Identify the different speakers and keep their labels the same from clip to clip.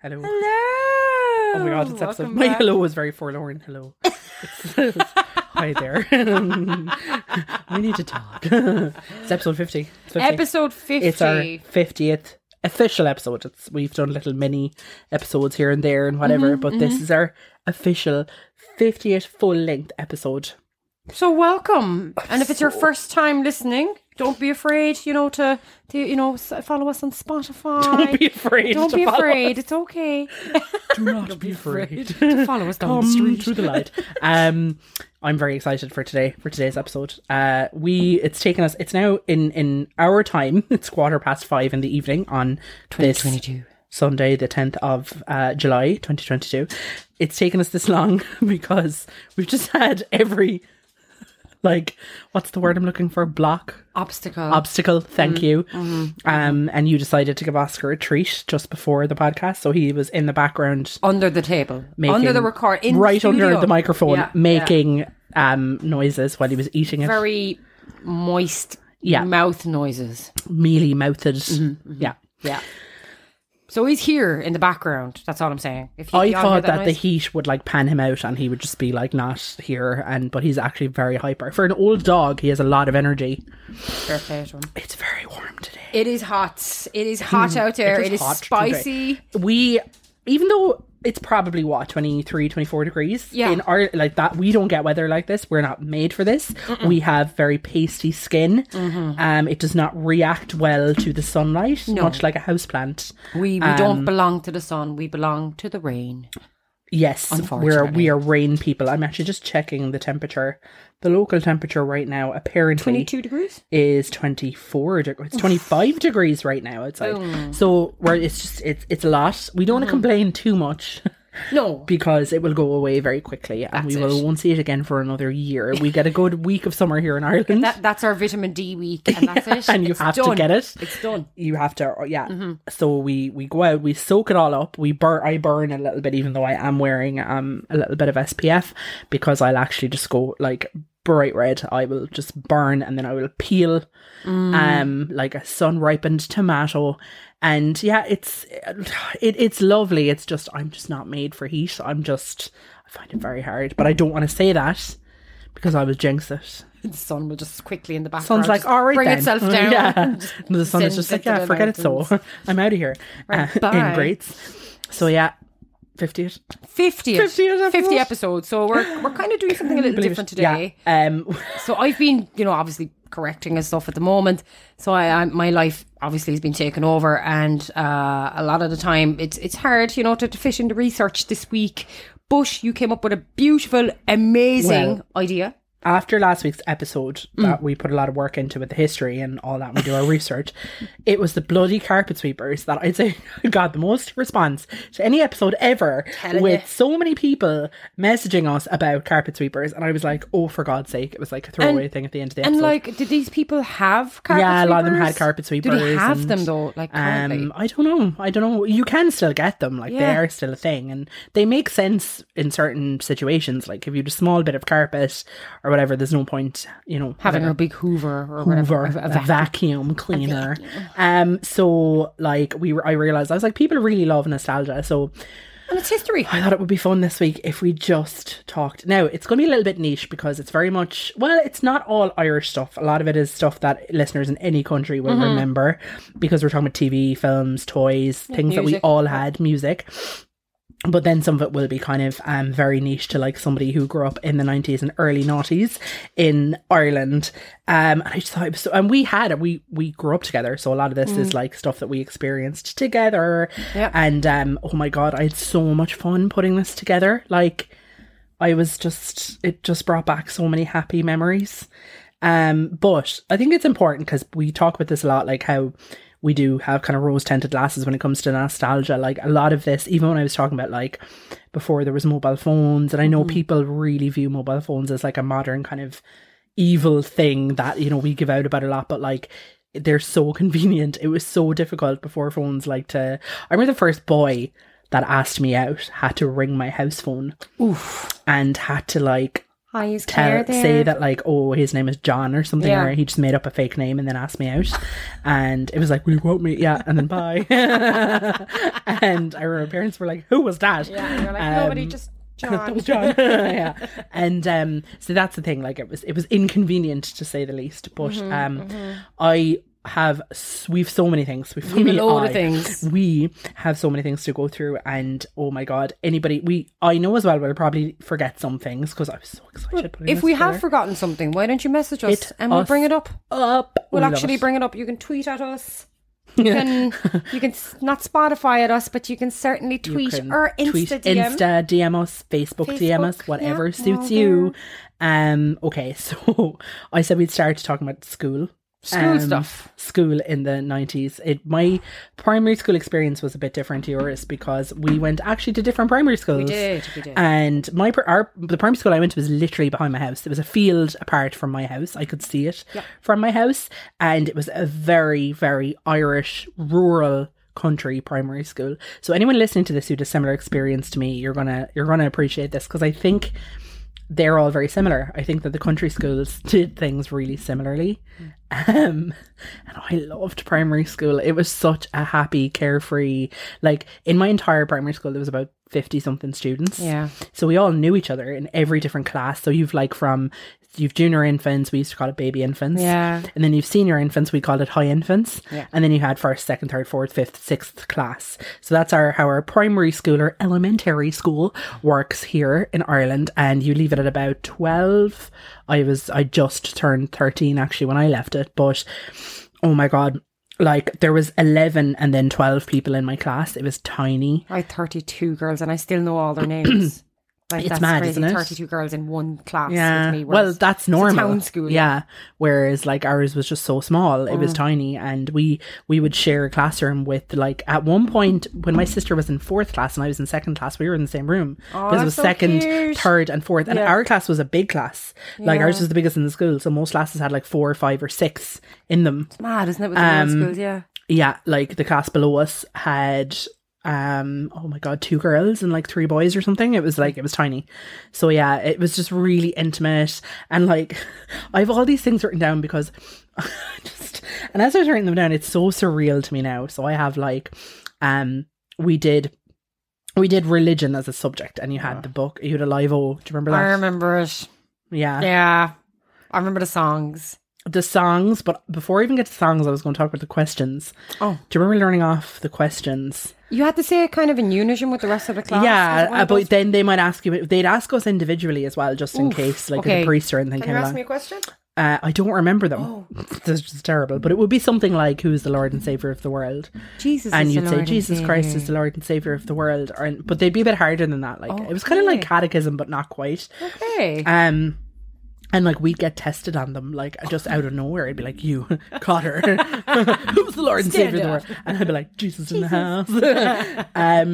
Speaker 1: Hello.
Speaker 2: Hello.
Speaker 1: Oh my god, it's episode.
Speaker 2: Welcome
Speaker 1: My
Speaker 2: back.
Speaker 1: hello was very forlorn. Hello. It's- Hi there. we need to talk. it's episode 50. It's 50.
Speaker 2: Episode 50.
Speaker 1: It's our 50th official episode. It's, we've done little mini episodes here and there and whatever,
Speaker 2: Mm-hmm,
Speaker 1: but this is our official 50th full length episode.
Speaker 2: So welcome. And if it's your first time listening, don't be afraid, you know, to, to you know, s- follow us on Spotify.
Speaker 1: Don't be afraid.
Speaker 2: Don't
Speaker 1: to
Speaker 2: be
Speaker 1: follow
Speaker 2: afraid. It's okay.
Speaker 1: Do not be afraid.
Speaker 2: To follow us down the
Speaker 1: Come
Speaker 2: street.
Speaker 1: to the light. Um, I'm very excited for today for today's episode. Uh, we it's taken us. It's now in in our time. It's quarter past five in the evening on this
Speaker 2: 22.
Speaker 1: Sunday, the 10th of uh, July, 2022. It's taken us this long because we've just had every like what's the word I'm looking for block
Speaker 2: Obstacle.
Speaker 1: obstacle. Thank you. Um, and you decided to give Oscar a treat just before the podcast, so he was in the background
Speaker 2: under the table.
Speaker 1: making
Speaker 2: under the record. In the
Speaker 1: right under
Speaker 2: studio.
Speaker 1: the microphone,
Speaker 2: Yeah, yeah.
Speaker 1: making um noises while he was eating it,
Speaker 2: Very moist
Speaker 1: Yeah.
Speaker 2: mouth noises.
Speaker 1: mealy mouthed. Yeah.
Speaker 2: Mm-hmm, Yeah. So he's here in the background. That's all I'm saying. If you,
Speaker 1: I
Speaker 2: y'all hear
Speaker 1: thought that, the
Speaker 2: noise?
Speaker 1: heat would like pan him out and he would just be like not here and but he's actually very hyper. For an old dog, he has a lot of energy.
Speaker 2: Fair play to him.
Speaker 1: It's very warm today.
Speaker 2: It is hot. It is hot out
Speaker 1: is
Speaker 2: there. Hmm. It is,
Speaker 1: hot
Speaker 2: spicy.
Speaker 1: We even though it's probably what 23 24 degrees
Speaker 2: Yeah.
Speaker 1: in our like that we don't get weather like this we're not made for this we have very pasty skin
Speaker 2: Mm-hmm.
Speaker 1: um it does not react well to the sunlight much like a houseplant
Speaker 2: We, we don't belong to the sun. We belong to the rain.
Speaker 1: Yes, we're
Speaker 2: Unfortunately.
Speaker 1: we are rain people. I'm actually just checking the temperature. The local temperature right now apparently
Speaker 2: degrees.
Speaker 1: is 24 degrees. It's 25 degrees right now outside.
Speaker 2: Mm.
Speaker 1: So we're, it's just it's it's a lot. We don't want to complain too much
Speaker 2: No,
Speaker 1: because it will go away very quickly, and we will,
Speaker 2: it.
Speaker 1: won't see it again for another year. We get a good week of summer here in Ireland.
Speaker 2: that, that's our vitamin D week, and that's it.
Speaker 1: And you
Speaker 2: It's
Speaker 1: have to
Speaker 2: done.
Speaker 1: get it.
Speaker 2: It's done.
Speaker 1: you have to or- yeah so we we go out we soak it all up we burn i burn a little bit even though i am wearing um a little bit of spf because i'll actually just go like bright red i will just burn and then i will peel um like a sun ripened tomato and yeah it's it, it's lovely it's just i'm just not made for heat i'm just i find it very hard but i don't want to say that because i will jinx it
Speaker 2: The sun will just quickly in the background.
Speaker 1: sun's like
Speaker 2: just
Speaker 1: all right
Speaker 2: bring
Speaker 1: then.
Speaker 2: itself down.
Speaker 1: yeah the sun is
Speaker 2: send
Speaker 1: just
Speaker 2: it
Speaker 1: like
Speaker 2: to
Speaker 1: yeah
Speaker 2: the
Speaker 1: forget it so i'm out of here
Speaker 2: Right,
Speaker 1: uh, in
Speaker 2: bye.
Speaker 1: greats so yeah 50th
Speaker 2: 50 50
Speaker 1: 50th
Speaker 2: episodes.
Speaker 1: episode.
Speaker 2: So we're we're kind of doing something a little different today.
Speaker 1: yeah um
Speaker 2: So I've been, you know, obviously correcting and stuff at the moment. So I, I my life obviously has been taken over, and uh, a lot of the time it's it's hard, you know, to, to fish into research this week. Bush, you came up with a beautiful, amazing idea.
Speaker 1: after last week's episode
Speaker 2: Mm.
Speaker 1: that we put a lot of work into with the history and all that, we do our research. It was the bloody carpet sweepers that I'd say got the most response to any episode ever,
Speaker 2: Telling
Speaker 1: with
Speaker 2: you.
Speaker 1: so many people messaging us about carpet sweepers, and I was like, oh, for God's sake! It was like a throwaway thing at the end of the episode.
Speaker 2: And like, did these people have carpet
Speaker 1: yeah,
Speaker 2: sweepers?
Speaker 1: a lot of them had carpet sweepers.
Speaker 2: Do they have
Speaker 1: and,
Speaker 2: them though? Like, currently?
Speaker 1: Um, I don't know. I don't know. You can still get them. Like they
Speaker 2: Yeah.
Speaker 1: are still a thing, and they make sense in certain situations. Like if you had a small bit of carpet or whatever, there's no point, you know,
Speaker 2: having
Speaker 1: whatever,
Speaker 2: a big Hoover or whatever,
Speaker 1: over
Speaker 2: a- a
Speaker 1: a,
Speaker 2: vac-
Speaker 1: vacuum cleaner. Um, so like we, were, I realized I was like, people really love nostalgia. So
Speaker 2: and it's history.
Speaker 1: I thought it would be fun this week if we just talked. Now, it's going to be a little bit niche because it's very much, well, it's not all Irish stuff. A lot of it is stuff that listeners in any country will remember because we're talking about TV, films, toys, things that we
Speaker 2: music.
Speaker 1: all had, music. But then some of it will be kind of um, very niche to like somebody who grew up in the 90s and early noughties in Ireland. Um, and I just thought it was so, and we had it, we, we grew up together. So a lot of this is like stuff that we experienced together.
Speaker 2: Yeah.
Speaker 1: And um, oh my god, I had so much fun putting this together. Like, I was just it just brought back so many happy memories. Um, but I think it's important because we talk about this a lot, like how we do have kind of rose tinted glasses when it comes to nostalgia. Like a lot of this, even when I was talking about like before there was mobile phones, and I know people really view mobile phones as like a modern kind of evil thing that you know we give out about a lot but like they're so convenient it was so difficult before phones like to i remember the first boy that asked me out had to ring my house phone
Speaker 2: Oof.
Speaker 1: and had to like
Speaker 2: Hi, is
Speaker 1: tell
Speaker 2: Claire there?
Speaker 1: Uh, say that like oh his name is John or something
Speaker 2: Yeah.
Speaker 1: or he just made up a fake name and then asked me out and it was like will you quote me yeah and then bye and I remember parents were like who was that
Speaker 2: Yeah, and you're like,
Speaker 1: Um,
Speaker 2: nobody just
Speaker 1: that
Speaker 2: John.
Speaker 1: was John yeah and um so that's the thing like it was it was inconvenient to say the least but
Speaker 2: Mm-hmm,
Speaker 1: um I have s- we've so many things we've so
Speaker 2: We've a
Speaker 1: many
Speaker 2: load of
Speaker 1: I-
Speaker 2: things.
Speaker 1: we have so many things to go through and oh my god anybody we I know as well we'll probably forget some things because I was so excited putting
Speaker 2: If
Speaker 1: this
Speaker 2: we have
Speaker 1: together.
Speaker 2: forgotten something, why don't you message us
Speaker 1: Hit
Speaker 2: and we'll
Speaker 1: us
Speaker 2: bring it up?
Speaker 1: up.
Speaker 2: We'll
Speaker 1: We love
Speaker 2: actually
Speaker 1: it.
Speaker 2: bring it up. You can tweet at us. You can you can s- not Spotify at us, but you can certainly tweet
Speaker 1: Can
Speaker 2: or Insta
Speaker 1: tweet,
Speaker 2: DM.
Speaker 1: Insta, DM us, Facebook, DM us,
Speaker 2: Facebook,
Speaker 1: whatever
Speaker 2: yeah,
Speaker 1: suits
Speaker 2: we're
Speaker 1: you. Um, okay, so I said we'd start talking about school.
Speaker 2: School
Speaker 1: Um,
Speaker 2: stuff.
Speaker 1: School in the nineties. It my primary school experience was a bit different to yours because we went actually to different primary schools.
Speaker 2: We did, we did.
Speaker 1: And my pr- our, the primary school I went to was literally behind my house. It was a field apart from my house. I could see it from my house, and it was a very very Irish rural country primary school. So anyone listening to this who had a similar experience to me, you're gonna you're gonna appreciate this because I think they're all very similar. I think that the country schools did things really similarly. Um, and I loved primary school. It was such a happy, carefree, like in my entire primary school, there was about 50 something students.
Speaker 2: Yeah.
Speaker 1: So we all knew each other in every different class. So you've like from, you've junior infants, we used to call it baby infants.
Speaker 2: Yeah.
Speaker 1: And then you've senior infants, we called it high infants.
Speaker 2: Yeah.
Speaker 1: And then you had first, second, third, fourth, fifth, sixth class. So that's our how our primary school or elementary school works here in Ireland. And you leave it at about twelve. I was I just turned thirteen actually when I left it, but oh my god. Like there was eleven and then twelve people in my class. It was tiny.
Speaker 2: I had 32 girls and I still know all their names. Like,
Speaker 1: It's
Speaker 2: that's
Speaker 1: mad,
Speaker 2: crazy.
Speaker 1: isn't it?
Speaker 2: 32 girls in one class with me.
Speaker 1: Well,
Speaker 2: whereas
Speaker 1: that's normal.
Speaker 2: town school. Mm.
Speaker 1: Yeah. Whereas like ours was just so small, it was tiny, and we we would share a classroom with like at one point when my sister was in fourth class and I was in second class, we were in the same room.
Speaker 2: Oh,
Speaker 1: Because it
Speaker 2: that's
Speaker 1: was
Speaker 2: so
Speaker 1: second,
Speaker 2: cute.
Speaker 1: third, and fourth, and
Speaker 2: Yeah.
Speaker 1: our class was a big class. Like ours
Speaker 2: Yeah.
Speaker 1: was the biggest in the school, so most classes had like four, or five, or six in them.
Speaker 2: mad, isn't it? With the girls'
Speaker 1: Um,
Speaker 2: schools, yeah.
Speaker 1: Yeah, like the class below us had um oh my god two girls and like three boys or something it was like it was tiny so yeah it was just really intimate and like i've all these things written down because just and as i was writing them down it's so surreal to me now so i have like um we did we did religion as a subject and you had the book you had a live o do you remember that
Speaker 2: I remember it.
Speaker 1: yeah
Speaker 2: Um, Yeah. I remember the songs.
Speaker 1: the songs but before i even get to songs i was going to talk about the questions
Speaker 2: Oh.
Speaker 1: do you remember learning off the questions
Speaker 2: You had to say it kind of in unison with the rest of the class. Is it one
Speaker 1: Yeah, uh,
Speaker 2: of those-
Speaker 1: but then they might ask you. They'd ask us individually as well, just in
Speaker 2: Oof,
Speaker 1: case, like if
Speaker 2: okay.
Speaker 1: a priest or anything
Speaker 2: Can you
Speaker 1: came
Speaker 2: ask
Speaker 1: along.
Speaker 2: me a question?
Speaker 1: uh, I don't remember them.
Speaker 2: Oh.
Speaker 1: This is terrible. But it would be something like, "Who is the Lord and Savior of the world?"
Speaker 2: Jesus
Speaker 1: and
Speaker 2: is
Speaker 1: you'd
Speaker 2: the
Speaker 1: say,
Speaker 2: Lord and
Speaker 1: "Jesus Christ
Speaker 2: Saviour.
Speaker 1: is the Lord and Savior of the world." Or, but they'd be a bit harder than that. Like it was kind of like
Speaker 2: Oh, Okay.
Speaker 1: catechism, but not quite.
Speaker 2: Okay.
Speaker 1: Um, and like we'd get tested on them, like just out of nowhere. I'd be like, "You caught her. Who's the Lord and
Speaker 2: Stand
Speaker 1: Savior of the
Speaker 2: up.
Speaker 1: world?" And I'd be like, "Jesus, in the house." um,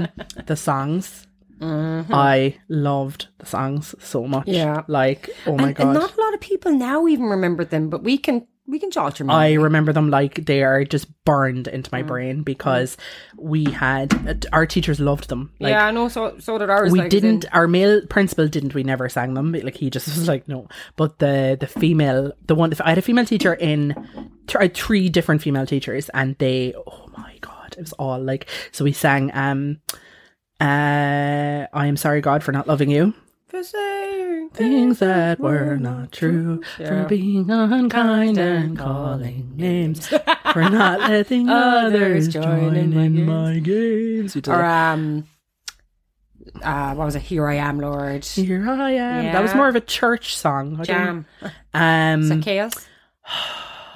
Speaker 1: the songs. I loved the songs so much.
Speaker 2: Mm-hmm. Yeah.
Speaker 1: like oh my
Speaker 2: and,
Speaker 1: god,
Speaker 2: and not a lot of people now even remember them, but we can we can jot your mind.
Speaker 1: I remember them like they are just burned into
Speaker 2: Mm.
Speaker 1: my brain because we had our teachers loved them. Like
Speaker 2: yeah, I know. So so did ours.
Speaker 1: we
Speaker 2: like, as in-
Speaker 1: didn't our male principal didn't we never sang them like he just was like no but the the female the one i had a female teacher in th- I had three different female teachers and they oh my god it was all like so we sang um uh i am sorry god for not loving you
Speaker 2: For saying
Speaker 1: things that were not true
Speaker 2: Yeah.
Speaker 1: for being unkind and calling names for not letting others join in my games We did
Speaker 2: or um uh what was it here i am lord
Speaker 1: Here I am. That was
Speaker 2: Yeah.
Speaker 1: more of a church song. I
Speaker 2: jam
Speaker 1: don't- Um,
Speaker 2: Zacchaeus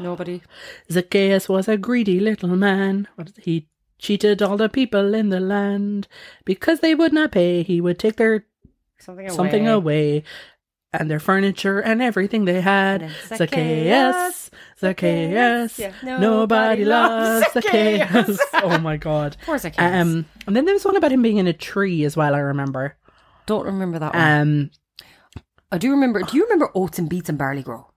Speaker 2: nobody
Speaker 1: Zacchaeus was a greedy little man. What is- He cheated all the people in the land because they would not pay. He would take their
Speaker 2: something away.
Speaker 1: something away and their furniture and everything they had.
Speaker 2: And then
Speaker 1: Zacchaeus, Zacchaeus,
Speaker 2: Yeah.
Speaker 1: nobody loves
Speaker 2: Zacchaeus.
Speaker 1: Zacchaeus. oh my god.
Speaker 2: poor Zacchaeus
Speaker 1: Um, and then there was one about him being in a tree as well. I remember.
Speaker 2: don't remember that one
Speaker 1: Um,
Speaker 2: i do remember do you remember oats and beets and barley grow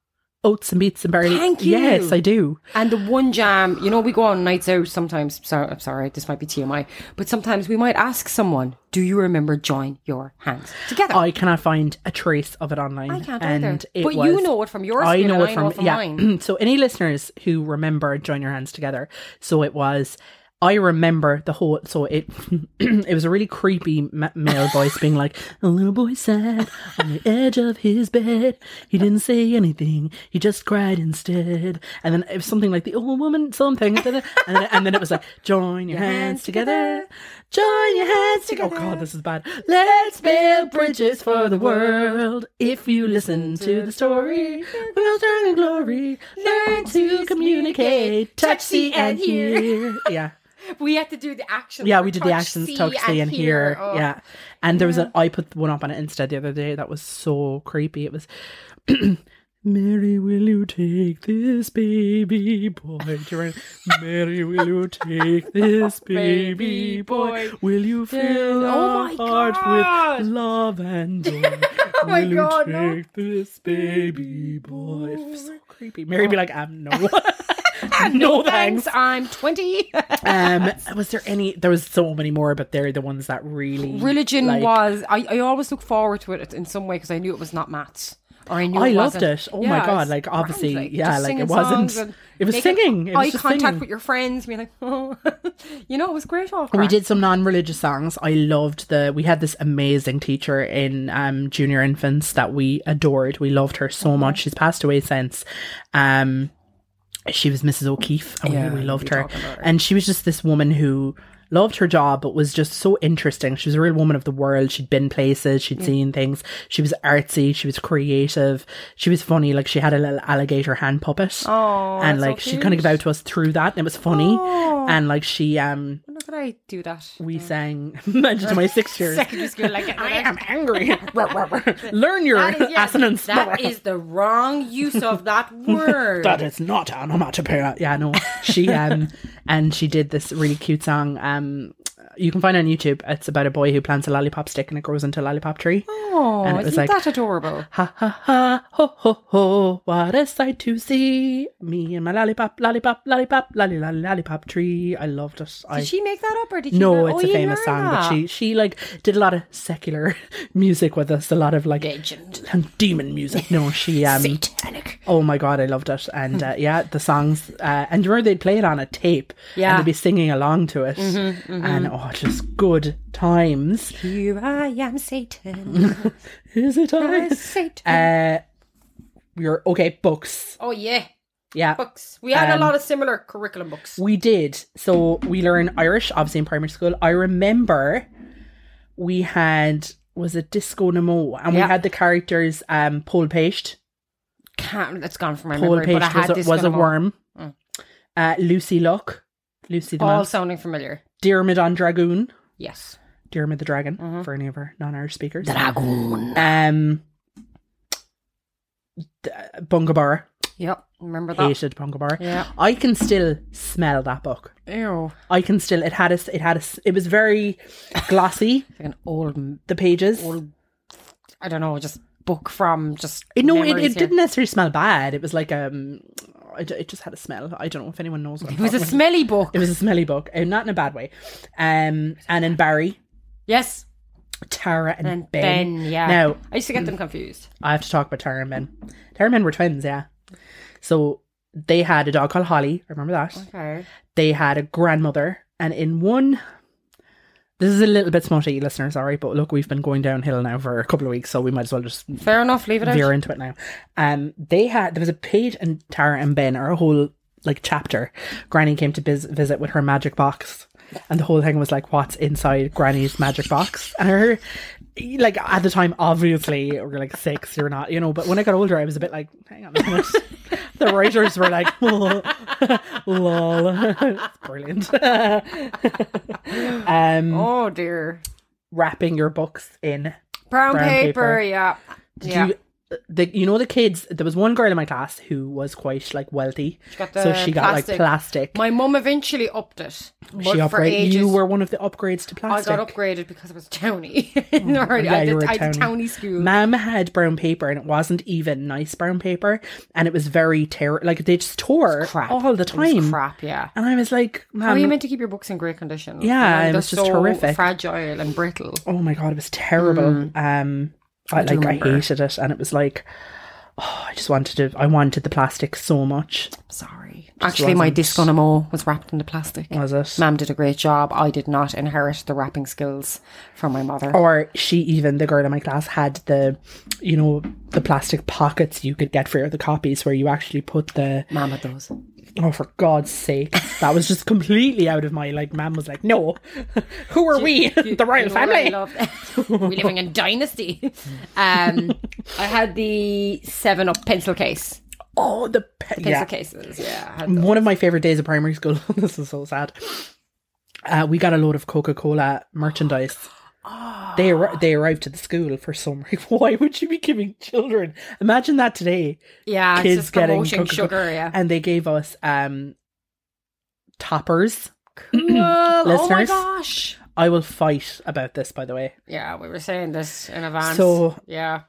Speaker 1: oats and beets and barley.
Speaker 2: Thank you.
Speaker 1: Yes, I do.
Speaker 2: And the one jam, you know, we go on nights out sometimes. Sorry, I'm sorry, this might be TMI, but sometimes we might ask someone, "Do you remember join your hands together?"
Speaker 1: I cannot find a trace of it online.
Speaker 2: I can't
Speaker 1: and
Speaker 2: either.
Speaker 1: It
Speaker 2: but
Speaker 1: was,
Speaker 2: you know it from your
Speaker 1: I
Speaker 2: skin
Speaker 1: know
Speaker 2: and
Speaker 1: it
Speaker 2: I
Speaker 1: from,
Speaker 2: know it from
Speaker 1: yeah.
Speaker 2: mine.
Speaker 1: so any listeners who remember join your hands together. So it was. I remember the whole. So it it was a really creepy ma- male voice being like, "A little boy sat on the edge of his bed. He didn't say anything. He just cried instead." And then it was something like the old woman something, and then and then it was like, "Join your hands together." Join your hands together. Oh God, this is bad. Let's build bridges for the world. If you listen to the story, we'll turn in glory. Learn to communicate. Touch, see, and hear. Yeah,
Speaker 2: We had to do the action.
Speaker 1: yeah. We did the
Speaker 2: touch,
Speaker 1: actions,
Speaker 2: see,
Speaker 1: touch, see, and hear.
Speaker 2: Oh.
Speaker 1: Yeah, and there was an. I put one up on it instead the other day. That was so creepy. It was. Mary, will you take this baby boy? Do you remember? Mary, will you take this baby
Speaker 2: Baby
Speaker 1: boy?
Speaker 2: boy.
Speaker 1: Will you fill
Speaker 2: Oh
Speaker 1: our
Speaker 2: my
Speaker 1: heart
Speaker 2: God.
Speaker 1: with love and joy?
Speaker 2: Oh my
Speaker 1: will
Speaker 2: God,
Speaker 1: you
Speaker 2: no.
Speaker 1: take this baby boy? It was so creepy. Mary be like, I'm no. no Oh, thanks.
Speaker 2: Thanks. I'm 20.
Speaker 1: Um, was there any? There was so many more, but they're the ones that really
Speaker 2: Religion
Speaker 1: like,
Speaker 2: was. I, I always look forward to it in some way because I knew it was not maths. Or I knew
Speaker 1: I
Speaker 2: it
Speaker 1: loved
Speaker 2: wasn't.
Speaker 1: it. Oh my
Speaker 2: Yeah,
Speaker 1: God.
Speaker 2: it's
Speaker 1: Like, obviously,
Speaker 2: grand,
Speaker 1: yeah,
Speaker 2: just
Speaker 1: like it
Speaker 2: singing songs
Speaker 1: wasn't.
Speaker 2: and
Speaker 1: It was
Speaker 2: making
Speaker 1: singing. It was
Speaker 2: eye
Speaker 1: just
Speaker 2: contact
Speaker 1: singing.
Speaker 2: with your friends, being like, oh, you know, it was great. All
Speaker 1: We
Speaker 2: crack.
Speaker 1: did some non-religious songs. I loved the. We had this amazing teacher in um, junior infants that we adored. We loved her
Speaker 2: Mm-hmm.
Speaker 1: so much. She's passed away since. Um, she was Mrs. O'Keefe, and
Speaker 2: Yeah,
Speaker 1: we, we loved
Speaker 2: we
Speaker 1: her.
Speaker 2: talk about her.
Speaker 1: And she was just this woman who loved her job, but was just so interesting. She was a real woman of the world. She'd been places. She'd seen things. She was artsy. She was creative. She was funny. Like she had a little alligator hand puppet,
Speaker 2: Oh,
Speaker 1: and
Speaker 2: that's so
Speaker 1: like she kind of
Speaker 2: cute.
Speaker 1: gave out to us through that, and it was funny.
Speaker 2: Oh.
Speaker 1: And like she um
Speaker 2: When did I do that?
Speaker 1: we sang Imagine to my Mm. six years.
Speaker 2: Secondary school, like
Speaker 1: I am angry. Ruh, ruh, ruh. Learn your assonance.
Speaker 2: That is the wrong use of that word.
Speaker 1: that is not onomatopoeia. Yeah, no. She um and she did this really cute song. Um you can find it on YouTube. It's about a boy who plants a lollipop stick and it grows into a lollipop tree.
Speaker 2: oh,
Speaker 1: and it was
Speaker 2: isn't
Speaker 1: like-
Speaker 2: that adorable?
Speaker 1: Ha ha ha ho ho ho what a sight to see. Me and my lollipop, lollipop, lollipop, lolly lolly lollipop tree. I loved it. I
Speaker 2: Did she make that up, or did she
Speaker 1: No,
Speaker 2: not-
Speaker 1: it's a
Speaker 2: oh, you
Speaker 1: famous
Speaker 2: heard
Speaker 1: song, but
Speaker 2: that.
Speaker 1: she she like did a lot of secular music with us, a lot of like
Speaker 2: legend
Speaker 1: and demon music. No, she um.
Speaker 2: satanic.
Speaker 1: Oh my god, I loved it, and uh, yeah, the songs. Uh, and you remember they'd play it on a tape,
Speaker 2: Yeah.
Speaker 1: and they'd be singing along to it, and oh, just good times.
Speaker 2: Here I am, Satan.
Speaker 1: Is it
Speaker 2: I'm
Speaker 1: us?
Speaker 2: Satan.
Speaker 1: Uh, we're okay. Books,
Speaker 2: oh yeah,
Speaker 1: yeah.
Speaker 2: books. We had
Speaker 1: Um,
Speaker 2: a lot of similar curriculum books.
Speaker 1: We did. So we learned Irish, obviously, in primary school. I remember we had was it Disco Nemo, and we
Speaker 2: Yeah.
Speaker 1: had the characters um Paul Paste.
Speaker 2: Can't. That's gone from my
Speaker 1: Paul
Speaker 2: memory.
Speaker 1: Paste
Speaker 2: But I had
Speaker 1: was,
Speaker 2: this
Speaker 1: a, was a
Speaker 2: kind of-
Speaker 1: worm.
Speaker 2: Mm.
Speaker 1: Uh, Lucy Luck, Lucy the
Speaker 2: All
Speaker 1: mouse.
Speaker 2: sounding familiar.
Speaker 1: Diarmid on Dragoon,
Speaker 2: Yes.
Speaker 1: Diarmid the Dragon,
Speaker 2: Mm-hmm.
Speaker 1: for any of our non-Irish speakers.
Speaker 2: Dragoon.
Speaker 1: um, d- Bungabara,
Speaker 2: Yep. Remember that?
Speaker 1: hated Bungabara.
Speaker 2: Yeah.
Speaker 1: I can still smell that book.
Speaker 2: Ew.
Speaker 1: I can still. It had a. s- It had a. s- It was very glossy.
Speaker 2: Like an old
Speaker 1: The pages.
Speaker 2: old I don't know, just book from just
Speaker 1: It- Eh, no, it,
Speaker 2: memories
Speaker 1: it
Speaker 2: here.
Speaker 1: didn't necessarily smell bad. It was like um, it, it just had a smell. I don't know if anyone knows. What
Speaker 2: It was a smelly book.
Speaker 1: It was a smelly book, uh, not in a bad way. Um, and then Barry,
Speaker 2: Yes.
Speaker 1: Tara, and,
Speaker 2: And
Speaker 1: ben.
Speaker 2: Ben, yeah.
Speaker 1: Now
Speaker 2: I used to get them confused.
Speaker 1: I have to talk about Tara and Ben. Tara and Ben were twins, yeah. So they had a dog called Holly. Remember that?
Speaker 2: Okay.
Speaker 1: They had a grandmother, and in one. This is a little bit smutty, listeners. Sorry, but look, we've been going downhill now for a couple of weeks, so we might as well just
Speaker 2: Fair enough, leave it out.
Speaker 1: veer into it now. Um, they had there was a page and Tara and Ben are a whole like chapter. Granny came to biz- visit with her magic box, and the whole thing was like, "What's inside Granny's magic box?" And her, like at the time, obviously we were like six, you're not, you know. But when I got older, I was a bit like, "Hang on a minute." the writers were like, "Lol, lol, It's brilliant." um,
Speaker 2: Oh dear.
Speaker 1: wrapping your books in
Speaker 2: Brown,
Speaker 1: Brown
Speaker 2: paper,
Speaker 1: paper.
Speaker 2: yeah.
Speaker 1: Did
Speaker 2: yeah.
Speaker 1: you the you know the kids. There was one girl in my class who was quite like wealthy,
Speaker 2: got
Speaker 1: so
Speaker 2: the
Speaker 1: she got like
Speaker 2: plastic.
Speaker 1: plastic.
Speaker 2: My mum eventually upped it. But
Speaker 1: she
Speaker 2: for
Speaker 1: upgrade-
Speaker 2: ages,
Speaker 1: You were one of the upgrades to
Speaker 2: I
Speaker 1: plastic.
Speaker 2: got upgraded because I was a townie. No, I
Speaker 1: Oh, Yeah, you
Speaker 2: did,
Speaker 1: were a
Speaker 2: I did
Speaker 1: townie.
Speaker 2: townie school.
Speaker 1: Mam had brown paper and it wasn't even nice brown paper and it was very terrible. Like they just tore
Speaker 2: crap.
Speaker 1: all the
Speaker 2: It was
Speaker 1: time.
Speaker 2: crap, yeah.
Speaker 1: And I was like,
Speaker 2: How are
Speaker 1: Mam,
Speaker 2: you meant to keep your books in great condition?
Speaker 1: Um, Yeah,
Speaker 2: Like,
Speaker 1: it
Speaker 2: they're
Speaker 1: was just
Speaker 2: so
Speaker 1: horrific.
Speaker 2: fragile and brittle.
Speaker 1: oh my God, it was terrible. Um, I,
Speaker 2: Mm. do
Speaker 1: like, I
Speaker 2: remember.
Speaker 1: hated it. And it was like, oh, I just wanted to, I wanted the plastic so much.
Speaker 2: Sorry. Actually, my disc on a mo was wrapped in the plastic.
Speaker 1: Was it?
Speaker 2: Mam did a great job. I did not inherit the wrapping skills from my mother.
Speaker 1: Or she even, the girl in my class had the, you know, the plastic pockets you could get for the copies where you actually put the,
Speaker 2: Mam had those.
Speaker 1: Oh, for God's sake. That was just completely out of my like mum was like, No. Who are we? the royal
Speaker 2: You know what I
Speaker 1: family.
Speaker 2: love? We're living in dynasty. Um, I had the Seven Up pencil case.
Speaker 1: Oh, the pe-
Speaker 2: Pencil
Speaker 1: yeah.
Speaker 2: cases. Yeah. I had those.
Speaker 1: One of my favorite days of primary school. this is so sad. Uh, we got a load of Coca Cola merchandise.
Speaker 2: Ah.
Speaker 1: They ar- they arrived to the school for some reason. Why would you be giving children? Imagine that today.
Speaker 2: Yeah. it's
Speaker 1: kids
Speaker 2: just
Speaker 1: getting
Speaker 2: promoting
Speaker 1: Coca-Cola.
Speaker 2: sugar. Yeah.
Speaker 1: And they gave us um toppers.
Speaker 2: oh my
Speaker 1: Listeners.
Speaker 2: gosh.
Speaker 1: I will fight about this, by the way.
Speaker 2: Yeah, we were saying this in advance.
Speaker 1: So-
Speaker 2: yeah.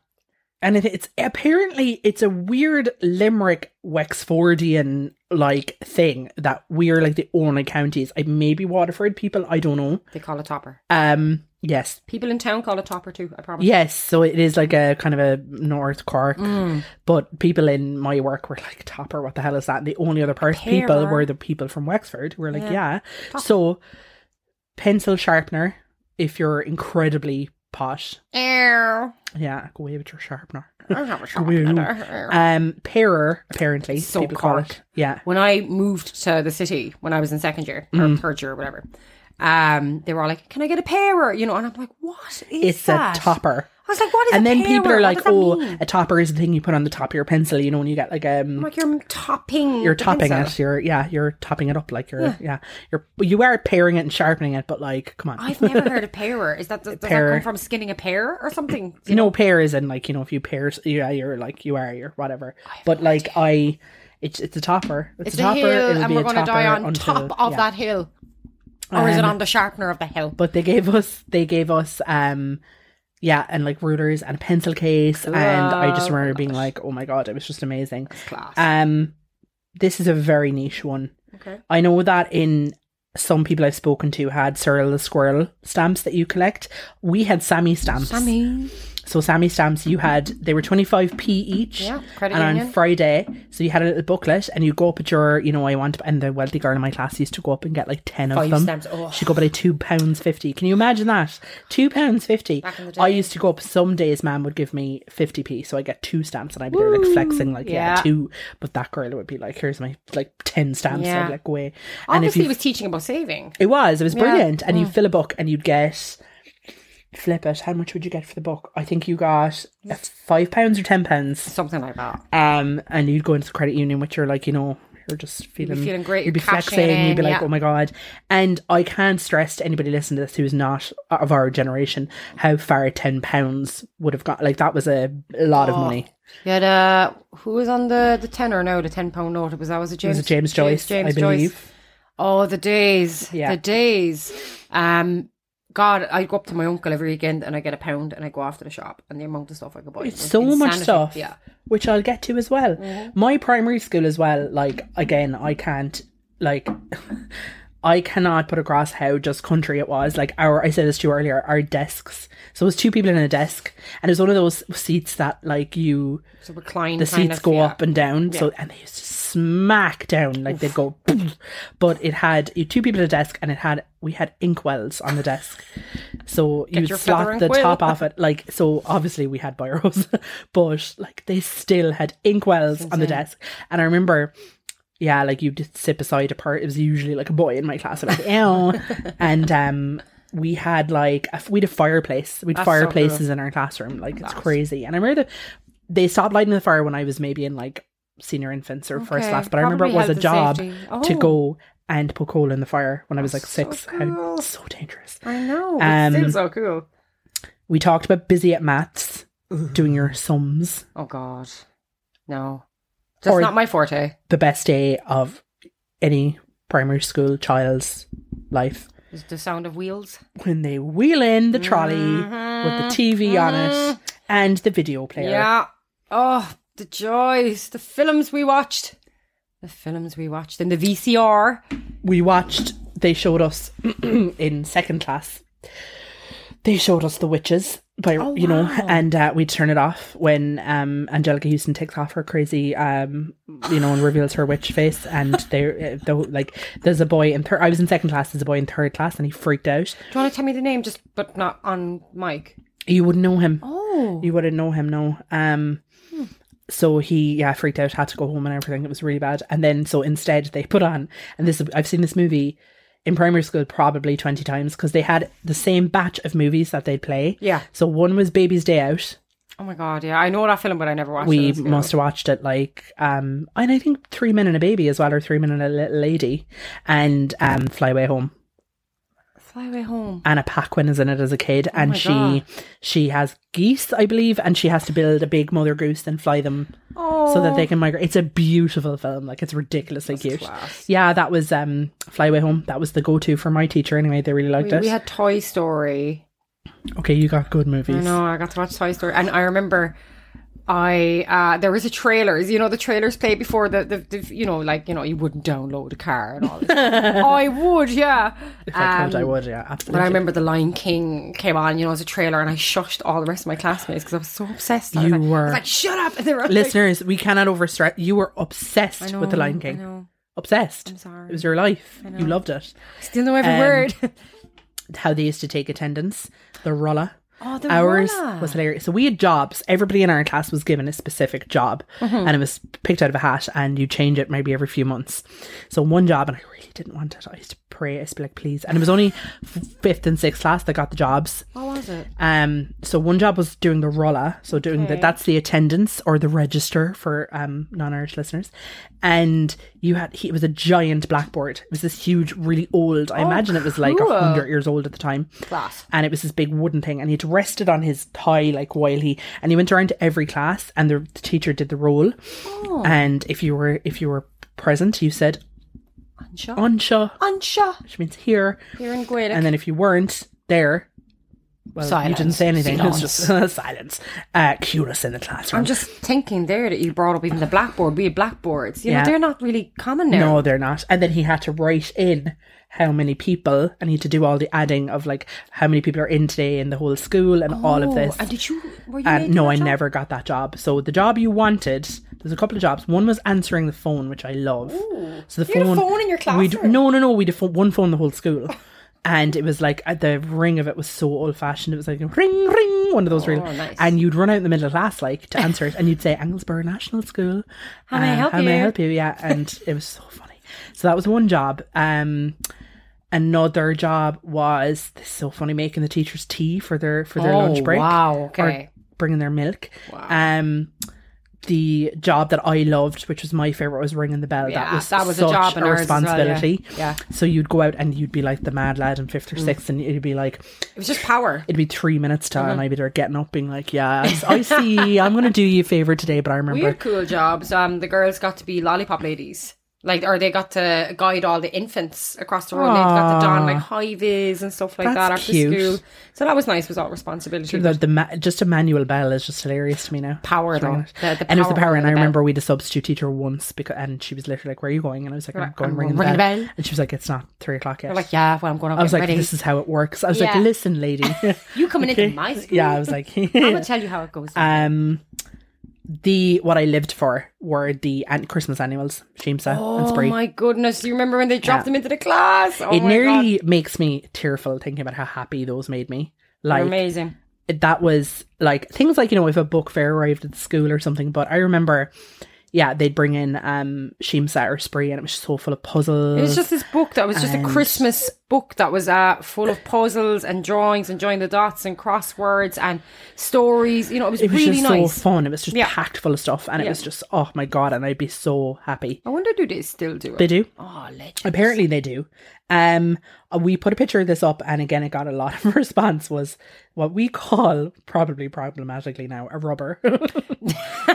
Speaker 1: and it, it's apparently it's a weird Limerick Wexfordian like thing that we're like the only counties. I maybe Waterford people, I don't know.
Speaker 2: They call it topper.
Speaker 1: Um, yes,
Speaker 2: People in town call it topper too, I promise.
Speaker 1: yes. So it is like a kind of a North Cork,
Speaker 2: Mm.
Speaker 1: but people in my work were like Topper, what the hell is that? And the only other person people
Speaker 2: Pear.
Speaker 1: were the people from Wexford. who We're like,
Speaker 2: Yeah.
Speaker 1: yeah.
Speaker 2: Topper.
Speaker 1: So pencil sharpener, if you're incredibly posh,
Speaker 2: Ew.
Speaker 1: yeah, go away with your sharpener.
Speaker 2: I don't have a shot
Speaker 1: Weird.
Speaker 2: letter.
Speaker 1: Um, pairer apparently
Speaker 2: So
Speaker 1: people call
Speaker 2: Cork.
Speaker 1: it. Yeah.
Speaker 2: when I moved to the city when I was in second year or
Speaker 1: Mm.
Speaker 2: third year or whatever, um, they were all like, "Can I get a pair?" You know, and I'm like, "What is
Speaker 1: it's
Speaker 2: that?"
Speaker 1: a topper.
Speaker 2: I was like, "What is?"
Speaker 1: And
Speaker 2: a
Speaker 1: then people
Speaker 2: pair?
Speaker 1: are
Speaker 2: What
Speaker 1: like,
Speaker 2: does that
Speaker 1: "Oh,
Speaker 2: mean?"
Speaker 1: a topper is the thing you put on the top of your pencil." You know, when you get like
Speaker 2: I'm
Speaker 1: um,
Speaker 2: like you're topping,
Speaker 1: you're
Speaker 2: the
Speaker 1: topping
Speaker 2: pencil."
Speaker 1: it. You're yeah, you're topping it up like you're yeah, you're you are pairing it and sharpening it. But like, come on,
Speaker 2: I've never heard of pair. Is that does, does that
Speaker 1: Pear.
Speaker 2: come from skinning a pear or something?
Speaker 1: you know, pair is in like you know, if you pairs, yeah, you're like you are, you're whatever. But like I, it's it's a topper. It's,
Speaker 2: It's
Speaker 1: a topper,
Speaker 2: a hill,
Speaker 1: it'll
Speaker 2: and
Speaker 1: be
Speaker 2: we're
Speaker 1: a
Speaker 2: going to die
Speaker 1: topper
Speaker 2: on
Speaker 1: until-
Speaker 2: top of
Speaker 1: yeah.
Speaker 2: that hill, or is it
Speaker 1: Um,
Speaker 2: on the sharpener of the hill?
Speaker 1: But they gave us they gave us um. Yeah, and like rulers and a pencil case, and I just
Speaker 2: Cool.
Speaker 1: remember being like, "Oh my god, it was just amazing."
Speaker 2: It's class.
Speaker 1: Um, this is a very niche one.
Speaker 2: okay.
Speaker 1: I know that in some people I've spoken to had Cyril the Squirrel stamps that you collect. We had Sammy stamps.
Speaker 2: Sammy.
Speaker 1: So Sammy stamps you had they were twenty five p each.
Speaker 2: Yeah, credit
Speaker 1: and
Speaker 2: union.
Speaker 1: on Friday, so you had a little booklet, and you go up at your, you know, I want, and the wealthy girl in my class used to go up and get like ten of
Speaker 2: Five
Speaker 1: them.
Speaker 2: stamps. Oh.
Speaker 1: She got by two pounds fifty. Can you imagine that? Two pounds fifty.
Speaker 2: Back in the day.
Speaker 1: I used to go up. Some days, Mam would give me fifty p, so I get two stamps, and I'd be there like flexing, like yeah.
Speaker 2: Yeah.
Speaker 1: two. But that girl would be like, "Here's my like ten stamps."
Speaker 2: Yeah.
Speaker 1: I'd be like, "Way." And if
Speaker 2: Obviously,
Speaker 1: you,
Speaker 2: he was teaching about saving.
Speaker 1: it was, it was brilliant, and you
Speaker 2: Mm.
Speaker 1: fill a book, and you'd get. Flip it. How much would you get for the book? I think you got uh, five pounds or ten pounds.
Speaker 2: Something like that.
Speaker 1: Um, and you'd go into the credit union, which you're like, you know, you're just feeling,
Speaker 2: feeling great,
Speaker 1: You'd be
Speaker 2: you're cashing it
Speaker 1: flexing. you'd be
Speaker 2: in,
Speaker 1: like,
Speaker 2: yeah.
Speaker 1: oh my god. And I can't stress to anybody listening to this who is not of our generation how far ten pounds would have got. Like that was a lot of
Speaker 2: Oh,
Speaker 1: money.
Speaker 2: You had uh, who was on the the tenner now, the ten pound note. It was that was a James,
Speaker 1: It was James Joyce, I believe.
Speaker 2: Oh, the days,
Speaker 1: Yeah.
Speaker 2: the days. Um, God, I go up to my uncle every weekend and I get a pound and I go after the shop and the amount of stuff I could buy.
Speaker 1: It's
Speaker 2: was
Speaker 1: so much
Speaker 2: insanity.
Speaker 1: stuff,
Speaker 2: Yeah, Mm-hmm.
Speaker 1: which I'll get to as well. My primary school as well. Like again, I can't like. I cannot put across how just country it was. Like our, I said this to you earlier, our desks. So it was two people in a desk, and it was one of those seats that like you,
Speaker 2: so recline.
Speaker 1: the
Speaker 2: kind
Speaker 1: seats
Speaker 2: of,
Speaker 1: go
Speaker 2: yeah.
Speaker 1: up and down. So and they used to smack down, like they'd go. boom. But it had you had two people at a desk, and it had we had inkwells on the desk. So you'd
Speaker 2: your feather
Speaker 1: slot
Speaker 2: and
Speaker 1: the
Speaker 2: quill.
Speaker 1: top off it, like so. Obviously, we had biros, but like they still had inkwells on the desk. And I remember. Yeah, like you just sit beside a part. It was usually like a boy in my class. I'm like, ew. and um, we had like a, we had a fireplace. We had
Speaker 2: so cool.
Speaker 1: fireplaces in our classroom. Like it's crazy. And I remember the, they stopped lighting the fire when I was maybe in like senior infants or first
Speaker 2: Okay,
Speaker 1: class. But I remember it
Speaker 2: probably
Speaker 1: was a job
Speaker 2: health and safety.
Speaker 1: to
Speaker 2: Oh.
Speaker 1: go and put coal in the fire when I was like six. How-
Speaker 2: cool.
Speaker 1: so dangerous.
Speaker 2: I know. It's
Speaker 1: Um,
Speaker 2: still so cool.
Speaker 1: We talked about busy at maths. doing your sums.
Speaker 2: Oh God, no, that's
Speaker 1: Or-
Speaker 2: not my forte.
Speaker 1: The best day of any primary school child's life
Speaker 2: Is the sound of wheels?
Speaker 1: when they wheel in the trolley
Speaker 2: Mm-hmm.
Speaker 1: with the TV on
Speaker 2: Mhm.
Speaker 1: it and the video player.
Speaker 2: Yeah. Oh, the joys, the films we watched, the films we watched, and the VCR.
Speaker 1: we watched they showed us in second class they showed us the witches by
Speaker 2: Oh,
Speaker 1: you know
Speaker 2: wow.
Speaker 1: and uh, we'd turn it off when um angelica houston takes off her crazy um you know and reveals her witch face and they uh, the, like there's a boy in third i was in second class there's a boy in third class and he freaked out
Speaker 2: Do you want to tell me the name, just but not on mic?
Speaker 1: you wouldn't know him
Speaker 2: Oh,
Speaker 1: you wouldn't know him no um so he yeah freaked out had to go home and everything it was really bad and then so instead they put on and this i've seen this movie in primary school probably 20 times because they had the same batch of movies that they'd play
Speaker 2: Yeah.
Speaker 1: so one was baby's day out
Speaker 2: oh my God, yeah, I know that film, but I never watched
Speaker 1: we
Speaker 2: it.
Speaker 1: must have watched it like um and i think three men and a baby as well or three men and a little lady and um fly away home
Speaker 2: Fly away home.
Speaker 1: Anna Paquin is in it as a kid, and
Speaker 2: Oh my
Speaker 1: she
Speaker 2: God.
Speaker 1: she has geese, I believe, and she has to build a big mother goose and fly them
Speaker 2: Oh,
Speaker 1: so that they can migrate. It's a beautiful film, like it's ridiculously cute.
Speaker 2: class.
Speaker 1: Yeah, that was um, Fly Away Home. That was the go-to for my teacher. Anyway, they really liked
Speaker 2: We,
Speaker 1: it.
Speaker 2: we had Toy Story.
Speaker 1: okay, you got good
Speaker 2: I
Speaker 1: movies.
Speaker 2: know. I got to watch Toy Story, and I remember I uh there was a trailers. You know, the trailers play before the, the, the you know, like you know, you wouldn't download a car and all. This. I would, yeah.
Speaker 1: If I could,
Speaker 2: Um,
Speaker 1: I would. Yeah,
Speaker 2: But I
Speaker 1: absolutely.
Speaker 2: remember the Lion King came on, you know, as a trailer, and I shushed all the rest of my classmates because I was so obsessed. I was
Speaker 1: You
Speaker 2: like, I was
Speaker 1: were.
Speaker 2: like, shut up! And they were all like,
Speaker 1: Listeners, we cannot overstress. You were obsessed
Speaker 2: I know,
Speaker 1: with the Lion
Speaker 2: I
Speaker 1: King.
Speaker 2: know.
Speaker 1: Obsessed.
Speaker 2: I'm sorry.
Speaker 1: It was your life. You loved it.
Speaker 2: I still know every
Speaker 1: Um,
Speaker 2: word.
Speaker 1: How they used to take attendance, the rolla.
Speaker 2: Oh, the
Speaker 1: Ours
Speaker 2: Rolla.
Speaker 1: was hilarious. So we had jobs. Everybody in our class was given a specific job,
Speaker 2: Mm-hmm.
Speaker 1: and it was picked out of a hat, and you change it maybe every few months. So one job, and I really didn't want it. I used to pray. I used to be like, please. And it was only f- fifth and sixth class that got the jobs.
Speaker 2: What was it?
Speaker 1: Um, so one job was doing the rolla, so doing the, that's the attendance or the register for um non-Irish listeners, and you had he, it was a giant blackboard. It was this huge, really old. I imagine it was like a
Speaker 2: cool.
Speaker 1: hundred years old at the time.
Speaker 2: Class.
Speaker 1: And it was this big wooden thing, and he'd rest it on his thigh like while he and he went around to every class, and the, the teacher did the roll, and if you were if you were present, you said
Speaker 2: Unsha.
Speaker 1: ansha,
Speaker 2: Unsha.
Speaker 1: which means here,
Speaker 2: You're in Gaelic.
Speaker 1: Oh. and then if you weren't there, well, you didn't
Speaker 2: Silence.
Speaker 1: say anything. It was
Speaker 2: Silence.
Speaker 1: just silence. Uh, curious in the classroom.
Speaker 2: I'm just thinking there that you brought up even the blackboard. We had blackboards. You
Speaker 1: Yeah.
Speaker 2: know, they're not really common now.
Speaker 1: no, they're not. And then he had to write in how many people, and he had to do all the adding of like how many people are in today in the whole school and all of
Speaker 2: Oh,
Speaker 1: this.
Speaker 2: And did you? Were you
Speaker 1: Uh,
Speaker 2: made
Speaker 1: no,
Speaker 2: for
Speaker 1: I
Speaker 2: that job?
Speaker 1: never got that job. So the job you wanted, there's a couple of jobs. One was answering the phone, which I love. So the
Speaker 2: You had
Speaker 1: phone,
Speaker 2: a phone in your
Speaker 1: We'd,
Speaker 2: classroom.
Speaker 1: no, no, no. We had a pho- one phone the whole school, and it was like uh, the ring of it was so old fashioned. It was like ring, ring, one of those real.
Speaker 2: Oh, nice.
Speaker 1: And you'd run out in the middle of class like to answer it, and you'd say Anglesborough National School. How
Speaker 2: may I help
Speaker 1: How may I
Speaker 2: you?"
Speaker 1: help you? Yeah, and it was so funny. So that was one job. Um, another job was this is so funny making the teachers tea for their for their
Speaker 2: Oh,
Speaker 1: lunch break
Speaker 2: Wow.
Speaker 1: or
Speaker 2: Okay.
Speaker 1: bringing their milk. Um, the job that I loved, which was my favorite, was ringing the bell.
Speaker 2: Yeah,
Speaker 1: that was
Speaker 2: that was a
Speaker 1: such
Speaker 2: job in
Speaker 1: a
Speaker 2: ours as well, yeah.
Speaker 1: responsibility.
Speaker 2: Yeah. Mm.
Speaker 1: So you'd go out and you'd be like the mad lad in fifth or sixth, and it'd be like
Speaker 2: it was just power.
Speaker 1: it'd be three minutes to,
Speaker 2: Mm-hmm.
Speaker 1: and I'd be there getting up, being like, "Yeah, I, I see. I'm gonna do you a favor today." But I
Speaker 2: We
Speaker 1: remember
Speaker 2: had cool jobs. Um, the girls got to be lollipop ladies. Like, or they got to guide all the infants across the road. They got to don like high vis and stuff like that
Speaker 1: That's
Speaker 2: after
Speaker 1: cute.
Speaker 2: school. So that was nice. Was all responsibility.
Speaker 1: the, the ma- just Emmanuel Bell is just hilarious to me now.
Speaker 2: Power, though.
Speaker 1: Right.
Speaker 2: The- the
Speaker 1: and it was the
Speaker 2: power
Speaker 1: power. And I
Speaker 2: ringing the
Speaker 1: remember we had a substitute teacher once because, and she was literally like, "Where are you going?" And I was like, "I'm going ringing the
Speaker 2: ringing the
Speaker 1: bell.
Speaker 2: bell.
Speaker 1: And she was like, "It's not three o'clock yet."
Speaker 2: They're like, yeah, well, I'm going to
Speaker 1: I
Speaker 2: get
Speaker 1: was like,
Speaker 2: ready.
Speaker 1: "This is how it works." I was like,
Speaker 2: Yeah.
Speaker 1: "Listen, lady."
Speaker 2: you coming into my school?
Speaker 1: yeah, I was like,
Speaker 2: I'm gonna tell you how it goes.
Speaker 1: um, the what I lived for were the an- Christmas annuals, Shamsa and
Speaker 2: oh
Speaker 1: Spree.
Speaker 2: my goodness! You remember when they dropped
Speaker 1: Yeah.
Speaker 2: them into the class? Oh
Speaker 1: it
Speaker 2: my god,
Speaker 1: nearly makes me tearful thinking about how happy those made me.
Speaker 2: They're
Speaker 1: Like
Speaker 2: amazing.
Speaker 1: that was like things like you know if a book fair arrived at the school or something. But I remember, yeah, they'd bring in um Shamsa or Spree, and it was so full of puzzles.
Speaker 2: It was just this book that was just
Speaker 1: And-
Speaker 2: a Christmas book that was uh, full of puzzles and drawings and join the dots and crosswords and stories. You know, it was,
Speaker 1: it was
Speaker 2: really
Speaker 1: just
Speaker 2: nice.
Speaker 1: so fun. It was just
Speaker 2: Yeah.
Speaker 1: packed full of stuff, and it
Speaker 2: Yeah.
Speaker 1: was just oh my god! And I'd be so happy.
Speaker 2: I wonder do they still do it?
Speaker 1: They do.
Speaker 2: oh, legend.
Speaker 1: Apparently they do. Um, we put a picture of this up, and again, it got a lot of response. Was what we call probably problematically now a rubber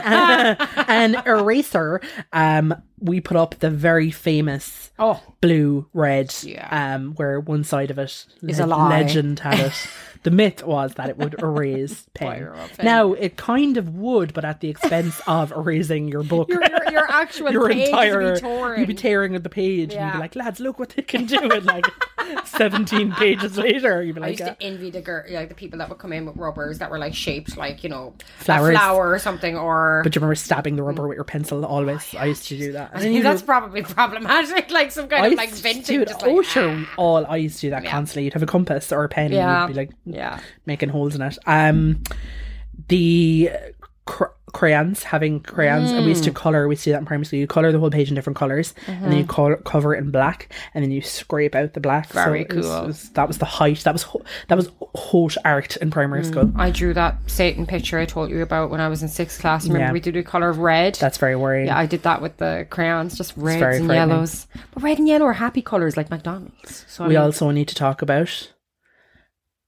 Speaker 1: and, an eraser. Um, we put up the very famous
Speaker 2: Oh,
Speaker 1: blue red
Speaker 2: Yeah.
Speaker 1: um where one side of it
Speaker 2: Is
Speaker 1: le-
Speaker 2: a lie.
Speaker 1: legend had it the myth was that it would erase pen
Speaker 2: Fire up pen.
Speaker 1: now it kind of would but at the expense of erasing your book
Speaker 2: your, your, your actual
Speaker 1: your
Speaker 2: page
Speaker 1: entire
Speaker 2: be torn.
Speaker 1: you'd be tearing at the page and you'd
Speaker 2: Yeah.
Speaker 1: be like lads look what they can do and like 17 pages later you'd be
Speaker 2: I
Speaker 1: like
Speaker 2: used
Speaker 1: uh,
Speaker 2: to envy the girl, like the people that would come in with rubbers that were like shaped like you know
Speaker 1: Flowers.
Speaker 2: a flower or something, or
Speaker 1: but you remember stabbing the rubber with your pencil always
Speaker 2: Oh,
Speaker 1: i used to do that and then you'd
Speaker 2: that's probably problematic, like some kind
Speaker 1: I
Speaker 2: of like
Speaker 1: used to
Speaker 2: vintage.
Speaker 1: do it-
Speaker 2: just like,
Speaker 1: oh sure
Speaker 2: ah.
Speaker 1: we all i used to do that constantly you'd have a compass or a pen
Speaker 2: Yeah.
Speaker 1: and you'd be like
Speaker 2: yeah,
Speaker 1: making holes in it. Um, the cr- crayons, having crayons, and we used to
Speaker 2: Mm.
Speaker 1: color. We used to do that in primary school. You color the whole page in different colors, and
Speaker 2: Mm-hmm.
Speaker 1: then you col- cover it in black, and then you scrape out the black.
Speaker 2: Very
Speaker 1: it was-
Speaker 2: cool.
Speaker 1: it was- that was the height. That was ho- that was haute art in primary school.
Speaker 2: I drew that Satan picture I told you about when I was in sixth class. Remember
Speaker 1: Yeah.
Speaker 2: we did the color of red.
Speaker 1: That's very worrying.
Speaker 2: yeah, I did that with the crayons, just reds
Speaker 1: very
Speaker 2: and
Speaker 1: frightening.
Speaker 2: yellows. But red and yellow are happy colors, like McDonald's. So I
Speaker 1: we
Speaker 2: mean,
Speaker 1: also need to talk about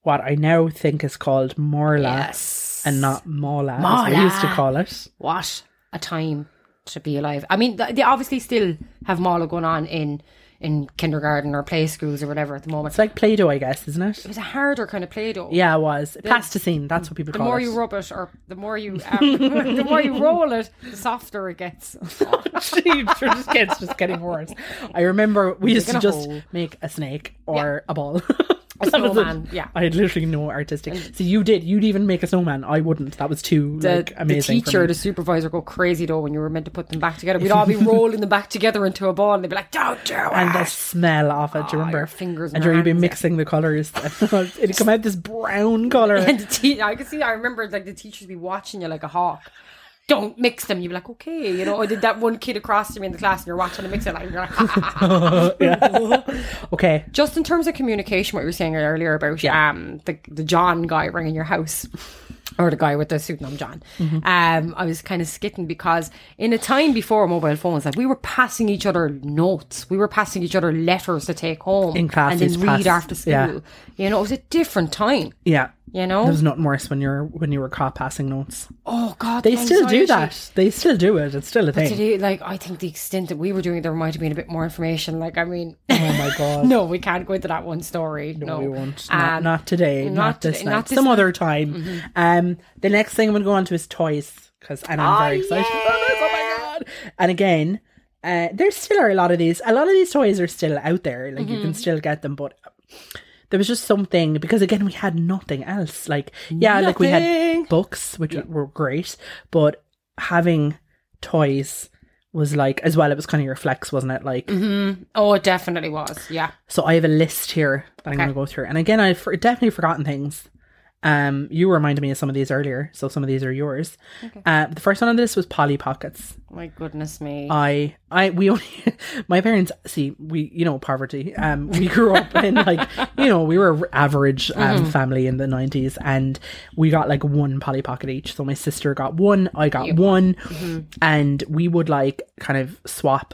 Speaker 1: what I now think is called Morla
Speaker 2: yes,
Speaker 1: and not Mola, as we
Speaker 2: Mola.
Speaker 1: used to call it.
Speaker 2: what a time to be alive. I mean, th- they obviously still have Mala going on in in kindergarten or play schools or whatever at the moment.
Speaker 1: It's like Play-Doh, I guess, isn't it?
Speaker 2: It was a harder kind of play doh.
Speaker 1: Yeah, it was. Plasticine, that's what people
Speaker 2: The
Speaker 1: call
Speaker 2: more
Speaker 1: it.
Speaker 2: you rub it, or the more you um, the more you roll it, the softer it gets.
Speaker 1: Jeez, your skin's just getting worse. I remember we used to
Speaker 2: Digging a
Speaker 1: just
Speaker 2: hole.
Speaker 1: make a snake or a ball.
Speaker 2: A
Speaker 1: That was it.
Speaker 2: snowman, yeah.
Speaker 1: I had literally no artistic. So you did. You'd even make a snowman. I wouldn't. That was too
Speaker 2: The,
Speaker 1: like
Speaker 2: the
Speaker 1: amazing. for
Speaker 2: teacher,
Speaker 1: me.
Speaker 2: the supervisor, go crazy though when you were meant to put them back together. We'd all be rolling them back together into a ball, and they'd be like, "Don't do it."
Speaker 1: and the smell of it. Do you remember?
Speaker 2: Ah, your fingers
Speaker 1: And
Speaker 2: and your
Speaker 1: you'd be
Speaker 2: hands, yeah.
Speaker 1: mixing the colors. It'd come out this brown color.
Speaker 2: And the te- I could see, I remember like the teachers be watching you like a hawk. Don't mix them. You'd be like, okay, you know. Or did that one kid across from me in the class, and you're watching them mix it, like, you're like
Speaker 1: Okay.
Speaker 2: just in terms of communication, what you were saying earlier about um the the John guy ringing your house. Or the guy with the pseudonym John.
Speaker 1: Mm-hmm.
Speaker 2: Um, I was kind of skitting because in a time before mobile phones, like we were passing each other notes, we were passing each other letters to take home
Speaker 1: In class,
Speaker 2: and
Speaker 1: it's
Speaker 2: then read
Speaker 1: pass-
Speaker 2: after school.
Speaker 1: yeah.
Speaker 2: You know, it was a different time.
Speaker 1: Yeah.
Speaker 2: You know,
Speaker 1: There was nothing worse when you're when you were caught passing notes.
Speaker 2: oh god,
Speaker 1: They still do that. They still do it. It's still a
Speaker 2: To
Speaker 1: thing.
Speaker 2: do, like I think the extent that we were doing it, there might have been a bit more information. Like I mean,
Speaker 1: Oh my god.
Speaker 2: no, we can't go into that one story. No,
Speaker 1: we won't. Not,
Speaker 2: Um,
Speaker 1: not today. Not,
Speaker 2: not
Speaker 1: this
Speaker 2: today,
Speaker 1: night.
Speaker 2: not this
Speaker 1: Some
Speaker 2: night. Mm-hmm.
Speaker 1: other time. Um, the next thing I'm going to go on to is toys because and I'm
Speaker 2: Ah,
Speaker 1: very excited about this. Oh my god! And again, uh, there still are a lot of these. A lot of these toys are still out there. Like
Speaker 2: Mm-hmm.
Speaker 1: you can still get them, but there was just something because again we had nothing else. Like yeah, like we
Speaker 2: Nothing.
Speaker 1: had books which were great, but having toys was like as well. It was kind of your flex, wasn't it? Like
Speaker 2: Oh, it definitely was. Yeah.
Speaker 1: so I have a list here that I'm going to go through. And again, I've for- definitely forgotten things. Um, you reminded me of some of these earlier, so some of these are yours. Uh, the first one on this was Polly Pockets.
Speaker 2: My goodness me.
Speaker 1: I, I, we only, my parents see we, you know, poverty. Um, we grew up in like, you know, we were average um,
Speaker 2: Mm-hmm.
Speaker 1: family in the nineties, and we got like one Polly Pocket each. So my sister got one, I got one,
Speaker 2: Mm-hmm.
Speaker 1: and we would like kind of swap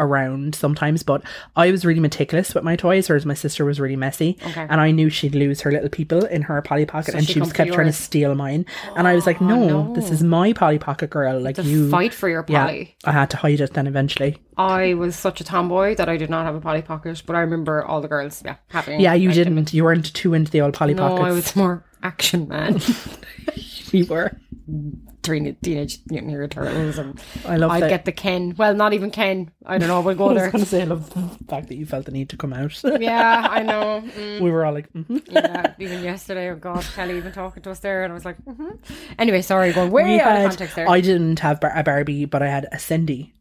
Speaker 1: around sometimes, but I was really meticulous with my toys, whereas my sister was really messy.
Speaker 2: Okay.
Speaker 1: And I knew she'd lose her little people in her Polly Pocket, and
Speaker 2: she
Speaker 1: she was
Speaker 2: come for
Speaker 1: kept trying to
Speaker 2: yours.
Speaker 1: steal mine. and I was like, no, this is my Polly Pocket girl. Like,
Speaker 2: to
Speaker 1: you.
Speaker 2: fight for your
Speaker 1: Yeah,
Speaker 2: Polly.
Speaker 1: I had to hide it then eventually.
Speaker 2: I was such a tomboy that I did not have a Polly pocket, but I remember all the girls, yeah, having.
Speaker 1: Yeah, you didn't. You weren't too into the old Polly
Speaker 2: No, I
Speaker 1: Pockets.
Speaker 2: was more action man
Speaker 1: You were.
Speaker 2: during the Teenage Mutant Hero Turtles. And
Speaker 1: I love
Speaker 2: I'd
Speaker 1: that.
Speaker 2: get the Ken. Well, not even Ken. I don't know. We'll go
Speaker 1: I was
Speaker 2: there.
Speaker 1: going to say, I love the fact that you felt the need to come out.
Speaker 2: yeah, I know. Mm,
Speaker 1: we were all like, mhm.
Speaker 2: yeah, even yesterday, oh God, Kelly even talking to us there, and I was like, hmm anyway, sorry, going way
Speaker 1: We
Speaker 2: out of
Speaker 1: had-
Speaker 2: context there.
Speaker 1: I didn't have bar- a Barbie, but I had a Cindy.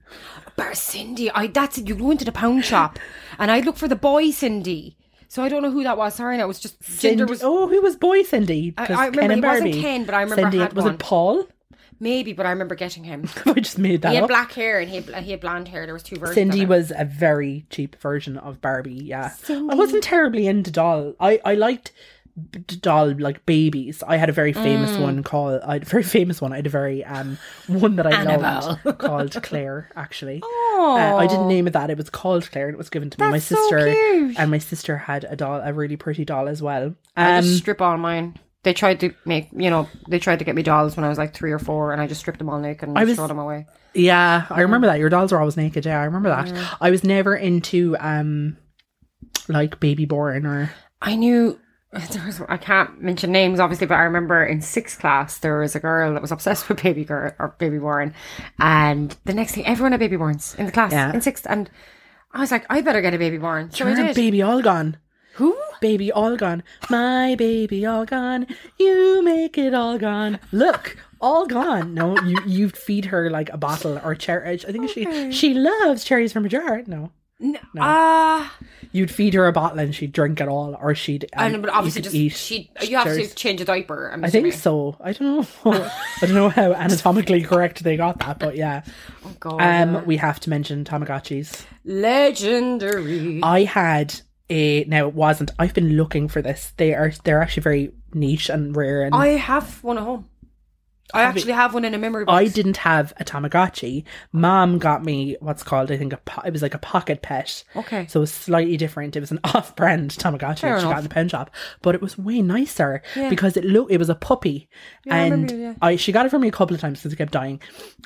Speaker 2: Bar Cindy. I that's it. You go into the pound shop, and I'd look for the boy Cindy. So I don't know who that was. Sorry, that was just Cinder
Speaker 1: Cindy-
Speaker 2: was
Speaker 1: oh, who was boy Cindy?
Speaker 2: I-
Speaker 1: 'Cause
Speaker 2: I remember
Speaker 1: Ken and
Speaker 2: it wasn't
Speaker 1: Barbie.
Speaker 2: Ken, but I remember I
Speaker 1: Cindy,
Speaker 2: had
Speaker 1: was
Speaker 2: one.
Speaker 1: it Paul?
Speaker 2: maybe, but I remember getting him.
Speaker 1: I just made that
Speaker 2: He had
Speaker 1: up.
Speaker 2: black hair and he had, bl- he had blonde hair. There was two versions.
Speaker 1: Oh. Cindy
Speaker 2: of it.
Speaker 1: was a very cheap version of Barbie. Yeah, I wasn't terribly into doll. I I liked b- doll like babies. I had a very famous
Speaker 2: Mm.
Speaker 1: one called I had a very famous one. I had a very um one that I loved called Claire. Actually, Uh, I didn't name it that. It was called Claire, and it was given to me. My
Speaker 2: That's so
Speaker 1: sister
Speaker 2: cute.
Speaker 1: and my sister had a doll, a really pretty doll as well.
Speaker 2: I
Speaker 1: Um,
Speaker 2: just strip all mine. They tried to make, you know, they tried to get me dolls when I was like three or four, and I just stripped them all naked and
Speaker 1: I was-
Speaker 2: throw them away.
Speaker 1: Yeah, I remember that. Your dolls were always naked. Yeah, I remember that.
Speaker 2: Mm.
Speaker 1: I was never into um like baby born or
Speaker 2: I knew there was, I can't mention names obviously, but I remember in sixth class there was a girl that was obsessed with baby girl or baby born, and the next thing everyone had baby borns in the class
Speaker 1: Yeah.
Speaker 2: in sixth, and I was like, I better get a baby born. So Oh, I did.
Speaker 1: um, baby all gone.
Speaker 2: Who?
Speaker 1: Baby all gone. My baby all gone. You make it all gone. Look, all gone. No, you you feed her like a bottle or cherry. I think she she loves cherries from a jar. No.
Speaker 2: No. Ah,
Speaker 1: You'd feed her a bottle and she'd drink it all, or she'd. um,
Speaker 2: and but
Speaker 1: you
Speaker 2: obviously
Speaker 1: could
Speaker 2: just
Speaker 1: eat
Speaker 2: she you have
Speaker 1: cherries.
Speaker 2: to change a diaper. I'm
Speaker 1: I think so. I don't know. I don't know how anatomically correct they got that, but yeah.
Speaker 2: Oh, God, yeah.
Speaker 1: Um, we have to mention Tamagotchis.
Speaker 2: legendary.
Speaker 1: I had a now it wasn't. I've been looking for this. They are they're actually very niche and rare. And I,
Speaker 2: I have one at home. I
Speaker 1: Have you-
Speaker 2: actually have one in a memory box.
Speaker 1: didn't have a Tamagotchi. Mom got me what's called I think a po- it was like a pocket pet.
Speaker 2: Okay.
Speaker 1: So it was slightly different. It was an off-brand Tamagotchi
Speaker 2: Fair
Speaker 1: that she got
Speaker 2: enough.
Speaker 1: in the pen shop, but it was way nicer
Speaker 2: Yeah.
Speaker 1: because it looked it was a puppy,
Speaker 2: I
Speaker 1: and
Speaker 2: remember, yeah.
Speaker 1: I she got it for me a couple of times because it kept dying,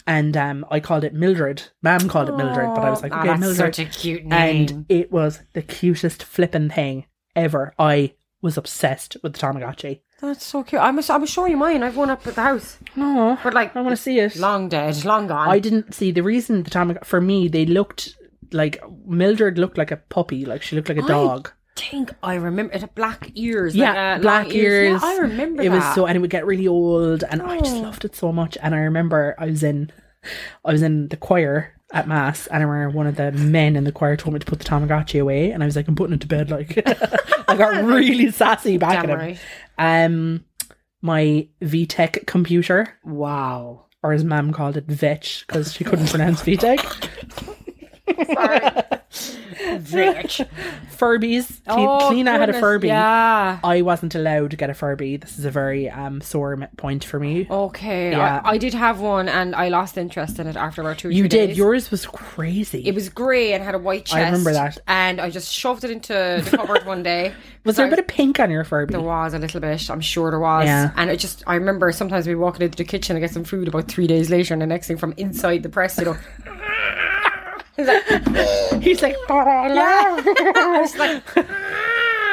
Speaker 1: and um I called it Mildred. Mom called it Mildred, but I was like,
Speaker 2: Aw, Ah,
Speaker 1: okay,
Speaker 2: that's
Speaker 1: Mildred.
Speaker 2: such a cute name.
Speaker 1: and it was the cutest flippin' thing ever. I was obsessed with the Tamagotchi.
Speaker 2: That's so cute. I'm, I'm sure you mine. I've one up at the house.
Speaker 1: Oh,
Speaker 2: But like,
Speaker 1: I want to see it.
Speaker 2: long dead, long gone.
Speaker 1: I didn't see the reason the Tamagotchi for me. They looked like Mildred looked like a puppy, like she looked like a dog.
Speaker 2: think I remember it had black ears. like,
Speaker 1: yeah,
Speaker 2: uh,
Speaker 1: black
Speaker 2: long
Speaker 1: ears.
Speaker 2: Yeah, I remember
Speaker 1: It
Speaker 2: that.
Speaker 1: was so, and it would get really old, and I just
Speaker 2: Oh.
Speaker 1: loved it so much. And I remember I was in, I was in the choir at mass, and I remember one of the men in the choir told me to put the Tamagotchi away, and I was like, I'm putting it to bed. Like, I got really sassy back
Speaker 2: Damn
Speaker 1: at him.
Speaker 2: right.
Speaker 1: Um, my VTech computer,
Speaker 2: Wow.
Speaker 1: or as Mam called it, Vetch, because she couldn't pronounce VTech.
Speaker 2: Sorry. Bitch.
Speaker 1: Furbies. Cle-
Speaker 2: Oh,
Speaker 1: Cleena had a
Speaker 2: goodness,
Speaker 1: Furby.
Speaker 2: Yeah.
Speaker 1: I wasn't allowed to get a Furby. This is a very um sore m- point for me.
Speaker 2: Okay.
Speaker 1: Yeah.
Speaker 2: I, I did have one, and I lost interest in it after about two. or
Speaker 1: you
Speaker 2: three
Speaker 1: did.
Speaker 2: days.
Speaker 1: Yours was crazy.
Speaker 2: It was grey and had a white chest.
Speaker 1: I remember that.
Speaker 2: And I just shoved it into the cupboard one day.
Speaker 1: was there a bit of pink on your Furby?
Speaker 2: There was a little bit, I'm sure there was.
Speaker 1: Yeah.
Speaker 2: And it just, I remember sometimes we walking into the kitchen and get some food about three days later, and the next thing from inside the press, you know. It's like,
Speaker 1: He's like, "Barala."
Speaker 2: it's like,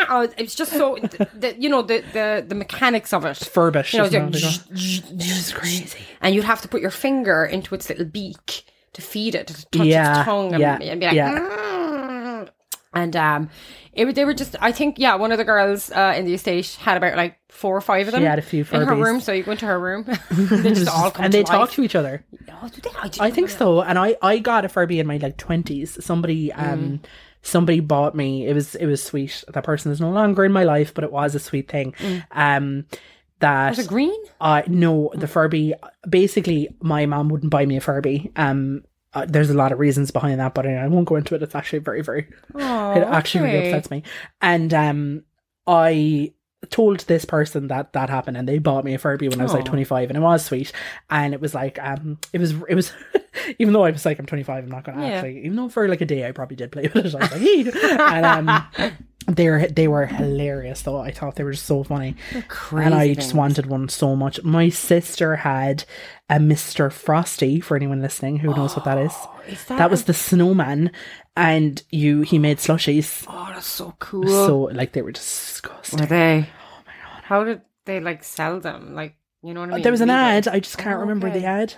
Speaker 2: oh, it's just so, the, you know, the, the, the mechanics of it.
Speaker 1: Furbish.
Speaker 2: You know,
Speaker 1: isn't
Speaker 2: it's
Speaker 1: it?
Speaker 2: like,
Speaker 1: was crazy.
Speaker 2: and you'd have to put your finger into its little beak to feed it, to touch
Speaker 1: Yeah,
Speaker 2: its tongue, and,
Speaker 1: yeah,
Speaker 2: and be like,
Speaker 1: yeah.
Speaker 2: "Mm." and um, it, was- they were just. I think yeah, one of the girls uh, in the estate had about like four or five of them.
Speaker 1: She had a few
Speaker 2: in her
Speaker 1: Furbies.
Speaker 2: room, so you go into her room. they just all come
Speaker 1: and
Speaker 2: to
Speaker 1: they
Speaker 2: life.
Speaker 1: talk to each other.
Speaker 2: Oh, do they? I, didn't
Speaker 1: I think
Speaker 2: know
Speaker 1: so. And I, I got a Furby in my like twenties. Somebody um somebody bought me. It was it was sweet. That person is no longer in my life, but it was a sweet thing. Um that
Speaker 2: that. Was it green?
Speaker 1: uh no the Furby basically my mom wouldn't buy me a Furby. Um uh, there's a lot of reasons behind that, but I won't go into it. It's actually very very
Speaker 2: Oh,
Speaker 1: it actually really
Speaker 2: okay.
Speaker 1: upsets me. And um, I told this person that that happened, and they bought me a Furby when I was like
Speaker 2: Aw.
Speaker 1: 25, and it was sweet. And it was like, um, it was, it was, even though I was like, I'm 25, I'm not gonna
Speaker 2: Yeah.
Speaker 1: actually, even though for like a day I probably did play with it. I was like, "Ee." and um, they were they were hilarious though. I thought they were just so funny,
Speaker 2: Crazy
Speaker 1: and I just
Speaker 2: thing.
Speaker 1: wanted one so much. My sister had a Mister Frosty. For anyone listening who knows what that is.
Speaker 2: Is
Speaker 1: That was the snowman, and you he made slushies.
Speaker 2: Oh, that's so cool.
Speaker 1: So like they were
Speaker 2: Were
Speaker 1: disgusting.
Speaker 2: they? Oh my god! How did they like sell them? Like you know what I mean?
Speaker 1: Oh, There was an
Speaker 2: Leave it.
Speaker 1: ad. I just can't
Speaker 2: Oh,
Speaker 1: remember
Speaker 2: okay.
Speaker 1: the ad.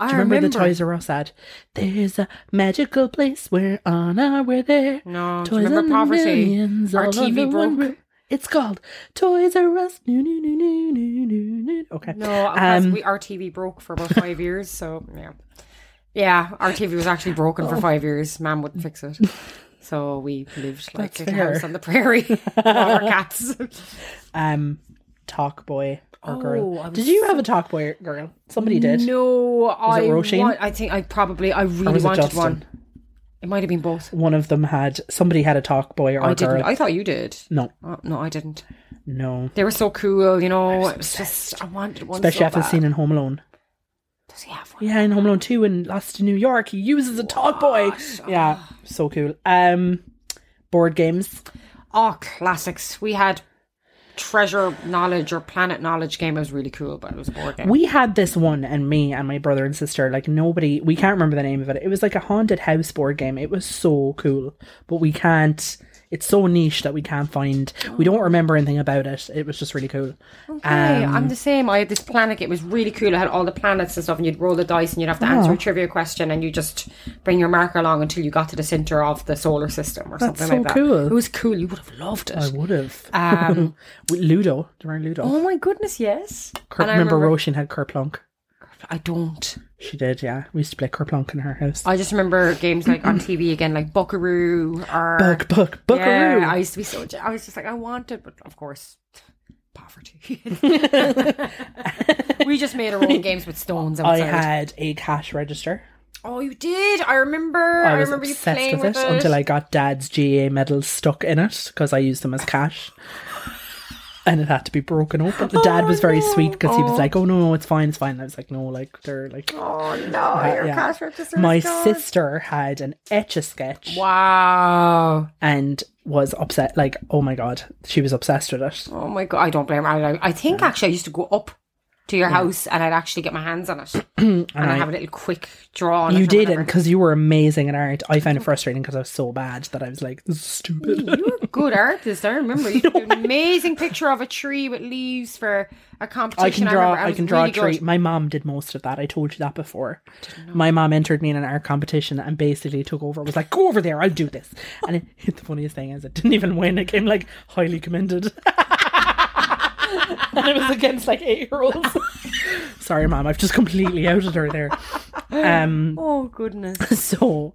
Speaker 2: I
Speaker 1: Do you remember, the Toys R Us ad? There's a magical place we're on our way there.
Speaker 2: No, Oh, do you
Speaker 1: Toys
Speaker 2: remember
Speaker 1: on the
Speaker 2: poverty?
Speaker 1: millions,
Speaker 2: Our
Speaker 1: all
Speaker 2: TV
Speaker 1: under one
Speaker 2: broke.
Speaker 1: roof. It's called Toys R Us. No, no, no, no, no, no, no. Okay.
Speaker 2: No, because
Speaker 1: Um,
Speaker 2: we our TV broke for about five years, so yeah, yeah, our TV was actually broken
Speaker 1: Oh.
Speaker 2: for five years. Mom wouldn't fix it, so we lived like
Speaker 1: That's
Speaker 2: a house
Speaker 1: fair.
Speaker 2: on the prairie. with all our cats.
Speaker 1: Um, talk boy or
Speaker 2: Oh, I
Speaker 1: girl.
Speaker 2: was
Speaker 1: Did you have a talk boy or girl? Somebody did.
Speaker 2: No, I
Speaker 1: it Roisin?
Speaker 2: want- I think I probably I
Speaker 1: Or
Speaker 2: really
Speaker 1: was it
Speaker 2: wanted
Speaker 1: Justin?
Speaker 2: one. It might have been both.
Speaker 1: One of them had somebody had a talk boy or
Speaker 2: I
Speaker 1: girl.
Speaker 2: didn't. I thought you did.
Speaker 1: no,
Speaker 2: Oh, no, I didn't.
Speaker 1: No.
Speaker 2: They were so cool, you know.
Speaker 1: was
Speaker 2: It was just I wanted one.
Speaker 1: Especially
Speaker 2: so
Speaker 1: after the
Speaker 2: bad.
Speaker 1: scene in Home Alone.
Speaker 2: Does he have one?
Speaker 1: Yeah, in Home Alone 2 and Lost in New York, he uses a talk boy. Yeah, so cool. Um, board games.
Speaker 2: Oh, classics. We had treasure knowledge or planet knowledge game. It was really cool, but it was a board game.
Speaker 1: We had this one, and me and my brother and sister, like nobody, we can't remember the name of it. It was like a haunted house board game. It was so cool, but we can't, it's so niche that we can't find, we don't remember anything about it. It was just really cool.
Speaker 2: Hey, I'm
Speaker 1: Um,
Speaker 2: the same. I had this planet. It was really cool. I had all the planets and stuff, and you'd roll the dice and you'd have to
Speaker 1: Oh.
Speaker 2: answer a trivia question, and you just bring your marker along until you got to the center of the solar system or something
Speaker 1: so
Speaker 2: like that.
Speaker 1: cool.
Speaker 2: It was cool. You would have loved it.
Speaker 1: I would have.
Speaker 2: Um,
Speaker 1: With Ludo, do you remember Ludo?
Speaker 2: oh my goodness, yes.
Speaker 1: Ker-
Speaker 2: And I
Speaker 1: remember,
Speaker 2: remember-
Speaker 1: Roshan had Kerplunk.
Speaker 2: I don't.
Speaker 1: She did, yeah. We used to play Kerplunk in her house.
Speaker 2: I just remember games like on TV again, like Buckaroo or
Speaker 1: Buck, buck, buckaroo.
Speaker 2: Yeah, I used to be so. je- I was just like, I want it, but of course, poverty. we just made our own games with stones
Speaker 1: I
Speaker 2: outside.
Speaker 1: had a cash register.
Speaker 2: oh, you did. I remember. I,
Speaker 1: I was
Speaker 2: remember you
Speaker 1: obsessed
Speaker 2: playing
Speaker 1: with
Speaker 2: with
Speaker 1: it,
Speaker 2: it,
Speaker 1: until I got dad's GA medals stuck in it because I used them as cash. And it had to be broken open. The dad
Speaker 2: Oh,
Speaker 1: was very
Speaker 2: no.
Speaker 1: sweet because he
Speaker 2: Oh.
Speaker 1: was like, "Oh no, no, it's fine, it's fine." And I was like, "No, like they're like."
Speaker 2: Oh no! your
Speaker 1: yeah.
Speaker 2: cash register.
Speaker 1: My
Speaker 2: is gone.
Speaker 1: sister had an etch a sketch
Speaker 2: Wow.
Speaker 1: and was upset. Like, oh my god, she was obsessed with it.
Speaker 2: Oh my god! I don't blame her. I, I think actually I used to go up to your house and I'd actually get my hands on it and I'd
Speaker 1: I-
Speaker 2: have a little quick draw. On
Speaker 1: You
Speaker 2: it or
Speaker 1: didn't
Speaker 2: whatever.
Speaker 1: because you were amazing at art. I found it frustrating because I was so bad that I was like, "This is stupid."
Speaker 2: You're a good artist. I remember you did an amazing picture of a tree with leaves for a competition.
Speaker 1: I can draw.
Speaker 2: remember.
Speaker 1: I,
Speaker 2: was
Speaker 1: can draw
Speaker 2: really
Speaker 1: a tree.
Speaker 2: good.
Speaker 1: My mom did most of that. I told you that before. My mom entered me in an art competition and basically took over. Was like, go over there. I'll do this. And it, the funniest thing is, it didn't even win. It came like highly commended. and it was against like eight year olds. Sorry, mom. I've just completely outed her there. Um.
Speaker 2: Oh goodness!
Speaker 1: So.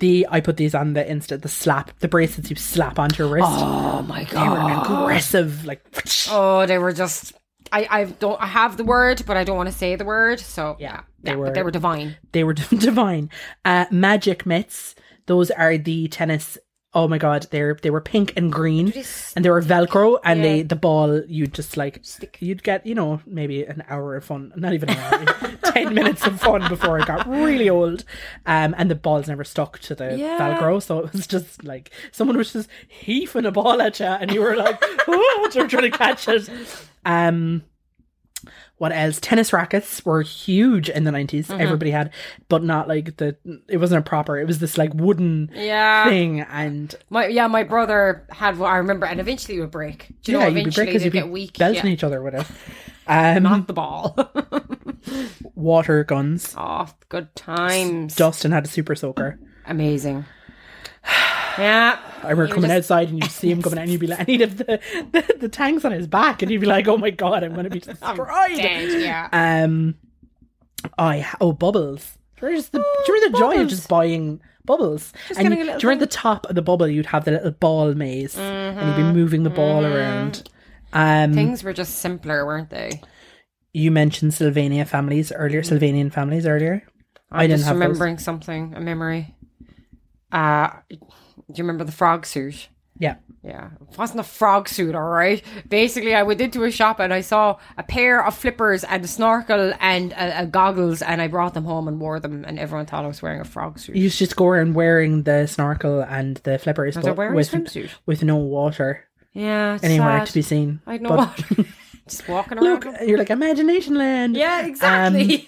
Speaker 1: The I put these on the instant the slap the bracelets you slap onto your wrist
Speaker 2: Oh my
Speaker 1: they were
Speaker 2: god!
Speaker 1: aggressive like
Speaker 2: Oh, they were just. I I don't. I have the word, but I don't want to say the word. So yeah,
Speaker 1: they
Speaker 2: yeah, but
Speaker 1: were-
Speaker 2: they were divine.
Speaker 1: They were divine. Uh, magic mitts. Those are the tennis. Oh my god, they're they were pink and green, and they were Velcro. And they the ball you just like you'd get you know maybe an hour of fun, not even an hour, ten minutes of fun before it got really old. Um, and the balls never stuck to the
Speaker 2: Yeah.
Speaker 1: Velcro, so it was just like someone was just heaving a ball at you, and you were like, oh, they're trying to catch it. Um, what else? Tennis rackets were huge in the 90s.
Speaker 2: Mm-hmm.
Speaker 1: Everybody had, but not like the, it wasn't a proper, it was this like wooden
Speaker 2: Yeah,
Speaker 1: thing. And
Speaker 2: my yeah, my brother had. one, I remember, and eventually it would break. Do you
Speaker 1: yeah,
Speaker 2: know?
Speaker 1: you'd be
Speaker 2: Eventually
Speaker 1: great because
Speaker 2: they'd
Speaker 1: you'd be
Speaker 2: get weak.
Speaker 1: belting
Speaker 2: Yeah.
Speaker 1: each other with it. Um,
Speaker 2: Not the ball.
Speaker 1: water guns.
Speaker 2: oh, good times.
Speaker 1: Dustin had a super soaker.
Speaker 2: Amazing. Yeah.
Speaker 1: I remember
Speaker 2: You
Speaker 1: coming
Speaker 2: just-
Speaker 1: outside and you'd see him coming out and you'd be like, and he'd have the, the, the tanks on his back and he'd be like, oh my God, I'm going to be destroyed.
Speaker 2: Dead, yeah.
Speaker 1: Um, I oh bubbles. Do you remember just the, do you remember the joy of
Speaker 2: Oh, bubbles.
Speaker 1: just buying bubbles? and
Speaker 2: getting a
Speaker 1: you,
Speaker 2: little
Speaker 1: do you remember the top of the bubble? You'd have the little ball maze, and you'd be
Speaker 2: Mm-hmm.
Speaker 1: moving the ball around. Um,
Speaker 2: Things were just simpler, weren't they?
Speaker 1: you mentioned Sylvania families earlier, Sylvanian families earlier.
Speaker 2: I'm
Speaker 1: I didn't
Speaker 2: just
Speaker 1: have those.
Speaker 2: remembering something, a memory. Uh, do you remember the frog suit?
Speaker 1: Yeah,
Speaker 2: Yeah, it wasn't a frog suit, all right. Basically, I went into a shop and I saw a pair of flippers and a snorkel and a, a goggles, and I brought them home and wore them, and everyone thought I was wearing a frog suit.
Speaker 1: you used to just go around wearing the snorkel and the flippers,
Speaker 2: I
Speaker 1: but
Speaker 2: wearing a
Speaker 1: with
Speaker 2: swimsuit?
Speaker 1: with no water
Speaker 2: Yeah, it's
Speaker 1: anywhere
Speaker 2: sad.
Speaker 1: to be seen.
Speaker 2: I know
Speaker 1: But
Speaker 2: what. just walking
Speaker 1: Look,
Speaker 2: around.
Speaker 1: you're like imagination land.
Speaker 2: yeah, exactly.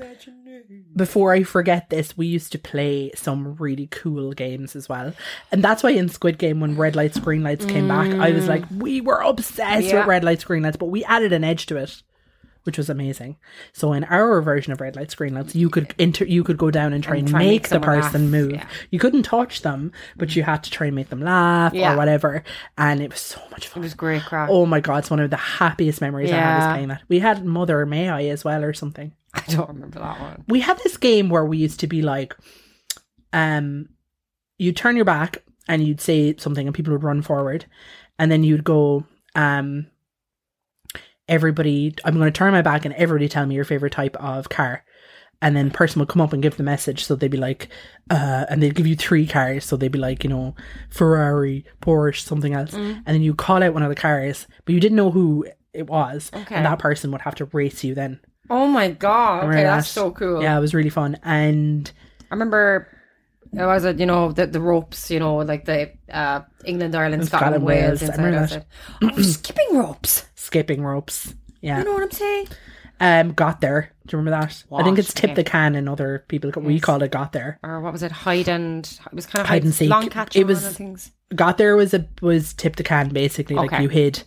Speaker 2: Imagine it.
Speaker 1: before I forget this, we used to play some really cool games as well. And that's why in Squid Game, when red lights, green lights came back, I was like, we were obsessed
Speaker 2: Mm. Yeah.
Speaker 1: with red lights, green lights, but we added an edge to it. Which was amazing. So in our version of red lights, green lights, you could inter- you could go down and try and,
Speaker 2: try and
Speaker 1: make,
Speaker 2: make
Speaker 1: the
Speaker 2: someone laugh,
Speaker 1: person move.
Speaker 2: yeah. Mm.
Speaker 1: You couldn't touch them, but you had to try and make them laugh
Speaker 2: Yeah.
Speaker 1: or whatever. And it was so much fun.
Speaker 2: It was great crack.
Speaker 1: oh my god, it's one of the happiest memories I had
Speaker 2: Yeah.
Speaker 1: was playing that. We had Mother May I as well or something
Speaker 2: I don't remember that one.
Speaker 1: we had this game where we used to be like, um, you turn your back and you'd say something and people would run forward, and then you'd go, um, everybody, I'm going to turn my back and everybody tell me your favorite type of car. and then person would come up and give the message. So they'd be like, uh, and they'd give you three cars. So they'd be like, you know, Ferrari, Porsche, something else.
Speaker 2: Mm.
Speaker 1: And then you call out one of the cars, but you didn't know who it was.
Speaker 2: Okay.
Speaker 1: And that person would have to race you then.
Speaker 2: Oh my god! Okay,
Speaker 1: Remember
Speaker 2: that's
Speaker 1: that?
Speaker 2: so cool.
Speaker 1: Yeah, it was really fun. And
Speaker 2: I remember I was at you know the the ropes, you know, like the uh, England, Ireland, Scotland,
Speaker 1: Scotland,
Speaker 2: Wales,
Speaker 1: Wales. I
Speaker 2: inside
Speaker 1: remember
Speaker 2: outside. Oh, skipping ropes.
Speaker 1: skipping ropes. Yeah.
Speaker 2: You know what I'm saying?
Speaker 1: Um, got there. Do you remember that? I think
Speaker 2: What?
Speaker 1: it's tip
Speaker 2: Okay.
Speaker 1: the can and other people. We called it got there.
Speaker 2: Or what was it? Hide and it was kind of
Speaker 1: Hide
Speaker 2: hide,
Speaker 1: and seek.
Speaker 2: long catch.
Speaker 1: It
Speaker 2: and run
Speaker 1: was-
Speaker 2: and things.
Speaker 1: Got there was a was tip the can basically. Like
Speaker 2: Okay.
Speaker 1: you hid,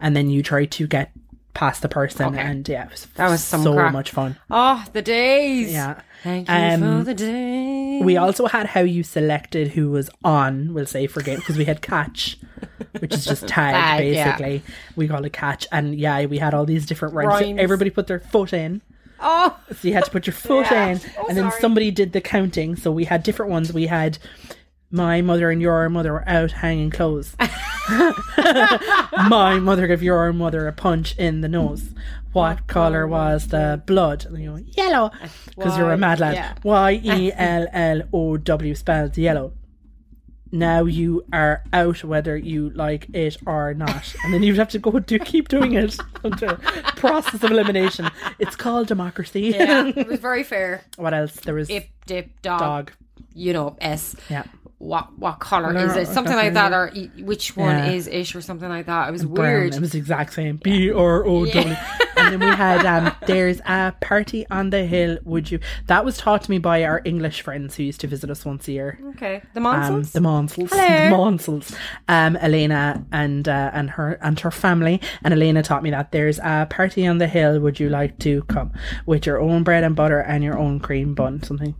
Speaker 1: and then you tried to get past the person.
Speaker 2: Okay.
Speaker 1: And yeah, it was
Speaker 2: That was some
Speaker 1: so
Speaker 2: crack.
Speaker 1: much fun.
Speaker 2: Oh, the days.
Speaker 1: Yeah.
Speaker 2: Thank you
Speaker 1: Um,
Speaker 2: for the days.
Speaker 1: We also had how you selected who was on, we'll say for game, because we had catch, which is just tag,
Speaker 2: Tag, yeah.
Speaker 1: basically. We call it catch. And yeah, we had all these different rounds. So
Speaker 2: Rhymes.
Speaker 1: everybody put their foot in.
Speaker 2: oh,
Speaker 1: So you had to put your foot
Speaker 2: Yeah.
Speaker 1: in.
Speaker 2: Oh,
Speaker 1: and then
Speaker 2: sorry.
Speaker 1: somebody did the counting. So we had different ones. We had my mother and your mother were out hanging clothes. my mother gave your mother a punch in the nose. What colour was the blood? And you went, yellow. Because you're
Speaker 2: Why-
Speaker 1: a mad
Speaker 2: yeah.
Speaker 1: lad. Y E L L O W spelled yellow. Now you are out whether you like it or not. And then you'd have to go do keep doing it until process of elimination. It's called democracy.
Speaker 2: yeah, it was very fair.
Speaker 1: What else? There was
Speaker 2: Dip, dip, dog.
Speaker 1: dog.
Speaker 2: You know, s.
Speaker 1: Yeah.
Speaker 2: What what color
Speaker 1: Colour,
Speaker 2: is it? Something
Speaker 1: okay.
Speaker 2: like that, or e- which one
Speaker 1: Yeah.
Speaker 2: is ish, or something like that. It was
Speaker 1: Brown.
Speaker 2: weird.
Speaker 1: It was the exact same. B R O W. And then we had um, there's a party on the hill. Would you? That was taught to me by our English friends who used to visit us once a year.
Speaker 2: okay, the
Speaker 1: Um,
Speaker 2: monsters.
Speaker 1: the Monsels, the
Speaker 2: Hello.
Speaker 1: Monsels, um, Elena and uh, and her and her family, and Elena taught me that there's a party on the hill. Would you like to come with your own bread and butter and your own cream bun, something?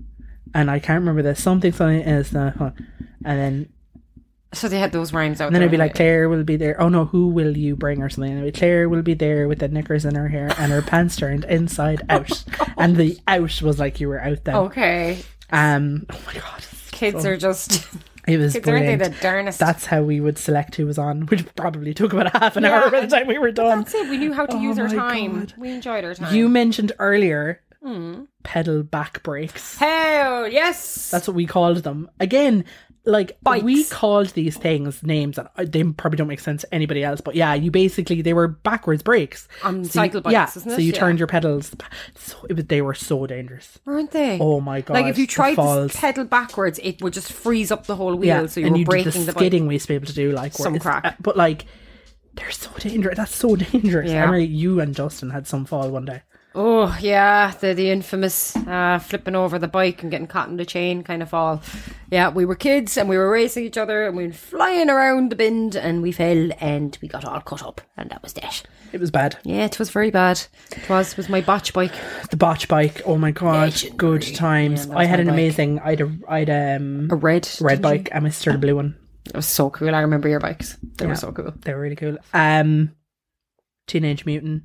Speaker 1: And I can't remember this. Something something is the, and then
Speaker 2: so they had those rhymes out.
Speaker 1: And then
Speaker 2: there,
Speaker 1: it'd be like,
Speaker 2: right?
Speaker 1: Claire will be there. Oh no, who will you bring or something? And it'd be, Claire will be there with the knickers in her hair and her pants turned inside
Speaker 2: Oh,
Speaker 1: out. and the out was like you were out then.
Speaker 2: okay,
Speaker 1: Um, oh my god,
Speaker 2: kids are just
Speaker 1: it was
Speaker 2: kids aren't they
Speaker 1: brilliant.
Speaker 2: the darnest?
Speaker 1: That's how we would select who was on, which probably took about a half an hour by the time we were done.
Speaker 2: That's it. We knew how to use our
Speaker 1: Oh my
Speaker 2: time.
Speaker 1: God.
Speaker 2: We enjoyed our time.
Speaker 1: You mentioned earlier
Speaker 2: Hmm.
Speaker 1: pedal back brakes.
Speaker 2: hell yes.
Speaker 1: That's what we called them. Again, like we
Speaker 2: Bikes.
Speaker 1: called these things names that uh, they probably don't make sense to anybody else. But yeah, you basically they were backwards brakes.
Speaker 2: on
Speaker 1: So you-
Speaker 2: cycle bikes,
Speaker 1: yeah,
Speaker 2: isn't it?
Speaker 1: So you
Speaker 2: Yeah.
Speaker 1: turned your pedals. So it was, they were so dangerous.
Speaker 2: weren't they?
Speaker 1: Oh my god!
Speaker 2: like if you
Speaker 1: the
Speaker 2: tried to
Speaker 1: falls.
Speaker 2: pedal backwards, it would just freeze up the whole wheel,
Speaker 1: yeah,
Speaker 2: so you
Speaker 1: and
Speaker 2: were
Speaker 1: you
Speaker 2: breaking
Speaker 1: did the
Speaker 2: the,
Speaker 1: skidding we used to be able to do, like where
Speaker 2: Some
Speaker 1: it's-
Speaker 2: crack.
Speaker 1: uh, but like they're so dangerous. That's so dangerous.
Speaker 2: Yeah.
Speaker 1: I remember you and Justin had some fall one day.
Speaker 2: bike. Oh yeah, the the infamous uh, flipping over the bike and getting caught in the chain kind of fall. Yeah, we were kids and we were racing each other and we were flying around the bend and we fell and we got all cut up and that was that.
Speaker 1: It was bad.
Speaker 2: Yeah, it was very bad. It was it was my botch bike.
Speaker 1: The botch bike. Oh my god!
Speaker 2: Legendary.
Speaker 1: Good times.
Speaker 2: Yeah, that
Speaker 1: I
Speaker 2: was
Speaker 1: had
Speaker 2: my
Speaker 1: an
Speaker 2: bike.
Speaker 1: amazing. I had a. I had um.
Speaker 2: A red
Speaker 1: red bike and my sturdy blue one.
Speaker 2: It was so cool. I remember your bikes. They
Speaker 1: Yeah.
Speaker 2: were so cool.
Speaker 1: They were really cool. Um, Teenage Mutant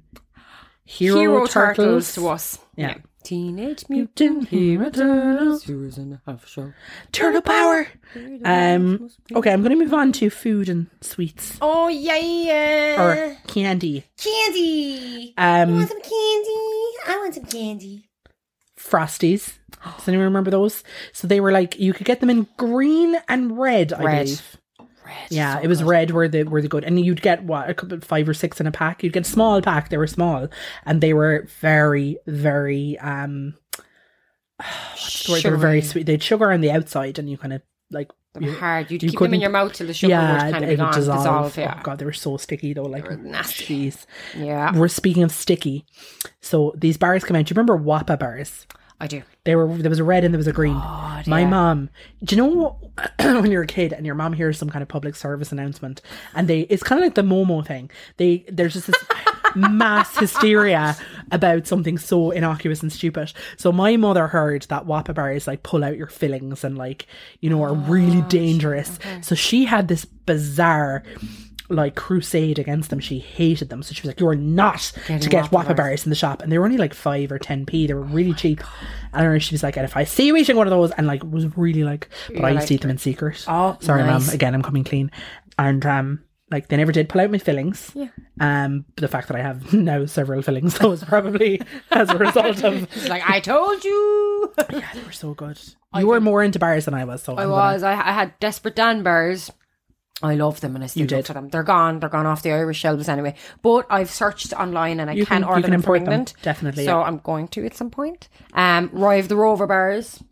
Speaker 1: Hero, Turtles.
Speaker 2: to us.
Speaker 1: Yeah.
Speaker 2: Teenage
Speaker 1: Mutant Hero Turtles.
Speaker 2: Heroes in a Half Show.
Speaker 1: Turtle power. Um, okay, I'm going to move on to food and sweets
Speaker 2: Oh yeah, yeah.
Speaker 1: or candy.
Speaker 3: Candy! I
Speaker 1: Um,
Speaker 3: want some candy! I want some candy.
Speaker 1: Frosties. Does anyone remember those? So they were like you could get them in green and red. I
Speaker 2: Red.
Speaker 1: believe.
Speaker 2: Red,
Speaker 1: Yeah,
Speaker 2: so
Speaker 1: it was
Speaker 2: good.
Speaker 1: red were the were the good, and you'd get what a couple five or six in a pack. You'd get a small pack. They were small, and they were very very um. what's the word? They were very
Speaker 2: Sugary.
Speaker 1: sweet. They had sugar on the outside, and you kind of like
Speaker 2: Them
Speaker 1: you-
Speaker 2: hard. You'd
Speaker 1: you
Speaker 2: keep them in
Speaker 1: couldn't-
Speaker 2: your mouth till the sugar
Speaker 1: yeah,
Speaker 2: would kind of
Speaker 1: it
Speaker 2: be gone,
Speaker 1: would
Speaker 2: dissolve.
Speaker 1: dissolve.
Speaker 2: yeah,
Speaker 1: Oh god, they were so sticky though. Like
Speaker 2: They were nasty.
Speaker 1: jeez.
Speaker 2: yeah.
Speaker 1: We're speaking of sticky. So these bars come out. Do you remember Wappa bars?
Speaker 2: I do.
Speaker 1: They were there was a red and there was a green.
Speaker 2: God,
Speaker 1: My
Speaker 2: yeah.
Speaker 1: mom, do you know when you're a kid and your mom hears some kind of public service announcement, and they it's kind of like the Momo thing. They there's just this mass hysteria about something so innocuous and stupid. So my mother heard that Wappa Bar is like pull out your fillings and like you know are
Speaker 2: Oh,
Speaker 1: really dangerous. So she had this bizarre. Like crusade against them, she hated them. So she was like, "You're not to get
Speaker 2: Whopper
Speaker 1: Wappa bars. in the shop," and they were only like five or ten p. They were really cheap. And I remember she was like, "And if I see you eating one of those," and like was really like, but I used to eat them in secret.
Speaker 2: Oh,
Speaker 1: sorry,
Speaker 2: nice.
Speaker 1: ma'am. Again, I'm coming clean. And um, Like they never did pull out my fillings.
Speaker 2: Yeah.
Speaker 1: Um, but the fact that I have now several fillings, though, is probably as a result of
Speaker 2: She's like, I told you.
Speaker 1: yeah, they were so good. You were more into bars than I was, so
Speaker 2: I
Speaker 1: I'm
Speaker 2: was. I, I had Desperate Dan bars. I love them and I still
Speaker 1: You did.
Speaker 2: look for them. They're gone. They're gone off the Irish shelves anyway. But I've searched online and I
Speaker 1: You
Speaker 2: can
Speaker 1: can- you
Speaker 2: order
Speaker 1: can
Speaker 2: them
Speaker 1: import
Speaker 2: from
Speaker 1: them,
Speaker 2: England.
Speaker 1: definitely,
Speaker 2: So
Speaker 1: yeah.
Speaker 2: I'm going to at some point. Um, Rive the Rover bars.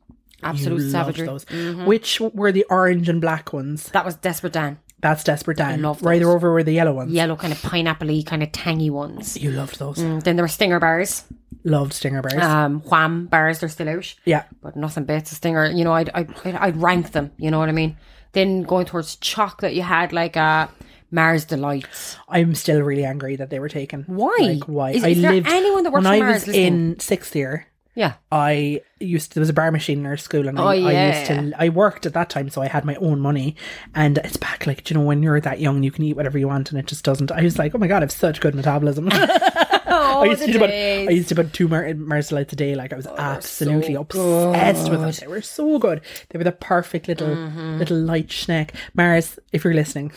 Speaker 1: gonna,
Speaker 2: Absolute
Speaker 1: you loved
Speaker 2: savagery. Mm-hmm.
Speaker 1: those. Which were the orange and black ones?
Speaker 2: That was Desperate Dan.
Speaker 1: That's Desperate Dan.
Speaker 2: love
Speaker 1: Right
Speaker 2: those.
Speaker 1: over were the yellow ones.
Speaker 2: Yellow kind of pineapple kind of tangy ones.
Speaker 1: You loved those.
Speaker 2: Mm, Then there were Stinger bars.
Speaker 1: Loved Stinger bars.
Speaker 2: Um, Wham bars. They're still out.
Speaker 1: yeah.
Speaker 2: but nothing beats a stinger. You know, I'd, I'd, I'd- I'd rank them, you know what I mean? Then going towards chocolate, you had like uh, Mars Delights.
Speaker 1: I'm still really angry that they were taken.
Speaker 2: Why?
Speaker 1: Like, why?
Speaker 2: Is-
Speaker 1: I
Speaker 2: is there
Speaker 1: lived,
Speaker 2: anyone that works
Speaker 1: when
Speaker 2: for
Speaker 1: I was
Speaker 2: Mars listening?
Speaker 1: in sixth year.
Speaker 2: Yeah.
Speaker 1: I used there was a bar machine in our school, and I,
Speaker 2: Oh,
Speaker 1: I
Speaker 2: yeah.
Speaker 1: used to. I worked at that time, so I had my own money, and it's back like do you know when you're that young, you can eat whatever you want, and it just doesn't. I was like, oh my god, I have such good metabolism.
Speaker 2: Oh,
Speaker 1: I used to eat about I used to eat about two mar- marzalites a day. Like I
Speaker 2: Oh,
Speaker 1: was absolutely obsessed with them. They were so good. They were the perfect little
Speaker 2: Mm-hmm.
Speaker 1: little light snack. Mars, if you're listening,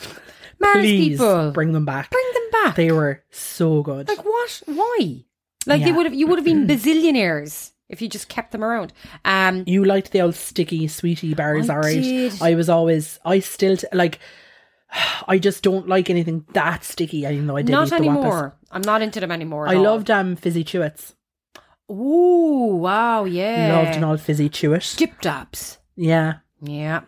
Speaker 2: Mars
Speaker 1: please
Speaker 2: people.
Speaker 1: bring them back.
Speaker 2: Bring them back.
Speaker 1: They were so good.
Speaker 2: like what? Why? Like they
Speaker 1: Yeah.
Speaker 2: would have, you would have been bazillionaires if you just kept them around. Um,
Speaker 1: you liked the old sticky sweetie bars,
Speaker 2: I
Speaker 1: all right?
Speaker 2: did.
Speaker 1: I was always, I still t- like. I just don't like anything that sticky. Even though I did
Speaker 2: not
Speaker 1: eat the Whopper.
Speaker 2: anymore. I'm not into them anymore. at
Speaker 1: I
Speaker 2: all.
Speaker 1: loved um fizzy chewits.
Speaker 2: Ooh, wow, yeah.
Speaker 1: Loved an old fizzy chewit.
Speaker 2: dip dabs.
Speaker 1: yeah,
Speaker 2: Yeah.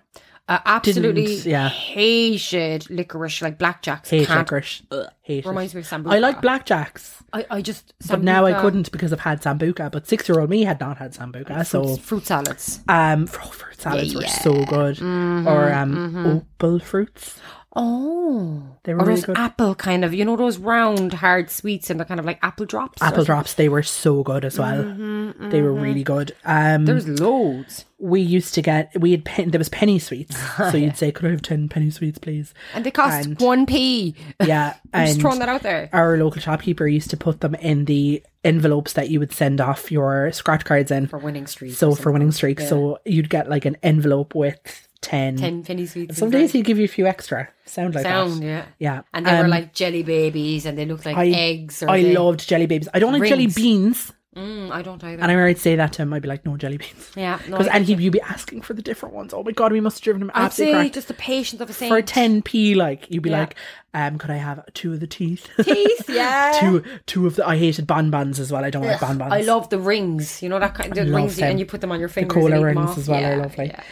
Speaker 2: Uh, absolutely
Speaker 1: Didn't, yeah.
Speaker 2: hated licorice, like blackjacks.
Speaker 1: hate
Speaker 2: Can't-
Speaker 1: licorice. Hate it.
Speaker 2: Reminds me of Sambuca.
Speaker 1: I like blackjacks,
Speaker 2: I, I just.
Speaker 1: but now I
Speaker 2: Sambuca,
Speaker 1: couldn't because I've had sambuca. But six-year-old me had not had sambuca, so
Speaker 2: Fruit, fruit salads.
Speaker 1: um, fr- fruit salads were so good,
Speaker 2: Mm-hmm,
Speaker 1: or um, opal fruits.
Speaker 2: Oh.
Speaker 1: They were
Speaker 2: or
Speaker 1: really
Speaker 2: those
Speaker 1: good.
Speaker 2: apple kind of, you know, those round hard sweets and they're kind of like apple drops. or
Speaker 1: Apple
Speaker 2: something.
Speaker 1: drops, they were so good as well.
Speaker 2: Mm-hmm,
Speaker 1: They were really good. Um,
Speaker 2: There's loads.
Speaker 1: we used to get we had pen, there was penny sweets, so you'd say, "Could I have ten penny sweets, please?"
Speaker 2: And they cost
Speaker 1: And-
Speaker 2: 1p.
Speaker 1: Yeah,
Speaker 2: I'm just
Speaker 1: and
Speaker 2: throwing that out there.
Speaker 1: our local shopkeeper used to put them in the envelopes that you would send off your scratch cards in.
Speaker 2: For winning streak.
Speaker 1: so for winning streak, so you'd get like an envelope with ten.
Speaker 2: 10 penny sweets.
Speaker 1: Some
Speaker 2: and
Speaker 1: days he'd give you a few extra. Sound like
Speaker 2: Sound,
Speaker 1: that.
Speaker 2: yeah.
Speaker 1: Yeah,
Speaker 2: And they were
Speaker 1: Um,
Speaker 2: like jelly babies and they looked like
Speaker 1: I-
Speaker 2: eggs. Or
Speaker 1: I
Speaker 2: they-
Speaker 1: loved jelly babies. I don't like jelly
Speaker 2: Rings.
Speaker 1: beans,
Speaker 2: Mm, I don't either.
Speaker 1: and I remember I'd say that to him. I'd be like, "No jelly beans."
Speaker 2: yeah. No,
Speaker 1: Because
Speaker 2: I-
Speaker 1: and he'd you'd be asking for the different ones. Oh my god, we must have driven him
Speaker 2: I'd say
Speaker 1: absolutely cracked.
Speaker 2: just the patience of a saint.
Speaker 1: for 10p like you'd be
Speaker 2: Yeah.
Speaker 1: like um could i have two of the teeth
Speaker 2: Teeth, yeah.
Speaker 1: two two of the i hated bonbons as well i don't like bonbons
Speaker 2: I love the rings. You know that kind of
Speaker 1: love
Speaker 2: rings, you-
Speaker 1: them.
Speaker 2: and you put them on your fingers.
Speaker 1: cola
Speaker 2: and eat them
Speaker 1: rings
Speaker 2: off.
Speaker 1: as well are
Speaker 2: Yeah,
Speaker 1: lovely.
Speaker 2: Yeah.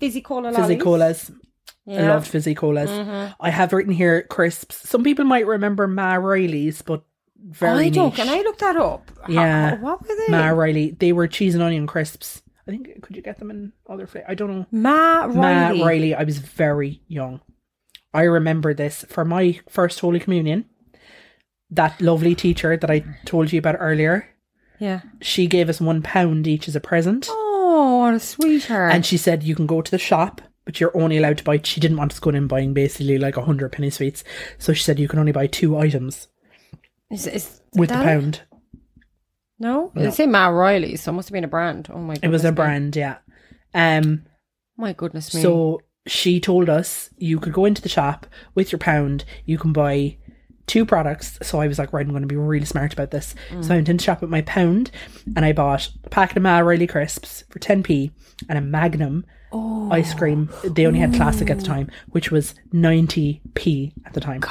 Speaker 2: Fizzy cola lollies.
Speaker 1: fizzy colas i
Speaker 2: Yeah. Mm-hmm.
Speaker 1: loved fizzy colas i have written here crisps some people might remember ma riley's but very
Speaker 2: I don't.
Speaker 1: niche.
Speaker 2: Can I look that up? How-
Speaker 1: Yeah.
Speaker 2: what were they?
Speaker 1: ma riley they were cheese and onion crisps i think could you get them in other flavors i don't know
Speaker 2: Ma
Speaker 1: ma
Speaker 2: Riley.
Speaker 1: riley i was very young i remember this for my first holy communion that lovely teacher that i told you about earlier
Speaker 2: Yeah.
Speaker 1: she gave us one pound each as a present.
Speaker 2: Oh, what a sweetheart.
Speaker 1: And she said, You can go to the shop, but you're only allowed to buy. She didn't want us going in buying basically like a 100 penny sweets. So she said, You can only buy two items
Speaker 2: is, is
Speaker 1: with the
Speaker 2: that it?
Speaker 1: pound.
Speaker 2: No, they say Ma Riley, so it must have been a brand. Oh
Speaker 1: It
Speaker 2: my.
Speaker 1: was
Speaker 2: goodness
Speaker 1: a
Speaker 2: me.
Speaker 1: brand, yeah. Um,
Speaker 2: My goodness me.
Speaker 1: so she told us you could go into the shop with your pound, you can buy two products. So I was like, right, I'm going to be really smart about this.
Speaker 2: Mm.
Speaker 1: So I went into the shop with my pound and I bought a packet of Ma Riley crisps for 10p and a Magnum
Speaker 2: Oh.
Speaker 1: ice cream. They only had classic at the time, which was 90p at the time.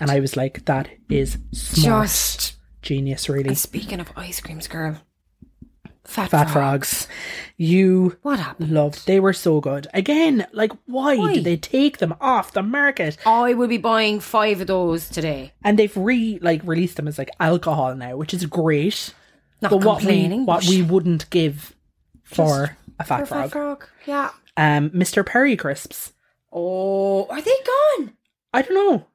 Speaker 1: And I was like, that is smart.
Speaker 2: just
Speaker 1: Genius, really.
Speaker 2: speaking of ice creams, girl. Fat,
Speaker 1: Fat
Speaker 2: frog.
Speaker 1: frogs. You
Speaker 2: What happened?
Speaker 1: loved. They were so good. Again, like why,
Speaker 2: Why?
Speaker 1: did they take them off the market?
Speaker 2: I would be buying five of those today.
Speaker 1: And they've re like released them as like alcohol now, which is great.
Speaker 2: Not
Speaker 1: but what we
Speaker 2: complaining.
Speaker 1: what
Speaker 2: but
Speaker 1: we wouldn't give for a fat
Speaker 2: Fat
Speaker 1: frog.
Speaker 2: frog. Yeah.
Speaker 1: Um Mr. Perry crisps.
Speaker 2: Oh, are they gone?
Speaker 1: I don't know.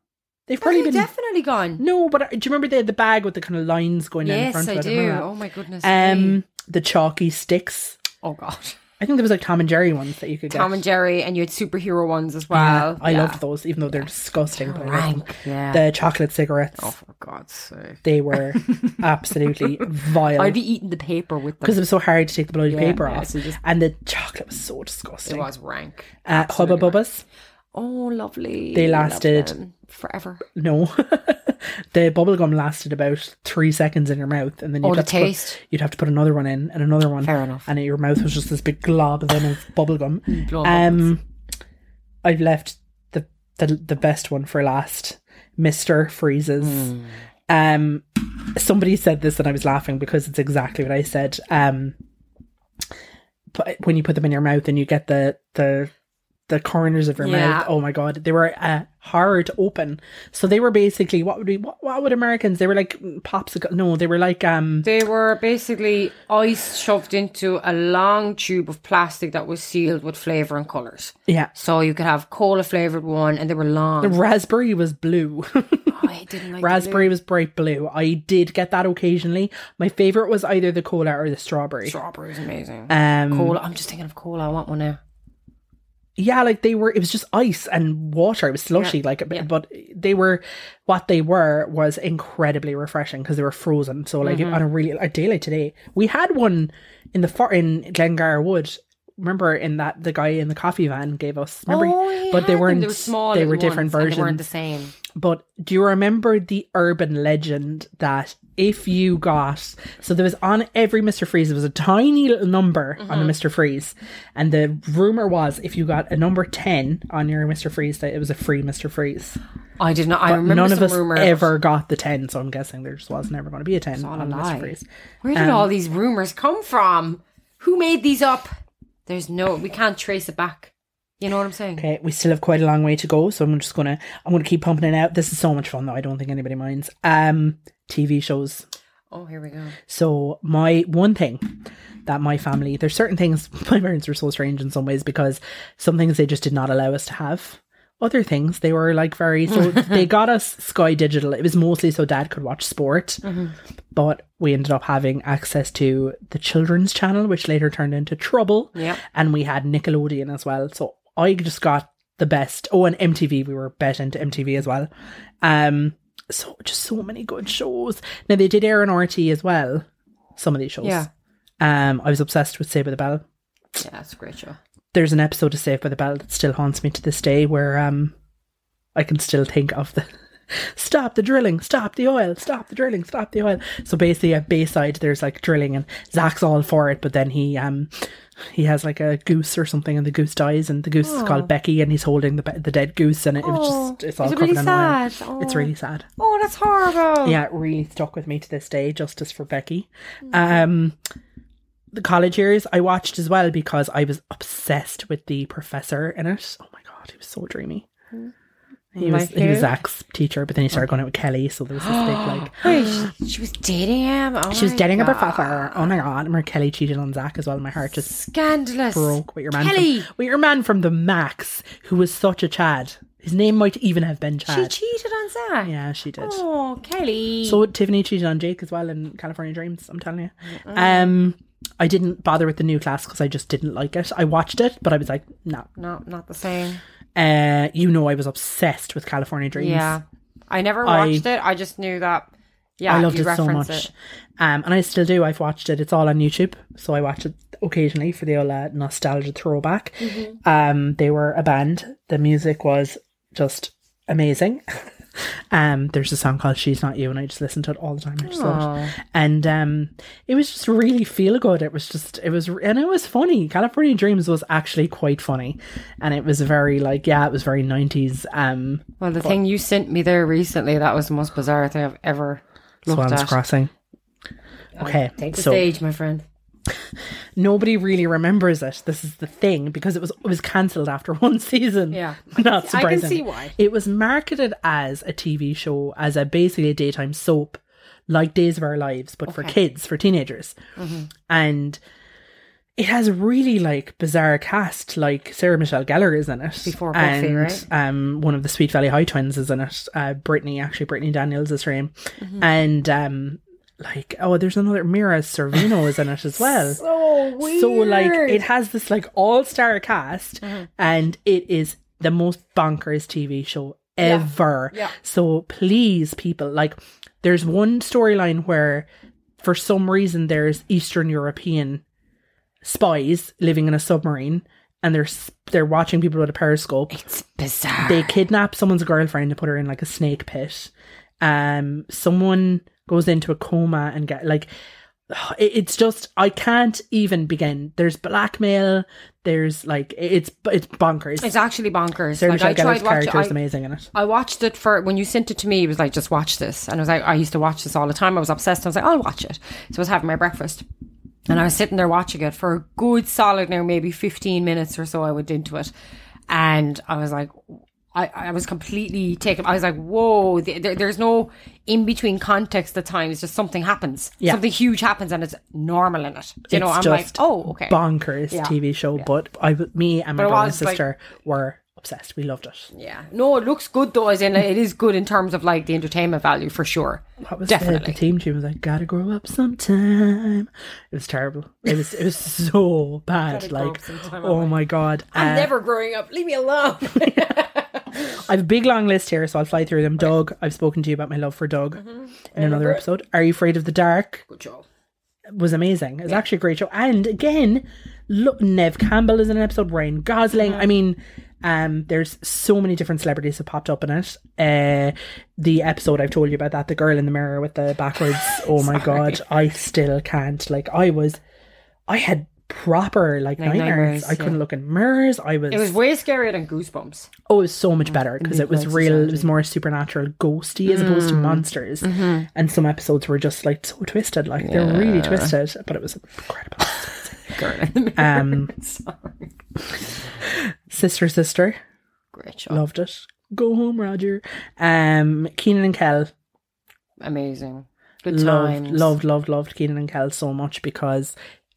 Speaker 1: They've
Speaker 2: Probably
Speaker 1: probably been
Speaker 2: definitely gone.
Speaker 1: No, but uh, do you remember they had the bag with the kind of lines going down in
Speaker 2: Yes,
Speaker 1: front of
Speaker 2: I
Speaker 1: it?
Speaker 2: do.
Speaker 1: remember
Speaker 2: Oh my goodness.
Speaker 1: that.
Speaker 2: me.
Speaker 1: Um the chalky sticks.
Speaker 2: oh god.
Speaker 1: I think there was like Tom and Jerry ones that you could
Speaker 2: Tom
Speaker 1: get.
Speaker 2: and Jerry, and you had superhero ones as
Speaker 1: Yeah,
Speaker 2: well.
Speaker 1: I
Speaker 2: Yeah.
Speaker 1: loved those, even though they're disgusting. But I loved them.
Speaker 2: Rank. Yeah.
Speaker 1: The chocolate cigarettes.
Speaker 2: oh, for God's sake.
Speaker 1: They were absolutely vile
Speaker 2: I'd be eating the paper with them.
Speaker 1: because it was so hard to take the bloody
Speaker 2: Yeah,
Speaker 1: paper
Speaker 2: yeah,
Speaker 1: off,
Speaker 2: so you just-
Speaker 1: and the chocolate was so
Speaker 2: It
Speaker 1: disgusting.
Speaker 2: was rank.
Speaker 1: Uh, Hubba Bubbas,
Speaker 2: Oh, lovely.
Speaker 1: They
Speaker 2: Love
Speaker 1: lasted-
Speaker 2: them forever.
Speaker 1: No. the bubblegum lasted about three seconds in your mouth and then you'd,
Speaker 2: Oh, the
Speaker 1: have, to put,
Speaker 2: taste.
Speaker 1: you'd have to put another one in and another one.
Speaker 2: Fair Mm. enough.
Speaker 1: And your mouth was just this big glob then of bubblegum.
Speaker 2: Blow 'em up.
Speaker 1: Um I've left the, the the best one for last. Mr. Freezes. Um somebody said this and I was laughing because it's exactly what I said. Um but when you put them in your mouth and you get the the the corners of your
Speaker 2: Yeah.
Speaker 1: mouth. Oh my god, they were uh, hard open. So they were basically what would we what, what would Americans? They were like popsicle. No, they were like um
Speaker 2: They were basically ice shoved into a long tube of plastic that was sealed with flavour and colours.
Speaker 1: yeah.
Speaker 2: So you could have cola flavoured one and they were long.
Speaker 1: The raspberry was blue.
Speaker 2: I didn't like the
Speaker 1: raspberry was bright blue. I did get that occasionally. My favorite was either the cola or the
Speaker 2: blue.
Speaker 1: strawberry.
Speaker 2: strawberry is amazing.
Speaker 1: Um,
Speaker 2: cola. I'm just thinking of cola. I want one now.
Speaker 1: yeah, like they were. It was just ice and water. It was slushy, like,
Speaker 2: yeah.
Speaker 1: but they were what they were was incredibly refreshing because they were frozen. So, like
Speaker 2: Mm-hmm.
Speaker 1: on a really a day like today, we had one in the far in Glengar Wood. Remember, in that the guy in the coffee van gave us. Remember,
Speaker 2: Oh,
Speaker 1: but they
Speaker 2: yeah,
Speaker 1: weren't.
Speaker 2: They were small.
Speaker 1: They
Speaker 2: little
Speaker 1: were different
Speaker 2: ones, and
Speaker 1: versions.
Speaker 2: They weren't the same.
Speaker 1: But do you remember the urban legend that if you got so there was on every Mr. Freeze there was a tiny little number
Speaker 2: Mm-hmm.
Speaker 1: on the Mr. Freeze, and the rumor was if you got a number ten on your Mr. Freeze that it was a free Mr. Freeze.
Speaker 2: I did not. I remember
Speaker 1: None
Speaker 2: some
Speaker 1: of us
Speaker 2: rumor.
Speaker 1: ever got the ten, so I'm guessing there just was never going to be a ten
Speaker 2: all
Speaker 1: on
Speaker 2: a
Speaker 1: the
Speaker 2: lie.
Speaker 1: Mr. Freeze.
Speaker 2: Where did all these rumors come from? Who made these up? There's no. We can't trace it back. You know what I'm saying?
Speaker 1: Okay, we still have quite a long way to go, so I'm just gonna I'm gonna keep pumping it out. This is so much fun though. I don't think anybody minds. Um, TV shows.
Speaker 2: Oh, here we go.
Speaker 1: So my one thing that my family there's certain things my parents were so strange in some ways because some things they just did not allow us to have. Other things they were like very so they got us Sky Digital. It was mostly so dad could watch sport. But we ended up having access to the children's channel, which later turned into Trouble.
Speaker 2: Yep.
Speaker 1: And we had Nickelodeon as well. So I just got the best. Oh, and MTV, we were bet into MTV as well. Um, so just so many good shows. Now they did air on RT as well. Some of these shows.
Speaker 2: Yeah.
Speaker 1: Um, I was obsessed with Saved by the Bell.
Speaker 2: Yeah, that's a great show.
Speaker 1: There's an episode of Saved by the Bell that still haunts me to this day, where um, I can still think of the. Stop the drilling, stop the oil, stop the drilling, stop the oil. So basically at Bayside there's like drilling and Zach's all for it, but then he um he has like a goose or something and the goose dies and the goose is called Becky and he's holding the be- the dead goose and it, it was just it's all
Speaker 2: is it
Speaker 1: covered
Speaker 2: really
Speaker 1: in oil.
Speaker 2: sad? Oh.
Speaker 1: It's really sad.
Speaker 2: Oh, that's horrible.
Speaker 1: Yeah, it really stuck with me to this day. Justice for Becky.
Speaker 2: Hmm.
Speaker 1: Um, the college years I watched as well because I was obsessed with the professor in it. Oh my god, he was so dreamy.
Speaker 2: Hmm.
Speaker 1: He was
Speaker 2: Like
Speaker 1: he was
Speaker 2: who?
Speaker 1: Zach's teacher, but then he started
Speaker 2: Oh.
Speaker 1: going out with Kelly, so there was this big like
Speaker 2: Wait, she, she was dating him. Oh
Speaker 1: she was
Speaker 2: my
Speaker 1: dating a
Speaker 2: God.
Speaker 1: professor. Oh my god, and where Kelly cheated on Zach as well. My heart just
Speaker 2: Scandalous.
Speaker 1: broke with your man.
Speaker 2: Kelly!
Speaker 1: From, with your man from the Max, who was such a Chad. His name might even have been
Speaker 2: She
Speaker 1: Chad.
Speaker 2: cheated on Zach.
Speaker 1: yeah, she did.
Speaker 2: Oh, Kelly.
Speaker 1: So Tiffany cheated on Jake as well in California Dreams. I'm telling you. Um, I didn't bother with the new class because I just didn't like it. I watched it, but I was like, no.
Speaker 2: no, not the same.
Speaker 1: Uh, you know, I was obsessed with California Dreams.
Speaker 2: Yeah, I never
Speaker 1: I-
Speaker 2: watched it. I just knew that. Yeah,
Speaker 1: I loved
Speaker 2: you
Speaker 1: it so
Speaker 2: reference
Speaker 1: much. Um, and I still do. I've watched it. It's all on YouTube, so I watch it occasionally for the old uh, nostalgia throwback. Um, they were a band. The music was just amazing. um, there's a song called "She's Not You," and I just listen to it all the time. I just love it. And um, it was just really feel good. It was just it was and it was funny. California Dreams was actually quite funny, and it was very like yeah, it was very nineties. Um,
Speaker 2: Well, the thing you sent me there recently, that was the most bizarre thing I've ever looked
Speaker 1: Swans
Speaker 2: at.
Speaker 1: Crossing. Okay,
Speaker 2: Take the
Speaker 1: so
Speaker 2: stage, my friend.
Speaker 1: nobody really remembers it. This is the thing because it was it was cancelled after one season.
Speaker 2: Yeah.
Speaker 1: not
Speaker 2: I can
Speaker 1: surprising.
Speaker 2: see why.
Speaker 1: It was marketed as a TV show, as a basically a daytime soap, like Days of Our Lives, but for kids, for teenagers,
Speaker 2: Mm-hmm.
Speaker 1: and. It has a really like bizarre cast. Like Sarah Michelle Gellar is in it
Speaker 2: Before
Speaker 1: and
Speaker 2: Buffy, right?
Speaker 1: um, one of the Sweet Valley High twins is in it. Uh, Brittany, actually, Brittany Daniels is her name,
Speaker 2: Mm-hmm.
Speaker 1: and um, like oh, there's another Mira Servino is in it as well.
Speaker 2: Oh,
Speaker 1: So like it has this like all star cast
Speaker 2: Mm-hmm.
Speaker 1: and it is the most bonkers TV show ever.
Speaker 2: Yeah.
Speaker 1: So please people like there's one storyline where for some reason there's Eastern European spies living in a submarine and they're s- they're watching people with a periscope.
Speaker 2: It's bizarre.
Speaker 1: They kidnap someone's girlfriend and put her in like a snake pit. Um, someone goes into a coma and get like it- it's just I can't even begin. There's blackmail. There's like it's it's bonkers.
Speaker 2: it's actually bonkers.
Speaker 1: Sarah
Speaker 2: Like,
Speaker 1: Michelle
Speaker 2: I tried
Speaker 1: Gellar's
Speaker 2: watching.
Speaker 1: character is
Speaker 2: I,
Speaker 1: amazing in it.
Speaker 2: I watched it for when you sent it to me. It was like just watch this, and I was like, I used to watch this all the time. I was obsessed. I was like, I'll watch it. So I was having my breakfast, and I was sitting there watching it for a good solid now, maybe fifteen minutes or so. I went into it, and I was like. I, I was completely taken. I was like, "Whoa!" th- There, there's no in between context. At times, just something happens.
Speaker 1: Yeah.
Speaker 2: Something huge happens, and it's normal in it. You know,
Speaker 1: It's
Speaker 2: I'm like,
Speaker 1: just
Speaker 2: "Oh, okay."
Speaker 1: bonkers
Speaker 2: Yeah.
Speaker 1: TV show, but I, me and my
Speaker 2: But it
Speaker 1: brother and
Speaker 2: was, like-
Speaker 1: sister were obsessed. We loved it.
Speaker 2: Yeah. No, it looks good though, as in it is good in terms of like the entertainment value for sure.
Speaker 1: What was the-
Speaker 2: Definitely.
Speaker 1: the team tune? Was like "Gotta Grow Up Sometime." It was terrible. It was it was so bad.
Speaker 2: Gotta grow
Speaker 1: Like,
Speaker 2: up sometime,
Speaker 1: oh
Speaker 2: I'm
Speaker 1: my god! Uh,
Speaker 2: Never growing up. Leave me alone.
Speaker 1: I have a big long list here, so I'll fly through them. Doug, I've spoken to you about my love for Doug in another episode. Are you afraid of the dark?
Speaker 2: good job.
Speaker 1: was amazing. It was actually a great show. And again, look, Nev Campbell is in an episode. Ryan Gosling. I mean, um, there's so many different celebrities have popped up in it. Uh, the episode I've told you about that, the girl in the mirror with the backwards. Oh my god, I still can't. Like I was, I had proper like, nightmares.
Speaker 2: nightmares,
Speaker 1: I couldn't look in mirrors. I was.
Speaker 2: It was way scarier than Goosebumps.
Speaker 1: oh, it was so much better because it was
Speaker 2: Midnight
Speaker 1: real. It was
Speaker 2: Society.
Speaker 1: more supernatural, ghosty as opposed to monsters. And some episodes were just like so twisted. Like they were really twisted, but it was incredible.
Speaker 2: Girl in the mirror.
Speaker 1: Um,
Speaker 2: Sorry.
Speaker 1: Sister, sister,
Speaker 2: Great job.
Speaker 1: loved it. Go home, Roger. Um, Keenan and Kel
Speaker 2: Amazing. Good
Speaker 1: loved,
Speaker 2: times.
Speaker 1: loved, loved, loved Keenan and Kel so much because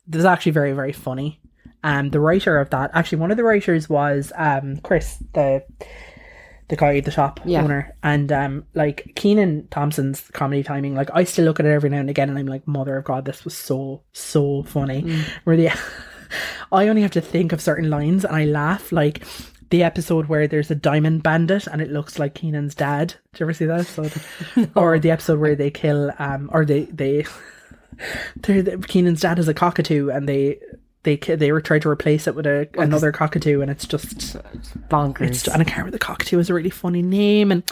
Speaker 1: it was actually very, very funny. Um, the writer of that, actually, one of the writers was um Chris, the the guy at the shop
Speaker 2: Yeah.
Speaker 1: owner, and um, like Keenan Thompson's comedy timing. Like I still look at it every now and again, and I'm like, mother of God, this was so, so funny. Really. I only have to think of certain lines and I laugh. Like the episode where there's a diamond bandit and it looks like Keenan's dad. Did you ever see that episode? Or the episode where they kill um or they they they're, the- Keenan's dad is a cockatoo and they they ki- they were trying to replace it with a another cockatoo and it's just
Speaker 2: Bonkers.
Speaker 1: it's and I can't remember the cockatoo is a really funny name and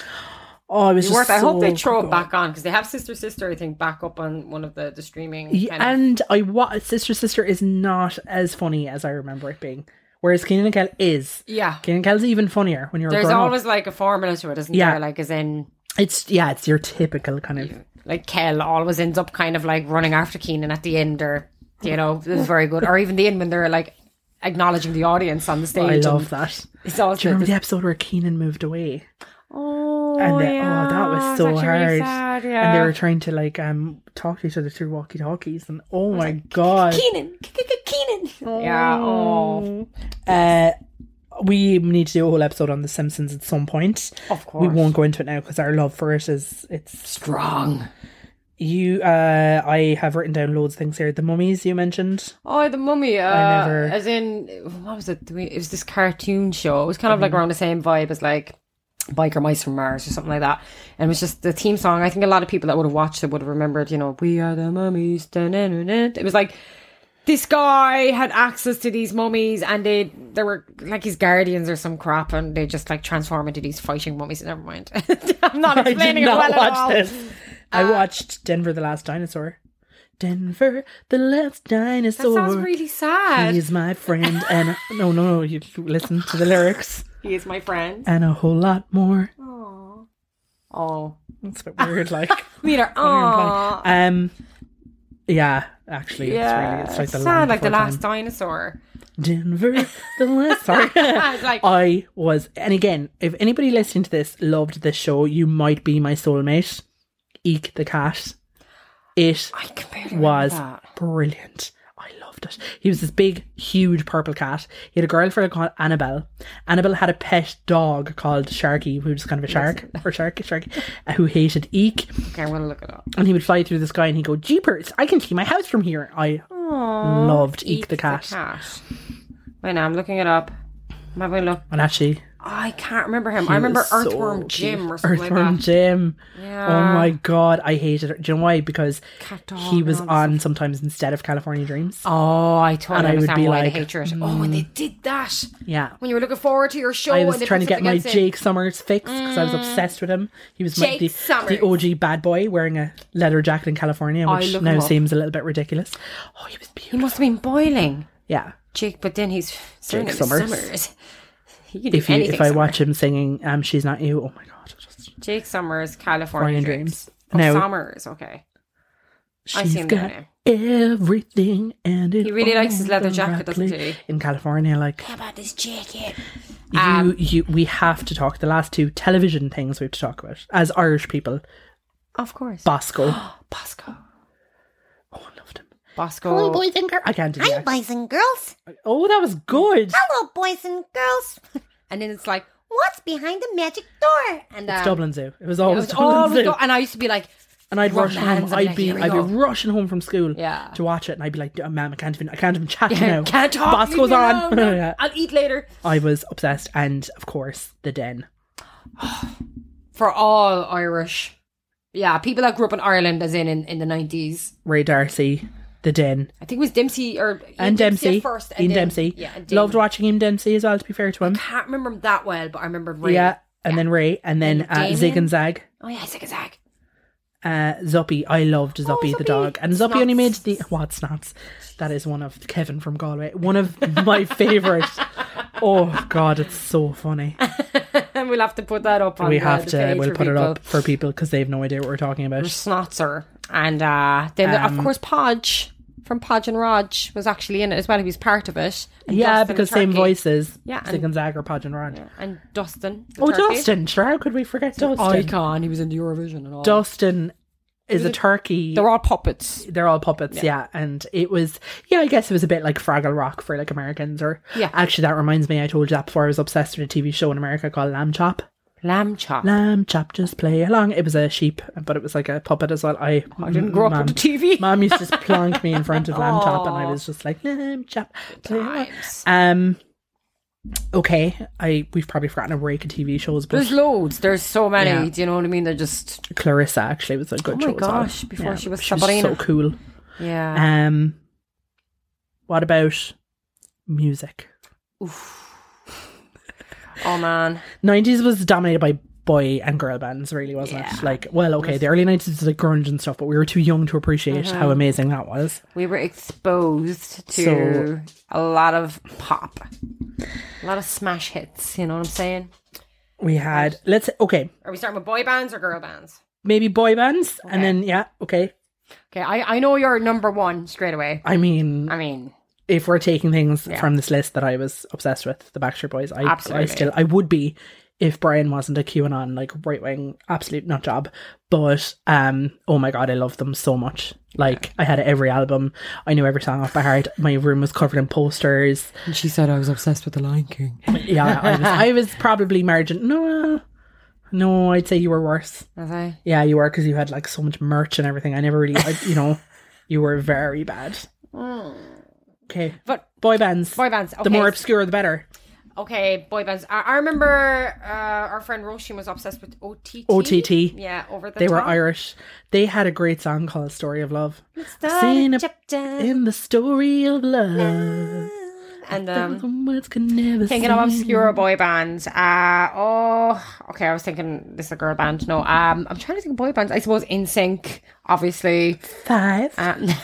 Speaker 1: oh it was just
Speaker 2: Worth. I hope they
Speaker 1: so
Speaker 2: throw
Speaker 1: good.
Speaker 2: it back on because they have Sister Sister, I think, back up on one of the, the streaming.
Speaker 1: Yeah,
Speaker 2: kind of-
Speaker 1: and I wa- Sister Sister is not as funny as I remember it being. Whereas Keenan and Kel is.
Speaker 2: yeah.
Speaker 1: Keenan and Kel's even funnier when you're
Speaker 2: There's
Speaker 1: grown up.
Speaker 2: always like a formula to it, isn't
Speaker 1: Yeah.
Speaker 2: there? Like, as in,
Speaker 1: It's yeah, it's your typical kind of
Speaker 2: like Kel always ends up kind of like running after Keenan at the end, or you know, it was very good. Or even the end when they're like acknowledging the audience on the stage.
Speaker 1: Oh, I
Speaker 2: and
Speaker 1: love that.
Speaker 2: It's all
Speaker 1: Do you remember the episode where Keenan moved away?
Speaker 2: Oh,
Speaker 1: And they-
Speaker 2: yeah,
Speaker 1: oh that was
Speaker 2: it's
Speaker 1: so
Speaker 2: actually
Speaker 1: hard.
Speaker 2: really sad, yeah.
Speaker 1: And they were trying to like um talk to each other through walkie talkies and oh my god.
Speaker 3: Keenan, Keenan.
Speaker 2: yeah. Oh,
Speaker 1: Uh we need to do a whole episode on The Simpsons at some point.
Speaker 2: of
Speaker 1: We
Speaker 2: course.
Speaker 1: won't go into it now because our love for it is it's
Speaker 2: strong.
Speaker 1: you uh I have written down loads of things here. The mummies you mentioned.
Speaker 2: Oh, the mummy. Uh,
Speaker 1: never-
Speaker 2: As in, what was it? It was this cartoon show. It was kind of
Speaker 1: Mm-hmm.
Speaker 2: like around the same vibe as like Biker Mice from Mars or something like that. And it was just the theme song. I think a lot of people that would have watched it would have remembered. You know, we are the mummies. da-na-na-na. It was like this guy had access to these mummies, and they they were like his guardians or some crap, and they just like transform into these fighting mummies. Never mind. I'm not
Speaker 1: I
Speaker 2: explaining
Speaker 1: did not
Speaker 2: it well at all. Uh,
Speaker 1: watch this. I watched Denver the Last Dinosaur. Denver the Last
Speaker 2: That
Speaker 1: Dinosaur.
Speaker 2: sounds really sad.
Speaker 1: He is my friend, and a- no, no, no. You listen to the lyrics
Speaker 2: He is my friend.
Speaker 1: and a whole lot more.
Speaker 2: Oh.
Speaker 1: That's a bit weird, like.
Speaker 2: Meter. Aww.
Speaker 1: um, yeah, actually,
Speaker 2: Yeah,
Speaker 1: it's really it's like the
Speaker 2: sound
Speaker 1: land
Speaker 2: like the
Speaker 1: before
Speaker 2: last
Speaker 1: time.
Speaker 2: dinosaur.
Speaker 1: Denver the last. Sorry.
Speaker 2: It's like
Speaker 1: I was, and again, if anybody listening to this loved this show, you might be my soulmate. Eek the cat. It
Speaker 2: I can barely remember
Speaker 1: was
Speaker 2: that.
Speaker 1: brilliant. I loved it. He was this big, huge purple cat. He had a girlfriend called Annabelle. Annabelle had a pet dog called Sharky, who was kind of a shark or shark, sharky, uh, who hated Eek.
Speaker 2: Okay, I'm gonna look it up.
Speaker 1: And he would fly through the sky and he'd go, "Jeepers! I can see my house from here." I loved Eek, the cat.
Speaker 2: Wait, now I'm looking it up. I'm having a look.
Speaker 1: And actually,
Speaker 2: I can't remember him. I
Speaker 1: He
Speaker 2: remember
Speaker 1: was so
Speaker 2: Earthworm Jim or
Speaker 1: cute.
Speaker 2: something
Speaker 1: Earthworm
Speaker 2: like that.
Speaker 1: Jim.
Speaker 2: Yeah.
Speaker 1: Oh my god, I hated it. Do you know why? Because
Speaker 2: Cat
Speaker 1: he
Speaker 2: dog
Speaker 1: was
Speaker 2: and
Speaker 1: on sometimes instead of California Dreams.
Speaker 2: Oh, I totally
Speaker 1: And I would
Speaker 2: understand
Speaker 1: be
Speaker 2: why
Speaker 1: like,
Speaker 2: they hate it. Oh, when they did that.
Speaker 1: Yeah.
Speaker 2: When you were looking forward to your show
Speaker 1: I was
Speaker 2: and they
Speaker 1: trying to
Speaker 2: put
Speaker 1: get my
Speaker 2: something else in.
Speaker 1: Jake Summers fix because I was obsessed with him. He was my,
Speaker 2: Mm. Jake
Speaker 1: the,
Speaker 2: Summers.
Speaker 1: the OG bad boy wearing a leather jacket in California,
Speaker 2: I
Speaker 1: which
Speaker 2: look
Speaker 1: now
Speaker 2: him up.
Speaker 1: seems a little bit ridiculous. Oh, he was
Speaker 2: He
Speaker 1: beautiful.
Speaker 2: must have been boiling.
Speaker 1: Yeah.
Speaker 2: Jake, but then he's Jake
Speaker 1: Summers.
Speaker 2: Summers. Summers. He could do
Speaker 1: If you,
Speaker 2: anything
Speaker 1: if I
Speaker 2: Summers.
Speaker 1: watch him singing um She's Not You, oh my god. Just
Speaker 2: Jake Summers, California
Speaker 1: California
Speaker 2: Dreams.
Speaker 1: Dreams.
Speaker 2: Oh,
Speaker 1: Now-
Speaker 2: Summers, okay. I
Speaker 1: she's
Speaker 2: seen
Speaker 1: got
Speaker 2: that
Speaker 1: everything and it
Speaker 2: He really likes
Speaker 1: all
Speaker 2: his leather
Speaker 1: the
Speaker 2: jacket,
Speaker 1: right
Speaker 2: doesn't
Speaker 1: place.
Speaker 2: he?
Speaker 1: In California, like
Speaker 3: How about this jacket?
Speaker 2: Um,
Speaker 1: you, you we have to talk the last two television things we have to talk about as Irish people.
Speaker 2: Of course.
Speaker 1: Bosco. oh,
Speaker 2: Bosco.
Speaker 1: I loved him.
Speaker 2: Bosco.
Speaker 1: boys and girls. I can't do
Speaker 3: Hi,
Speaker 1: that.
Speaker 3: boys and girls.
Speaker 1: Oh, that was good.
Speaker 3: Hello, boys and girls.
Speaker 2: And then it's like,
Speaker 3: What's behind the magic door? uh,
Speaker 2: and
Speaker 1: It's
Speaker 2: um,
Speaker 1: Dublin Zoo. It was
Speaker 2: it
Speaker 1: always
Speaker 2: was
Speaker 1: Dublin
Speaker 2: all
Speaker 1: Zoo.
Speaker 2: go- and I used to be like,
Speaker 1: and I'd
Speaker 2: rub
Speaker 1: rush
Speaker 2: my hands
Speaker 1: home.
Speaker 2: and be
Speaker 1: I'd
Speaker 2: like,
Speaker 1: be
Speaker 2: "Here we
Speaker 1: I'd
Speaker 2: go."
Speaker 1: be rushing home from school
Speaker 2: Yeah.
Speaker 1: to watch it, and I'd be like, oh, "Ma'am, I can't even I can't even chat now.
Speaker 2: can't talk. leave
Speaker 1: Bosco's
Speaker 2: me
Speaker 1: on."
Speaker 2: alone, no,
Speaker 1: Yeah.
Speaker 2: I'll eat later.
Speaker 1: I was obsessed, and of course, the Den.
Speaker 2: For all Irish. Yeah, people that grew up in Ireland, as in in, in the 90s.
Speaker 1: Ray Darcy, the Den,
Speaker 2: I think it was Dempsey or Ian
Speaker 1: and Dempsey,
Speaker 2: at first.
Speaker 1: Ian
Speaker 2: and then-
Speaker 1: Dempsey.
Speaker 2: Yeah, and
Speaker 1: Loved
Speaker 2: Damon.
Speaker 1: watching Ian Dempsey as well. To be fair to him,
Speaker 2: Can't remember him that well, but I remember Ray.
Speaker 1: yeah. And then Ray, and then
Speaker 2: And
Speaker 1: uh, Zig
Speaker 2: Damien.
Speaker 1: and Zag.
Speaker 2: Oh, yeah, zigzag.
Speaker 1: Uh, Zuppy, I loved Zuppy, the
Speaker 2: Zuppy.
Speaker 1: dog, and Zuppy only made
Speaker 2: Oh, Snots.
Speaker 1: the what snots. That is one of Kevin from Galway, one of my favourite. oh God, it's so funny.
Speaker 2: And we'll have to put that up on
Speaker 1: we
Speaker 2: the,
Speaker 1: have
Speaker 2: the
Speaker 1: to
Speaker 2: page
Speaker 1: we'll
Speaker 2: for
Speaker 1: put it
Speaker 2: people.
Speaker 1: up for people because they have no idea what we're talking about
Speaker 2: Snotzer. And uh, then, there-
Speaker 1: Um,
Speaker 2: of course, Podge from Podge and Raj was actually in it as well. He was part of it. And
Speaker 1: yeah
Speaker 2: Dustin the
Speaker 1: because same
Speaker 2: turkey.
Speaker 1: voices
Speaker 2: Yeah,
Speaker 1: Zig
Speaker 2: and-
Speaker 1: and Zag or Podge and Rod
Speaker 2: And Dustin. the
Speaker 1: oh
Speaker 2: turkey.
Speaker 1: Dustin sure how could we forget Dustin
Speaker 2: Icon. He was in the Eurovision and all.
Speaker 1: Dustin is a turkey
Speaker 2: They're all puppets.
Speaker 1: they're all puppets, yeah. And it was, yeah, I guess it was a bit like Fraggle Rock for like Americans, or
Speaker 2: Yeah.
Speaker 1: Actually, that reminds me, I told you that before. I was obsessed with a TV show in America called Lamb Chop.
Speaker 2: Lamb chop.
Speaker 1: Lamb Chop, just play along. It was a sheep, but it was like a puppet as well. I,
Speaker 2: I didn't grow up
Speaker 1: Ma'am.
Speaker 2: on the TV.
Speaker 1: Mom used to just plonk me in front of Lamb Chop, and I was just like Lamb Chop. play along."
Speaker 2: Times.
Speaker 1: Um. Okay, I we've probably forgotten a rake of TV shows, but
Speaker 2: There's loads. There's so many.
Speaker 1: Yeah.
Speaker 2: Do you know what I mean? They're just oh
Speaker 1: Clarissa actually was a good
Speaker 2: my
Speaker 1: show. as well.
Speaker 2: gosh, before she was
Speaker 1: so
Speaker 2: Sabrina.
Speaker 1: cool.
Speaker 2: yeah.
Speaker 1: Um, what about music?
Speaker 2: oh man.
Speaker 1: Nineties was dominated by boy and girl bands, really, wasn't it? Like, well, okay, the early nineties was Uh-huh. like grunge and stuff, but we were too young to appreciate how amazing that was.
Speaker 2: we were exposed to
Speaker 1: So-
Speaker 2: a lot of pop, a lot of smash hits. You know what I'm saying?
Speaker 1: We had let's okay,
Speaker 2: Are we starting with boy bands or girl bands?
Speaker 1: maybe boy bands, and then yeah, okay.
Speaker 2: Okay, I, I know you're number one straight away.
Speaker 1: I mean,
Speaker 2: I mean,
Speaker 1: if we're taking things from this list that I was obsessed with, the Backstreet Boys, I, I
Speaker 2: Absolutely.
Speaker 1: still I would be if Brian wasn't a QAnon like right wing absolute nut job. But um, oh my god, I love them so much. Like I had every album, I knew every song off by heart. My room was covered in posters.
Speaker 4: And she said I was obsessed with the Lion King.
Speaker 1: Yeah, I was, I was probably margin. No, no, I'd say you were worse.
Speaker 2: as I
Speaker 1: Yeah, you were because you had like so much merch and everything. I never really, I, you know, you were very bad. Okay,
Speaker 2: but
Speaker 1: boy bands.
Speaker 2: Mm. boy bands. Okay,
Speaker 1: the more obscure, the better.
Speaker 2: okay, boy bands. I, I remember uh, our friend Roisin was obsessed with OTT.
Speaker 1: OTT.
Speaker 2: Yeah, over the
Speaker 1: They were
Speaker 2: Top.
Speaker 1: Irish. They had a great song called "Story of Love." Seen
Speaker 3: Start
Speaker 1: a-
Speaker 3: a chapter.
Speaker 1: In the story of love,
Speaker 2: and um,
Speaker 1: thousand words can never
Speaker 2: thinking
Speaker 1: say.
Speaker 2: of
Speaker 1: Mm.
Speaker 2: obscure boy bands. Uh oh, okay. I was thinking this is a girl band. No, um, I'm trying to think of boy bands. I suppose In Sync, obviously.
Speaker 1: five.
Speaker 2: Um,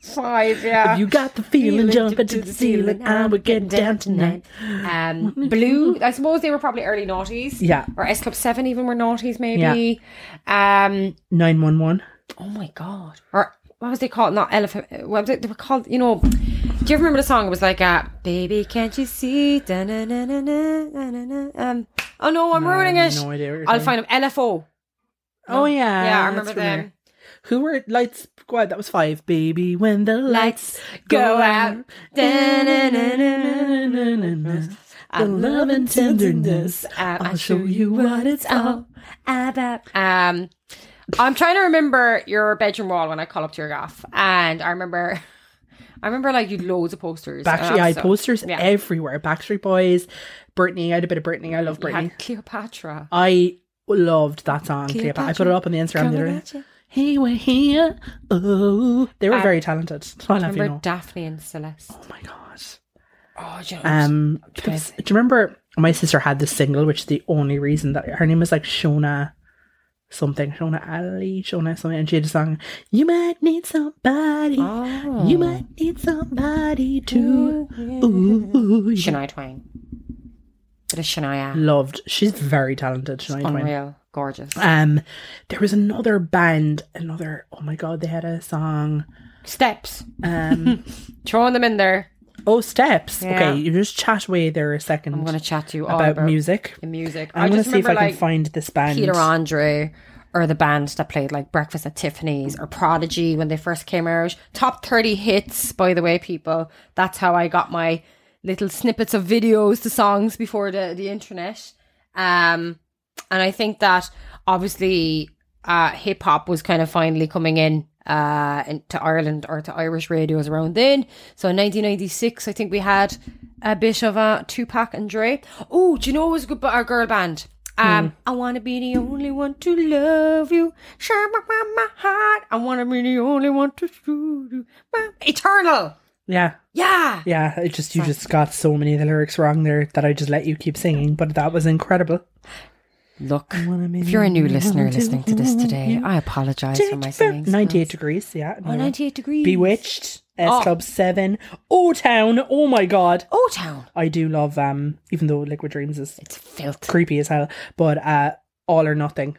Speaker 2: five, yeah.
Speaker 1: Uh, you got the feeling, jumping to the ceiling. I would get down tonight.
Speaker 2: Um, Blue, I suppose they were probably early noughties.
Speaker 1: Yeah.
Speaker 2: Or S Club 7 even were noughties, maybe. Um,
Speaker 1: Nine one one.
Speaker 2: oh my God. Or what was they called? Not Elephant. What was it? They were called, you know, do you ever remember the song? It was like, uh, Baby, can't you see? Da-na-na-na-na, na-na-na. Um, oh no, I'm ruining it.
Speaker 1: No idea. What you're
Speaker 2: I'll
Speaker 1: saying.
Speaker 2: find them. LFO.
Speaker 1: Oh yeah,
Speaker 2: Yeah, I
Speaker 1: that's
Speaker 2: remember
Speaker 1: from there.
Speaker 2: them.
Speaker 1: Who were Lights Squad? That was five. Baby, when the lights go out, the love and tenderness.
Speaker 2: Uh,
Speaker 1: I'll show you what it's all.
Speaker 3: about.
Speaker 2: Um, I'm trying to remember your bedroom wall when I call up to your gaff, and I remember I remember like you'd loads of posters.
Speaker 1: Backstreet
Speaker 2: and
Speaker 1: I had
Speaker 2: Oh, so-
Speaker 1: posters
Speaker 2: yeah.
Speaker 1: everywhere. Backstreet Boys, Britney. I had a bit of Britney. I love
Speaker 2: You
Speaker 1: Britney.
Speaker 2: had Cleopatra.
Speaker 1: I loved that song. Cleopatra. I put it up on the Instagram the other day. Hey, we're here. Oh, they were
Speaker 2: Um,
Speaker 1: very talented. I'll have you
Speaker 2: Remember
Speaker 1: know.
Speaker 2: Daphne and Celeste?
Speaker 1: Oh my god.
Speaker 2: Oh, do you know,
Speaker 1: Um,
Speaker 2: trying to
Speaker 1: because- do you remember my sister had this single, which is the only reason that her name was like Shona something, Shona Ali, Shona something, and she had a song. You might need somebody.
Speaker 2: oh.
Speaker 1: You might need somebody to. Ooh, you
Speaker 2: Shania Twain. Bit of Shania.
Speaker 1: loved. She's very talented. Shania Twain.
Speaker 2: Unreal. Gorgeous.
Speaker 1: Um, there was another band, another. Oh my god, they had a song.
Speaker 2: Steps.
Speaker 1: Um,
Speaker 2: Throwing them in there.
Speaker 1: oh steps.
Speaker 2: Yeah.
Speaker 1: Okay, you just chat away there a 2nd
Speaker 2: I'm going to chat to you all
Speaker 1: about,
Speaker 2: about,
Speaker 1: music.
Speaker 2: the music.
Speaker 1: I'm
Speaker 2: I
Speaker 1: gonna
Speaker 2: just
Speaker 1: see if I
Speaker 2: remember
Speaker 1: can
Speaker 2: like
Speaker 1: find this band.
Speaker 2: Peter Andre or the band that played like Breakfast at Tiffany's or Prodigy when they first came out. Top 30 hits, by the way, people. That's how I got my little snippets of videos to songs before the, the internet. Um, and I think that obviously uh, hip hop was kind of finally coming in uh, into Ireland or to Irish radios around then. So in 1996, I think we had a bit of a Tupac and Dre. Oh, do you know what was a good b- our girl band? Um, I wanna be the only one to love you. Share my, my, my heart. I wanna be the only one to shoot you. My- Eternal.
Speaker 1: Yeah,
Speaker 2: Yeah.
Speaker 1: yeah. It just you just got so many of the lyrics wrong there that I just let you keep singing, but that was incredible.
Speaker 2: Look, if you're a new listener listening to this today, I apologize for my singing.
Speaker 1: Ninety-eight degrees. Yeah.
Speaker 2: Oh,
Speaker 1: no.
Speaker 2: 98 degrees.
Speaker 1: Bewitched. S
Speaker 2: Oh.
Speaker 1: Club Seven. O Town. Oh my god.
Speaker 2: O Town.
Speaker 1: I do love um, even though Liquid Dreams is
Speaker 2: It's filth.
Speaker 1: creepy as hell, but uh, All or Nothing.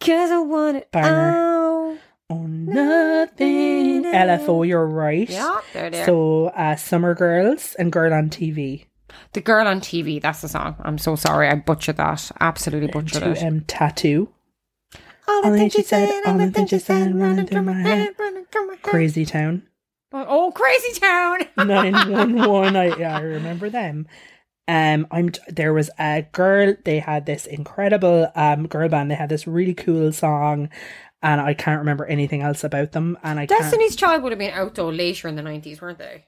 Speaker 3: Cause I want it
Speaker 1: Banger.
Speaker 3: all.
Speaker 1: Oh, nothing. LFO, you're right.
Speaker 2: Yeah, there, there.
Speaker 1: So, uh, Summer Girls and Girl on TV.
Speaker 2: the girl on TV. That's the song. I'm so sorry. I butchered that. Absolutely butchered
Speaker 1: To
Speaker 2: it.
Speaker 1: um, Tattoo.
Speaker 3: All
Speaker 1: All
Speaker 3: the
Speaker 1: the
Speaker 3: things
Speaker 1: things
Speaker 3: you
Speaker 1: she said,
Speaker 3: said,
Speaker 1: all
Speaker 3: all
Speaker 1: the
Speaker 3: the things you said, running through my head, running through my head.
Speaker 1: Crazy Town.
Speaker 2: Oh, crazy town.
Speaker 1: 911. I, yeah, I remember them. Um, I'm t- there was a girl, they had this incredible um girl band, they had this really cool song, and I can't remember anything else about them. And I
Speaker 2: Destiny's Child would have been out though later in the nineties, weren't they?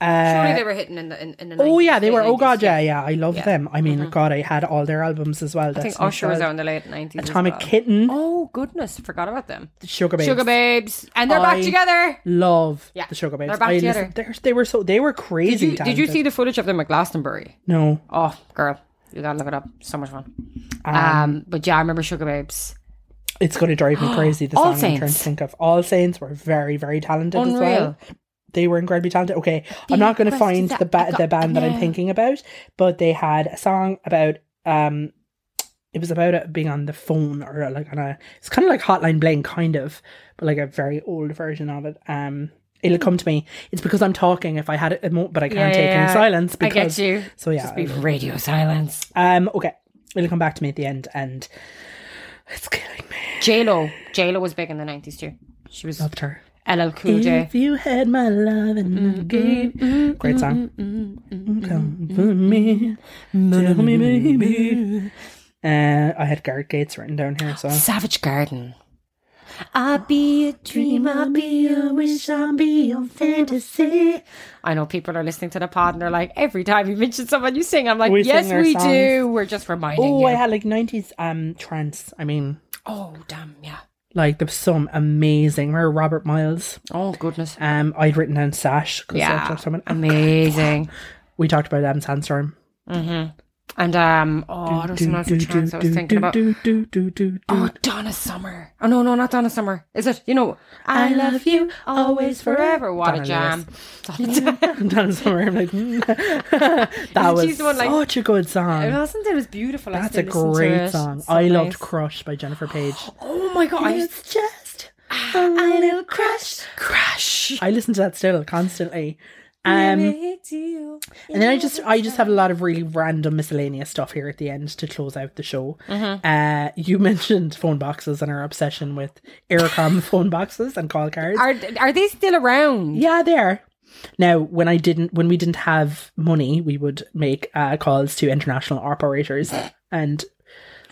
Speaker 2: Surely
Speaker 1: can't, uh,
Speaker 2: they were hitting in the in, in the. 90s,
Speaker 1: Oh yeah, they
Speaker 2: late
Speaker 1: were. Oh god,
Speaker 2: 90s,
Speaker 1: yeah, yeah. I love
Speaker 2: Yeah.
Speaker 1: them. I mean,
Speaker 2: Mhm.
Speaker 1: God, I had all their albums as well.
Speaker 2: I think
Speaker 1: Destiny's
Speaker 2: Usher was
Speaker 1: Child,
Speaker 2: out in the late nineties.
Speaker 1: Atomic
Speaker 2: well.
Speaker 1: Kitten,
Speaker 2: Oh goodness, forgot about them.
Speaker 1: Sugar Babes.
Speaker 2: Sugar Babes, and they're back
Speaker 1: I-
Speaker 2: together.
Speaker 1: Love
Speaker 2: Yeah.
Speaker 1: the Sugar Babes.
Speaker 2: They're back
Speaker 1: I
Speaker 2: together.
Speaker 1: listened- they're- they were so they were crazy.
Speaker 2: Did you, did you
Speaker 1: talented.
Speaker 2: see the footage of them at Glastonbury?
Speaker 1: No.
Speaker 2: Oh, girl, you gotta look it up. So much fun.
Speaker 1: Um,
Speaker 2: Um, but yeah, I remember Sugar Babes.
Speaker 1: it's going to drive me crazy. The
Speaker 2: All
Speaker 1: song I'm trying to
Speaker 2: Saints.
Speaker 1: think of. All Saints were very very talented as
Speaker 2: Unreal.
Speaker 1: well. They were incredibly talented. Okay, I'm not going to
Speaker 2: request is
Speaker 1: find
Speaker 2: that
Speaker 1: the ba-
Speaker 2: I got-
Speaker 1: the band that I'm
Speaker 2: yeah.
Speaker 1: thinking about, but they had a song about um. It was about it being on the phone or uh, like on a. It's kind of like Hotline Bling, kind of, but like a very old version of it. Um, it'll come to me. It's because I'm talking. If I had it, it won't, but I can't
Speaker 2: yeah,
Speaker 1: take any
Speaker 2: yeah.
Speaker 1: silence.
Speaker 2: I
Speaker 1: Because,
Speaker 2: get you.
Speaker 1: So yeah,
Speaker 2: Just be radio silence.
Speaker 1: um, okay, it'll come back to me at the end, and it's killing me.
Speaker 2: J Lo, J Lo was big in the nineties too. She was
Speaker 1: Loved her.
Speaker 2: LL Cool J.
Speaker 1: If you had my love and gave great song. Come for me, tell me baby. Uh, I had Garrett Gates written down here, so
Speaker 2: Savage Garden.
Speaker 3: I'll be a dream, I'll be a wish, I'll be a fantasy.
Speaker 2: I know people are listening to the pod and they're like, every time you mention someone you sing, I'm like,
Speaker 1: We
Speaker 2: yes,
Speaker 1: sing their
Speaker 2: we
Speaker 1: songs.
Speaker 2: do. We're just reminding
Speaker 1: oh,
Speaker 2: you.
Speaker 1: I had like nineties um trance. I mean,
Speaker 2: oh, damn, yeah.
Speaker 1: like there was some amazing. Remember Robert Miles?
Speaker 2: Oh, goodness.
Speaker 1: Um, I'd written down Sash because
Speaker 2: Yeah.
Speaker 1: someone. Oh, And
Speaker 2: Amazing.
Speaker 1: we talked about um Sandstorm.
Speaker 2: And, um, oh, there was someone else in trance I was thinking about.
Speaker 1: do, do, do, do, do.
Speaker 2: Oh, Donna Summer. Oh, no, no, not Donna Summer. Is it, you know, I, love,
Speaker 3: love you
Speaker 2: always, forever. What
Speaker 1: Donna
Speaker 2: a jam. Donna-
Speaker 1: Down somewhere, I'm like, mm. that was
Speaker 2: she's the one, like-
Speaker 1: such a good song.
Speaker 2: it wasn't, it was beautiful. I
Speaker 1: That's a
Speaker 2: still listen to
Speaker 1: great
Speaker 2: it.
Speaker 1: song.
Speaker 2: So
Speaker 1: I
Speaker 2: nice.
Speaker 1: loved Crush by Jennifer Page.
Speaker 2: Oh my God. I Ah, used
Speaker 3: It's just a little crush.
Speaker 2: crash.
Speaker 1: I listen to that still constantly. Um, and then I just I just have a lot of really random miscellaneous stuff here at the end to close out the show.
Speaker 2: Mm-hmm.
Speaker 1: Uh, you mentioned phone boxes and our obsession with Aircom phone boxes and call cards.
Speaker 2: Are, are they still around?
Speaker 1: Yeah, there. Now, when I didn't, when we didn't have money, we would make uh, calls to international operators, and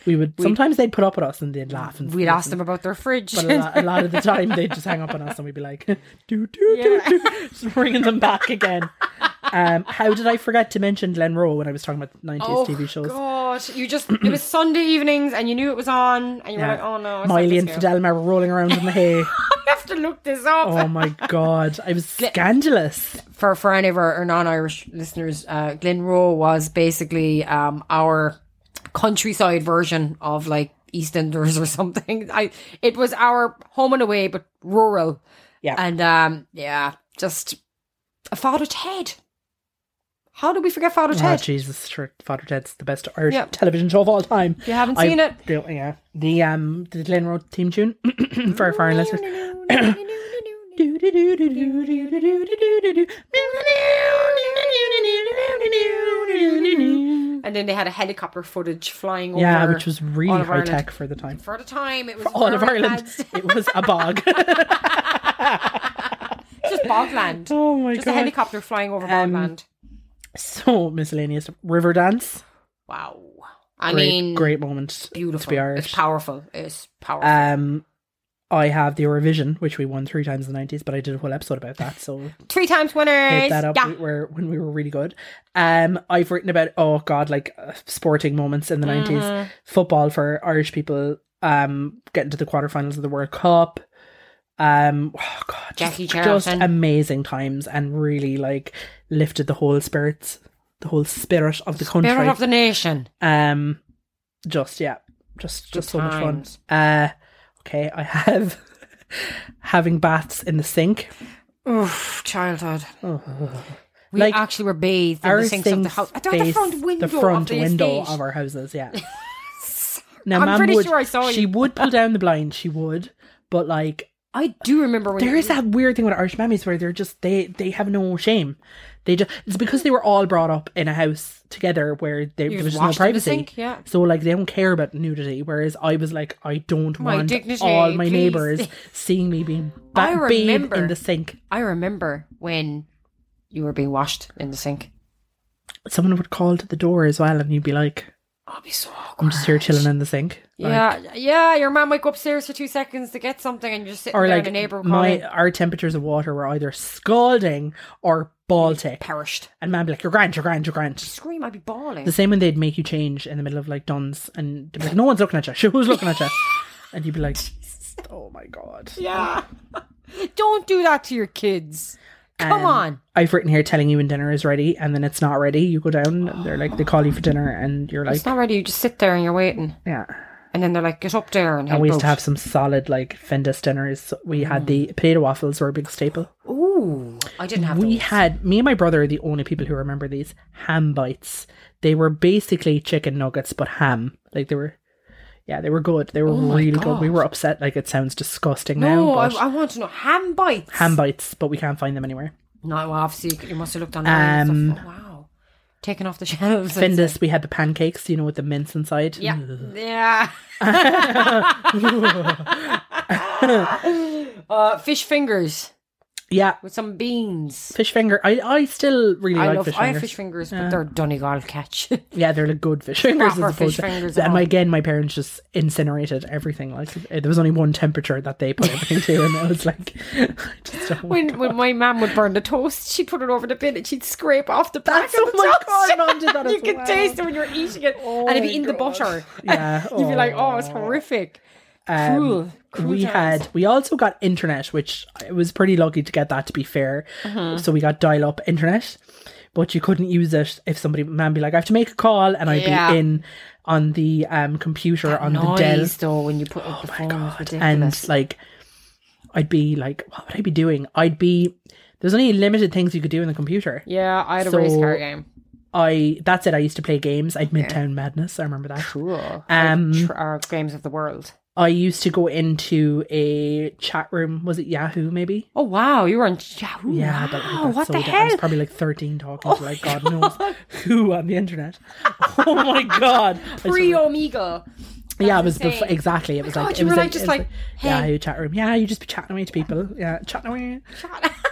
Speaker 1: We would sometimes they'd put up with us and they'd laugh and
Speaker 2: We'd
Speaker 1: stuff
Speaker 2: ask them about their fridge.
Speaker 1: But a lot, a lot of the time, they just hang up on us, and we'd be like, "Do do do do," just bringing them back again. Um, how did I forget to mention Glen Rowe when I was talking about nineties
Speaker 2: oh
Speaker 1: TV shows?
Speaker 2: God, you just—it was Sunday evenings, and you knew it was on, and you were like, "Oh no, it's not
Speaker 1: Miley
Speaker 2: this
Speaker 1: and
Speaker 2: now."
Speaker 1: Fidelma were rolling around in the hay.
Speaker 2: I have to look this up.
Speaker 1: Oh my god, I was scandalous.
Speaker 2: for for any of our, our non-Irish listeners, uh, Glen Rowe was basically um, our countryside version of like EastEnders or something. I it was our home and away, but rural.
Speaker 1: Yeah.
Speaker 2: and um, yeah, just a Father Ted. How do we forget Father
Speaker 1: Oh,
Speaker 2: Ted?
Speaker 1: Jesus, sure, Father Ted's the best Irish
Speaker 2: Yeah.
Speaker 1: television show of all time.
Speaker 2: You haven't seen it?
Speaker 1: it. Yeah, the um, the Glen Rowe theme tune for our foreign listeners.
Speaker 2: And then they had a helicopter footage flying
Speaker 1: Yeah,
Speaker 2: over.
Speaker 1: which was really
Speaker 2: all of
Speaker 1: high
Speaker 2: Ireland.
Speaker 1: tech for the time.
Speaker 2: for the time it was
Speaker 1: All of
Speaker 2: very
Speaker 1: Ireland,
Speaker 2: advanced.
Speaker 1: it was a bog.
Speaker 2: just bogland.
Speaker 1: oh my
Speaker 2: just a
Speaker 1: god!
Speaker 2: helicopter flying over
Speaker 1: Um,
Speaker 2: bogland.
Speaker 1: So miscellaneous. River dance.
Speaker 2: Wow. I
Speaker 1: great,
Speaker 2: mean,
Speaker 1: great moment.
Speaker 2: beautiful.
Speaker 1: to be Irish.
Speaker 2: It's powerful. It's powerful.
Speaker 1: Um, I have the Eurovision, which we won three times in the nineties, but I did a whole episode about that. So
Speaker 2: Three times winners.
Speaker 1: made that up
Speaker 2: Yeah.
Speaker 1: we were, when we were really good. Um, I've written about oh god, like uh, sporting moments in the 90s
Speaker 2: Mm-hmm.
Speaker 1: football for Irish people. Um, getting to the quarterfinals of the World Cup. Um, oh god, just-
Speaker 2: Jackie
Speaker 1: just
Speaker 2: Charlton.
Speaker 1: amazing times and really like lifted the whole spirits, the whole spirit of the country.
Speaker 2: Spirit of the nation.
Speaker 1: um, just yeah, just just so much
Speaker 2: times.
Speaker 1: fun. Uh, okay, I have having baths in the sink.
Speaker 2: Oof, childhood. We
Speaker 1: Like,
Speaker 2: actually were bathed in
Speaker 1: Our
Speaker 2: the sinks of the
Speaker 1: sinks
Speaker 2: house. I thought the
Speaker 1: face
Speaker 2: front window
Speaker 1: the front
Speaker 2: of the
Speaker 1: window
Speaker 2: estate.
Speaker 1: of our houses. Yeah. now,
Speaker 2: I'm
Speaker 1: Mam
Speaker 2: pretty
Speaker 1: would,
Speaker 2: sure I saw
Speaker 1: She
Speaker 2: you.
Speaker 1: would pull down the blind. She would, but like
Speaker 2: I do remember when
Speaker 1: there
Speaker 2: you-
Speaker 1: is that weird thing with Irish mummies where they're just they they have no shame. They just it's because they were all brought up in a house together where they,
Speaker 2: You
Speaker 1: there
Speaker 2: just
Speaker 1: was no
Speaker 2: washed in the
Speaker 1: privacy.
Speaker 2: sink, yeah.
Speaker 1: So like they don't care about nudity. Whereas I was like I don't
Speaker 2: My
Speaker 1: want
Speaker 2: dignity,
Speaker 1: all my
Speaker 2: please.
Speaker 1: neighbors seeing me being
Speaker 2: I
Speaker 1: ba- bathed
Speaker 2: remember.
Speaker 1: in the sink.
Speaker 2: I remember when you were being washed in the sink.
Speaker 1: Someone would call to the door as well, and you'd be like,
Speaker 2: I'll Oh, be so awkward.
Speaker 1: "I'm just here chilling in the sink." Like,
Speaker 2: yeah, yeah. Your mom might go upstairs for two seconds to get something, and you're just sitting
Speaker 1: or
Speaker 2: there.
Speaker 1: like
Speaker 2: and the neighbor
Speaker 1: my
Speaker 2: my
Speaker 1: our temperatures of water were either scalding or Baltic,
Speaker 2: perished.
Speaker 1: and man, be like, "You're grand, you're grand, you're grand."
Speaker 2: Scream! I'd be bawling.
Speaker 1: The same when they'd make you change in the middle of like duns and they'd be like, no one's looking at you. Sure, who's looking at you? And you'd be like, oh my god.
Speaker 2: Yeah. Don't do that to your kids. Come
Speaker 1: Um,
Speaker 2: on.
Speaker 1: I've written here telling you when dinner is ready, and then it's not ready. You go down, and they're like, they call you for dinner, and you're like,
Speaker 2: It's not ready. You just sit there and you're waiting.
Speaker 1: yeah.
Speaker 2: And then they're like, get up there. And
Speaker 1: And we used
Speaker 2: help
Speaker 1: to
Speaker 2: out.
Speaker 1: have some solid like Findus dinners. We had the
Speaker 2: Mm.
Speaker 1: potato waffles were a big staple.
Speaker 2: Ooh. I didn't have
Speaker 1: We
Speaker 2: those.
Speaker 1: had me and my brother are the only people who remember these ham bites. They were basically chicken nuggets but ham. Like they were, yeah, they were good. They were really good. We were upset. Like it sounds disgusting now.
Speaker 2: Oh No, I,
Speaker 1: But
Speaker 2: Oh, I want to know. Ham bites.
Speaker 1: ham bites, but we can't find them anywhere.
Speaker 2: No, well, obviously, you- you must have looked online.
Speaker 1: Um,
Speaker 2: and stuff. Wow. Taking off the shelves. and-
Speaker 1: Findus, we had the pancakes, you know, with the mince inside. Mm.
Speaker 2: Yeah. Yeah. uh, fish fingers
Speaker 1: Yeah.
Speaker 2: with some beans.
Speaker 1: Fish finger. I, I still really
Speaker 2: I
Speaker 1: like
Speaker 2: love
Speaker 1: fish
Speaker 2: I
Speaker 1: fingers.
Speaker 2: have fish fingers, but they're Donegal catch.
Speaker 1: yeah, they're like good fish fingers.
Speaker 2: Proper
Speaker 1: as opposed
Speaker 2: fish
Speaker 1: to-
Speaker 2: fingers at
Speaker 1: And
Speaker 2: home.
Speaker 1: again, my parents just incinerated everything. Like eh, there was only one temperature that they put everything to, and I was like, I just don't want
Speaker 2: when, when my mum would burn the toast, she'd put it over the bin and she'd scrape off the back
Speaker 1: That's-
Speaker 2: of the
Speaker 1: oh my
Speaker 2: toast.
Speaker 1: God, Mum did that
Speaker 2: you
Speaker 1: as
Speaker 2: could
Speaker 1: well. Oh
Speaker 2: taste it when you were eating it, and it'd
Speaker 1: my
Speaker 2: be in the
Speaker 1: God.
Speaker 2: butter.
Speaker 1: Yeah,
Speaker 2: You'd be like, "Oh, it's horrific."
Speaker 1: Um,
Speaker 2: Cruel. Cruel
Speaker 1: we
Speaker 2: times.
Speaker 1: had we also got internet, which I was pretty lucky to get that. To be fair,
Speaker 2: Mm-hmm.
Speaker 1: so we got dial up internet, but you couldn't use it if somebody man be like, I have to make a call, and I'd
Speaker 2: Yeah.
Speaker 1: be in on the um computer on the Dell, Oh
Speaker 2: noise though when you put up the phone was ridiculous.
Speaker 1: and like I'd be like, what would I be doing? I'd be there's only limited things you could do in the computer.
Speaker 2: yeah, I had a
Speaker 1: So-
Speaker 2: race car game.
Speaker 1: I that's it. I used to play games. I'd Midtown Madness. I remember that.
Speaker 2: Cool.
Speaker 1: Um,
Speaker 2: Tr- our games of the world.
Speaker 1: I used to go into a chat room. Was it Yahoo? Maybe.
Speaker 2: Oh wow, you were on Yahoo.
Speaker 1: Yeah,
Speaker 2: wow,
Speaker 1: but like, that's
Speaker 2: what
Speaker 1: so
Speaker 2: the
Speaker 1: dead. I was
Speaker 2: hell? Oh
Speaker 1: probably like 13 talking to like God knows who on the internet. Oh my God. I just-
Speaker 2: Pre Omega.
Speaker 1: yeah, it was
Speaker 2: insane. Oh
Speaker 1: before, exactly. It was like,
Speaker 2: God,
Speaker 1: it
Speaker 2: you
Speaker 1: was
Speaker 2: were, like, just
Speaker 1: it was
Speaker 2: like, hey.
Speaker 1: yeah, you chat room. Yeah, you just be chatting away to people. Yeah, chatting away.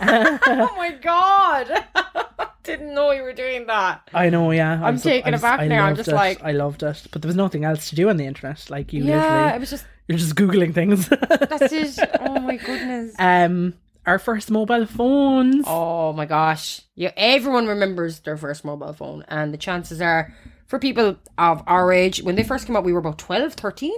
Speaker 2: oh my Oh god. didn't know you were doing that.
Speaker 1: I know, yeah. I
Speaker 2: I'm
Speaker 1: was-
Speaker 2: taken
Speaker 1: I was-
Speaker 2: aback
Speaker 1: I
Speaker 2: now. I'm
Speaker 1: loved
Speaker 2: just
Speaker 1: it.
Speaker 2: like-
Speaker 1: I loved it, but there was nothing else to do on the internet. Like you,
Speaker 2: Yeah, it
Speaker 1: literally,
Speaker 2: was just
Speaker 1: you're just googling things.
Speaker 2: that's it. Oh my goodness.
Speaker 1: um, our first mobile phones.
Speaker 2: Oh my gosh. Yeah, everyone remembers their first mobile phone and the chances are for people of our age when they first came out we were about 12, 13,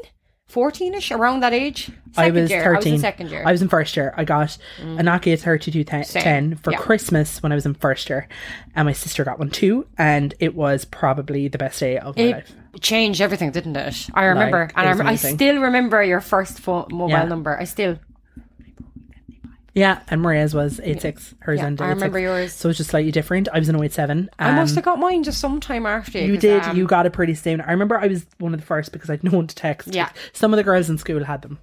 Speaker 2: 14ish around that age. Second
Speaker 1: I was
Speaker 2: year. I was in
Speaker 1: thirteen.
Speaker 2: second year. Mm.
Speaker 1: I was in first year. I got a Nokia thirty two ten
Speaker 2: Same.
Speaker 1: for
Speaker 2: Yeah.
Speaker 1: Christmas when I was in first year, and my sister got one too. And it was probably the best day of my
Speaker 2: it
Speaker 1: life.
Speaker 2: changed everything, didn't it? I remember,
Speaker 1: Like, it
Speaker 2: and I,
Speaker 1: was
Speaker 2: rem- I
Speaker 1: amazing.
Speaker 2: still remember your first phone, mobile
Speaker 1: Yeah.
Speaker 2: number. I still
Speaker 1: Yeah, and Maria's was eight six. Hers
Speaker 2: Yeah,
Speaker 1: ended.
Speaker 2: I remember
Speaker 1: 86.
Speaker 2: yours.
Speaker 1: So it's just slightly different. I was an 07.
Speaker 2: I
Speaker 1: um,
Speaker 2: must have got mine just sometime after
Speaker 1: You
Speaker 2: 'cause,
Speaker 1: did.
Speaker 2: um,
Speaker 1: you got it pretty soon. I remember I was one of the first because I'd no one to text.
Speaker 2: Yeah.
Speaker 1: Some of the girls in school had them.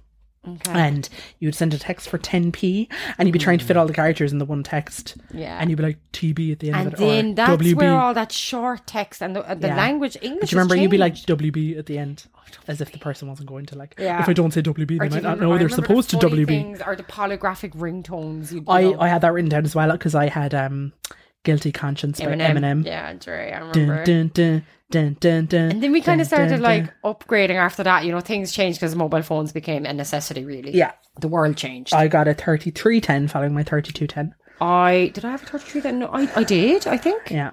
Speaker 2: Okay.
Speaker 1: And you'd send a text for 10p and you'd be trying to fit all the characters in the one text.
Speaker 2: Mm. Yeah.
Speaker 1: And you'd be like TB at the end
Speaker 2: and
Speaker 1: of it. or
Speaker 2: then that's
Speaker 1: WB.
Speaker 2: where all that short text and the, uh, the
Speaker 1: Yeah.
Speaker 2: language English.
Speaker 1: Do you remember
Speaker 2: has
Speaker 1: you'd be like
Speaker 2: changed.
Speaker 1: WB at the end? As if the person wasn't going to like,
Speaker 2: Oh, Yeah.
Speaker 1: if I don't say WB, they
Speaker 2: Or do you
Speaker 1: might not
Speaker 2: remember-
Speaker 1: know
Speaker 2: I
Speaker 1: they're
Speaker 2: remember the
Speaker 1: supposed to
Speaker 2: funny Oh.
Speaker 1: WB.
Speaker 2: Things or the polygraphic ringtones. You'd
Speaker 1: I,
Speaker 2: know.
Speaker 1: I had that written down as well because I had um, Guilty Conscience by
Speaker 2: Eminem.
Speaker 1: Eminem.
Speaker 2: Yeah, Dre, I remember.
Speaker 1: Dun, dun, dun, dun, dun, dun,
Speaker 2: And then we kind
Speaker 1: dun,
Speaker 2: of started
Speaker 1: dun,
Speaker 2: like
Speaker 1: dun.
Speaker 2: upgrading after that. You know, things changed because mobile phones became a necessity. Really,
Speaker 1: Yeah.
Speaker 2: the world changed.
Speaker 1: I got a 3310 following my 3210.
Speaker 2: I did I have a touch tree then? No, I, I did, I think.
Speaker 1: Yeah.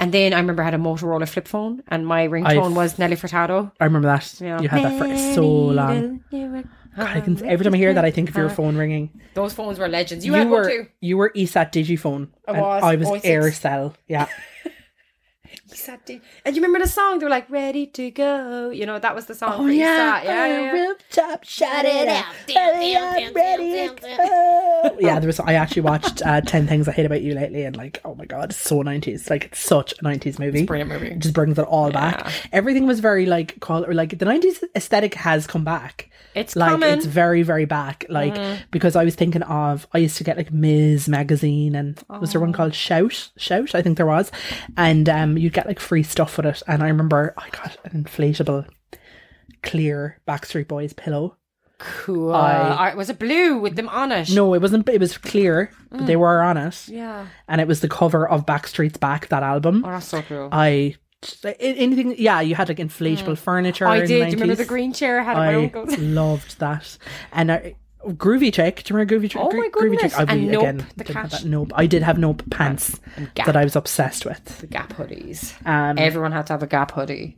Speaker 2: And then I remember I had a Motorola flip phone and my ringtone
Speaker 1: I've-
Speaker 2: was Nelly Furtado.
Speaker 1: I remember that.
Speaker 2: Yeah.
Speaker 1: You had that for so long. God, I can, every time I hear that, I think of your phone ringing.
Speaker 2: Those phones were legends. You, had one
Speaker 1: were
Speaker 2: too.
Speaker 1: you were E ESAT Digiphone.
Speaker 2: I
Speaker 1: and
Speaker 2: was,
Speaker 1: I was
Speaker 2: 06.
Speaker 1: Aircel. Yeah,
Speaker 2: You sat down- And you remember the song? They were like, ready to go. You know, that was the song.
Speaker 1: Oh,
Speaker 2: for Isat. yeah, yeah, yeah.
Speaker 1: rooftop, shut it out. Hurry up, ready to go. yeah, there was. I actually watched uh, Ten Things I Hate About You lately, and like, oh my god, it's so nineties. Like, it's such a nineties movie.
Speaker 2: Brilliant movie.
Speaker 1: It just brings it all back. Everything was very like call or like the nineties aesthetic has come back.
Speaker 2: It's
Speaker 1: like
Speaker 2: coming.
Speaker 1: it's very very back. Like
Speaker 2: Mm-hmm.
Speaker 1: because I was thinking of I used to get like Ms. magazine and was
Speaker 2: Oh.
Speaker 1: there one called Shout Shout I think there was, and um you'd get like free stuff with it. And I remember I got an inflatable clear Backstreet Boys pillow.
Speaker 2: Cool.
Speaker 1: I-
Speaker 2: I, was it blue with them on it?
Speaker 1: No, it wasn't. It was clear. But
Speaker 2: Mm.
Speaker 1: they were on it,
Speaker 2: Yeah.
Speaker 1: and it was the cover of Backstreet's Back that album.
Speaker 2: Oh, that's so cool.
Speaker 1: I anything yeah you had like inflatable furniture
Speaker 2: Mm. I
Speaker 1: in
Speaker 2: did. Do you
Speaker 1: 90s.
Speaker 2: remember the green chair I had at my
Speaker 1: I
Speaker 2: uncle's?
Speaker 1: loved that and I, groovy check do you remember groovy check
Speaker 2: Oh my
Speaker 1: groovy
Speaker 2: goodness.
Speaker 1: check I
Speaker 2: And Nope,
Speaker 1: again
Speaker 2: the
Speaker 1: didn't have
Speaker 2: cat.
Speaker 1: that nope I did have nope pants
Speaker 2: And Gap.
Speaker 1: that I was obsessed with
Speaker 2: The Gap hoodies.
Speaker 1: um
Speaker 2: Everyone had to have a Gap hoodie.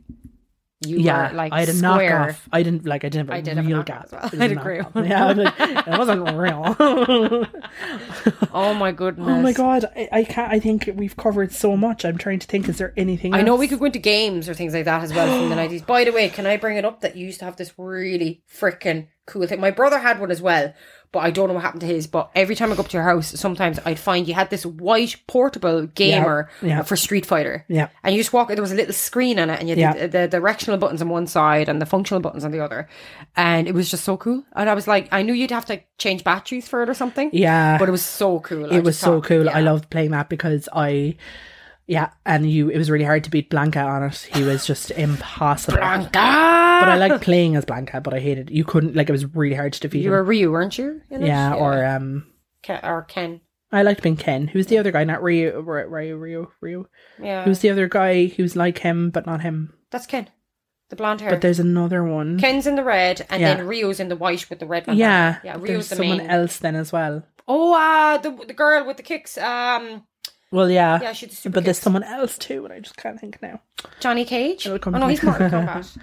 Speaker 2: You
Speaker 1: yeah
Speaker 2: were like
Speaker 1: I had a
Speaker 2: square.
Speaker 1: knockoff I didn't like I didn't have a
Speaker 2: I did have a
Speaker 1: real
Speaker 2: knockoff
Speaker 1: gap
Speaker 2: as well.
Speaker 1: It was
Speaker 2: I had a
Speaker 1: knockoff.
Speaker 2: grey one.
Speaker 1: yeah I was like, it wasn't real
Speaker 2: Oh my goodness.
Speaker 1: oh my god I, I can't I think we've covered so much I'm trying to think is there anything
Speaker 2: I know
Speaker 1: else?
Speaker 2: we could go into games or things like that as well from the nineties. By the way, can I bring it up that you used to have this really freaking cool thing? My brother had one as well, but I don't know what happened to his. But every time I go up to your house, sometimes I'd find you had this white portable gamer
Speaker 1: yeah.
Speaker 2: for Street Fighter.
Speaker 1: Yeah.
Speaker 2: and you just walk. There was a little screen on it, and you had
Speaker 1: Yeah.
Speaker 2: the, the directional buttons on one side and the functional buttons on the other, and it was just so cool. And I was like, I knew you'd have to change batteries for it or something.
Speaker 1: yeah
Speaker 2: But it was so cool. I
Speaker 1: it was
Speaker 2: just
Speaker 1: so
Speaker 2: thought,
Speaker 1: cool. I
Speaker 2: yeah.
Speaker 1: loved playing that because I, yeah, and you. It was really hard to beat Blanca on it. He was just impossible. But I liked playing as Blanca, but I hated you couldn't like it was really hard to defeat
Speaker 2: You
Speaker 1: him.
Speaker 2: were Ryu, weren't you? in it?
Speaker 1: yeah, or um,
Speaker 2: Ke- or Ken.
Speaker 1: I liked being Ken. Who's the other guy? Not Ryu, Ry- Ryu, Ryu, Ryu.
Speaker 2: Yeah.
Speaker 1: Who's the other guy who's like him but not him?
Speaker 2: That's Ken. The blonde hair.
Speaker 1: But there's another one.
Speaker 2: Ken's in the red, and
Speaker 1: Yeah.
Speaker 2: then Rio's in the white with the red bandana.
Speaker 1: yeah,
Speaker 2: Uh-huh. yeah.
Speaker 1: but
Speaker 2: Rio's
Speaker 1: there's
Speaker 2: the
Speaker 1: someone
Speaker 2: main.
Speaker 1: else then as well.
Speaker 2: Oh, uh, the the girl with the kicks. Um,
Speaker 1: Well, yeah,
Speaker 2: yeah, she's super.
Speaker 1: Uh, but there's
Speaker 2: kicks.
Speaker 1: someone else too, and I just can't think now.
Speaker 2: Johnny Cage.
Speaker 1: It'll come
Speaker 2: oh no,
Speaker 1: to me.
Speaker 2: he's Mortal Kombat.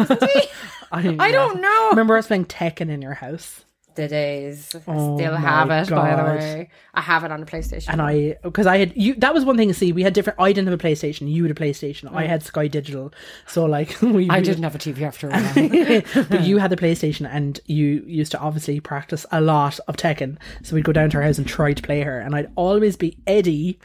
Speaker 2: Isn't he?
Speaker 1: I,
Speaker 2: I don't know.
Speaker 1: Remember us playing Tekken in your house?
Speaker 2: The days. I
Speaker 1: Oh
Speaker 2: still
Speaker 1: my
Speaker 2: have it. By the
Speaker 1: God.
Speaker 2: way, I have it on the PlayStation.
Speaker 1: and I because I had you that was one thing. See, we had different. I didn't have a PlayStation. You had a PlayStation. I had Sky Digital. So like we,
Speaker 2: Mm. I
Speaker 1: we-
Speaker 2: didn't have a TV after all.
Speaker 1: but you had the PlayStation, and you used to obviously practice a lot of Tekken. So we'd go down to her house and try to play her, and I'd always be Eddie,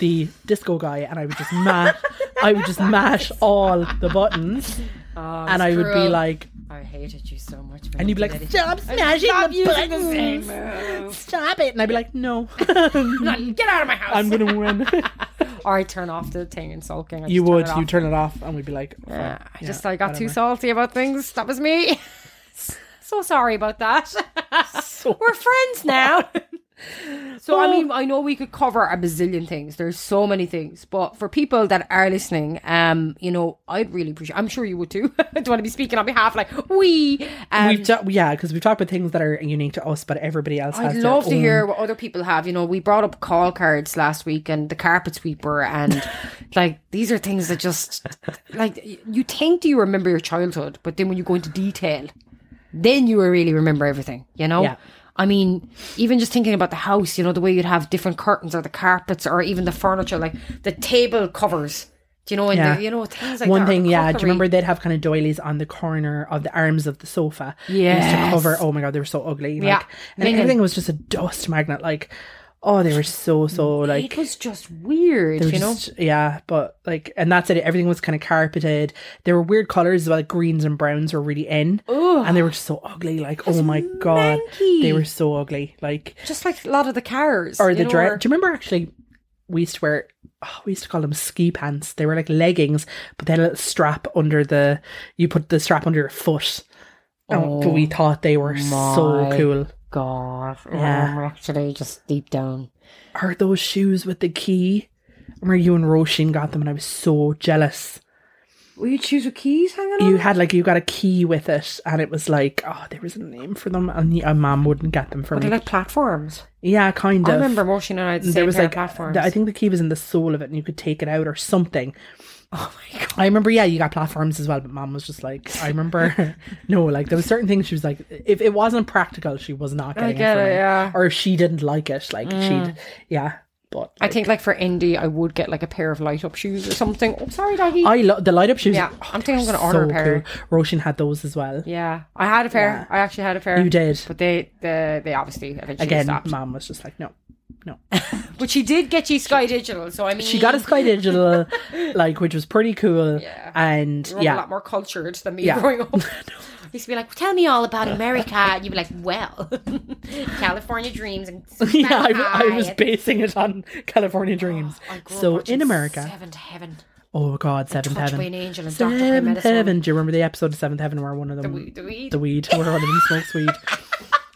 Speaker 1: the disco guy, and I would just mash. I would just mash all the buttons,
Speaker 2: Oh,
Speaker 1: and I would be
Speaker 2: cruel.
Speaker 1: like,
Speaker 2: I hated you so much.
Speaker 1: and you'd be like, stop smashing the buttons, stop it, and I'd be like, no,
Speaker 2: get out of my house.
Speaker 1: I'm gonna win.
Speaker 2: or I turn off the thing and sulking. I
Speaker 1: you
Speaker 2: just turn
Speaker 1: would
Speaker 2: it
Speaker 1: you
Speaker 2: off.
Speaker 1: turn it off and we'd be like "Oh,
Speaker 2: Yeah,
Speaker 1: fuck,
Speaker 2: I
Speaker 1: yeah,
Speaker 2: just I got too
Speaker 1: whatever."
Speaker 2: salty about things. That was me. so sorry about that. We're friends now. So I mean, I know we could cover a bazillion things. There's so many things, but for people that are listening, um, you know, I'd really appreciate. I'm sure you would too. I don't want to be speaking on behalf like we. Um,
Speaker 1: we've ta- yeah, because we've talked about things that are unique to us, but everybody else.
Speaker 2: I'd
Speaker 1: has
Speaker 2: love
Speaker 1: their
Speaker 2: to
Speaker 1: own-
Speaker 2: hear what other people have. You know, we brought up call cards last week and the carpet sweeper, and like these are things that just like y- you think do you remember your childhood, but then when you go into detail, then you really remember everything. You know.
Speaker 1: Yeah.
Speaker 2: I mean, even just thinking about the house, you know, the way you'd have different curtains or the carpets or even the furniture, like the table covers. Do you know? And
Speaker 1: Yeah.
Speaker 2: the, you know things like
Speaker 1: One
Speaker 2: that, or
Speaker 1: thing, yeah. Do you
Speaker 2: cutlery.
Speaker 1: remember they'd have kind of doilies on the corner of the arms of the sofa? Used to
Speaker 2: Yes.
Speaker 1: cover. Oh my god, they were so ugly.
Speaker 2: Yeah.
Speaker 1: Like, and
Speaker 2: Linen.
Speaker 1: everything was just a dust magnet. Like, oh, they were so so like.
Speaker 2: It was just weird,
Speaker 1: they
Speaker 2: you
Speaker 1: were
Speaker 2: know.
Speaker 1: just- yeah, but like, and that's it. Everything was kind of carpeted. There were weird colors as well. Like greens and browns were really in, and they were just so ugly. Like, oh my god, they
Speaker 2: manky.
Speaker 1: were so ugly. Like,
Speaker 2: Just like a lot of the cars
Speaker 1: or
Speaker 2: you
Speaker 1: the
Speaker 2: know,
Speaker 1: dress.
Speaker 2: or-
Speaker 1: Do you remember actually? We used to wear. Oh, we used to call them ski pants. They were like leggings, but they had a little strap under the. You put the strap under your foot. Oh,
Speaker 2: Oh
Speaker 1: we thought they were so
Speaker 2: my.
Speaker 1: cool.
Speaker 2: God,
Speaker 1: Yeah.
Speaker 2: um, actually, just deep down.
Speaker 1: Are those shoes with the key? I remember you and Roisin got them, and I was so jealous.
Speaker 2: Will you choose with keys hanging
Speaker 1: You had like you got a key with it, and it was like oh, there was a name for them, and y- uh, mom wouldn't get them for
Speaker 2: They're
Speaker 1: me.
Speaker 2: like platforms.
Speaker 1: yeah, kind of.
Speaker 2: I remember Moshi and I had the
Speaker 1: there
Speaker 2: same
Speaker 1: was
Speaker 2: pair of
Speaker 1: like
Speaker 2: platforms.
Speaker 1: th- I think the key was in the soul of it, and you could take it out or something. Oh my god! I remember. Yeah, you got platforms as well, but mom was just like, I remember. no, like there was certain things she was like, if it wasn't practical, she was not getting
Speaker 2: get
Speaker 1: it, for
Speaker 2: it,
Speaker 1: me.
Speaker 2: yeah. Mm.
Speaker 1: Or if she didn't like it, like she'd, yeah. But
Speaker 2: I think like for indie, I would get like a pair of light up shoes or something. Oh, sorry, doggy.
Speaker 1: I love the light up shoes.
Speaker 2: Yeah, I'm thinking I'm gonna order a pair.
Speaker 1: Cool. Roshan had those as well.
Speaker 2: yeah, I had a pair. I actually had a pair.
Speaker 1: You did.
Speaker 2: but they they, they obviously eventually
Speaker 1: Again,
Speaker 2: stopped.
Speaker 1: mom was just like, no, no.
Speaker 2: But she did get you Sky Digital, so I mean,
Speaker 1: She got a Sky Digital, like, which was pretty cool.
Speaker 2: Yeah.
Speaker 1: And
Speaker 2: You're a
Speaker 1: yeah,
Speaker 2: lot more cultured than me
Speaker 1: Yeah.
Speaker 2: growing up. I used to be like, tell me all about America, and you'd be like, well, California dreams and
Speaker 1: yeah, I, w- I
Speaker 2: Spotify
Speaker 1: was
Speaker 2: and
Speaker 1: basing it on California Dreams.
Speaker 2: I grew up
Speaker 1: so
Speaker 2: watching
Speaker 1: in America,
Speaker 2: Seventh Heaven.
Speaker 1: oh god, Seventh
Speaker 2: Touched
Speaker 1: Heaven,
Speaker 2: by an Angel and Dr. Grey
Speaker 1: Seventh
Speaker 2: Medicine.
Speaker 1: Heaven. Do you remember the episode of Seventh Heaven where one of them, the
Speaker 2: We-
Speaker 1: weed,
Speaker 2: do we-
Speaker 1: where one of them smokes weed?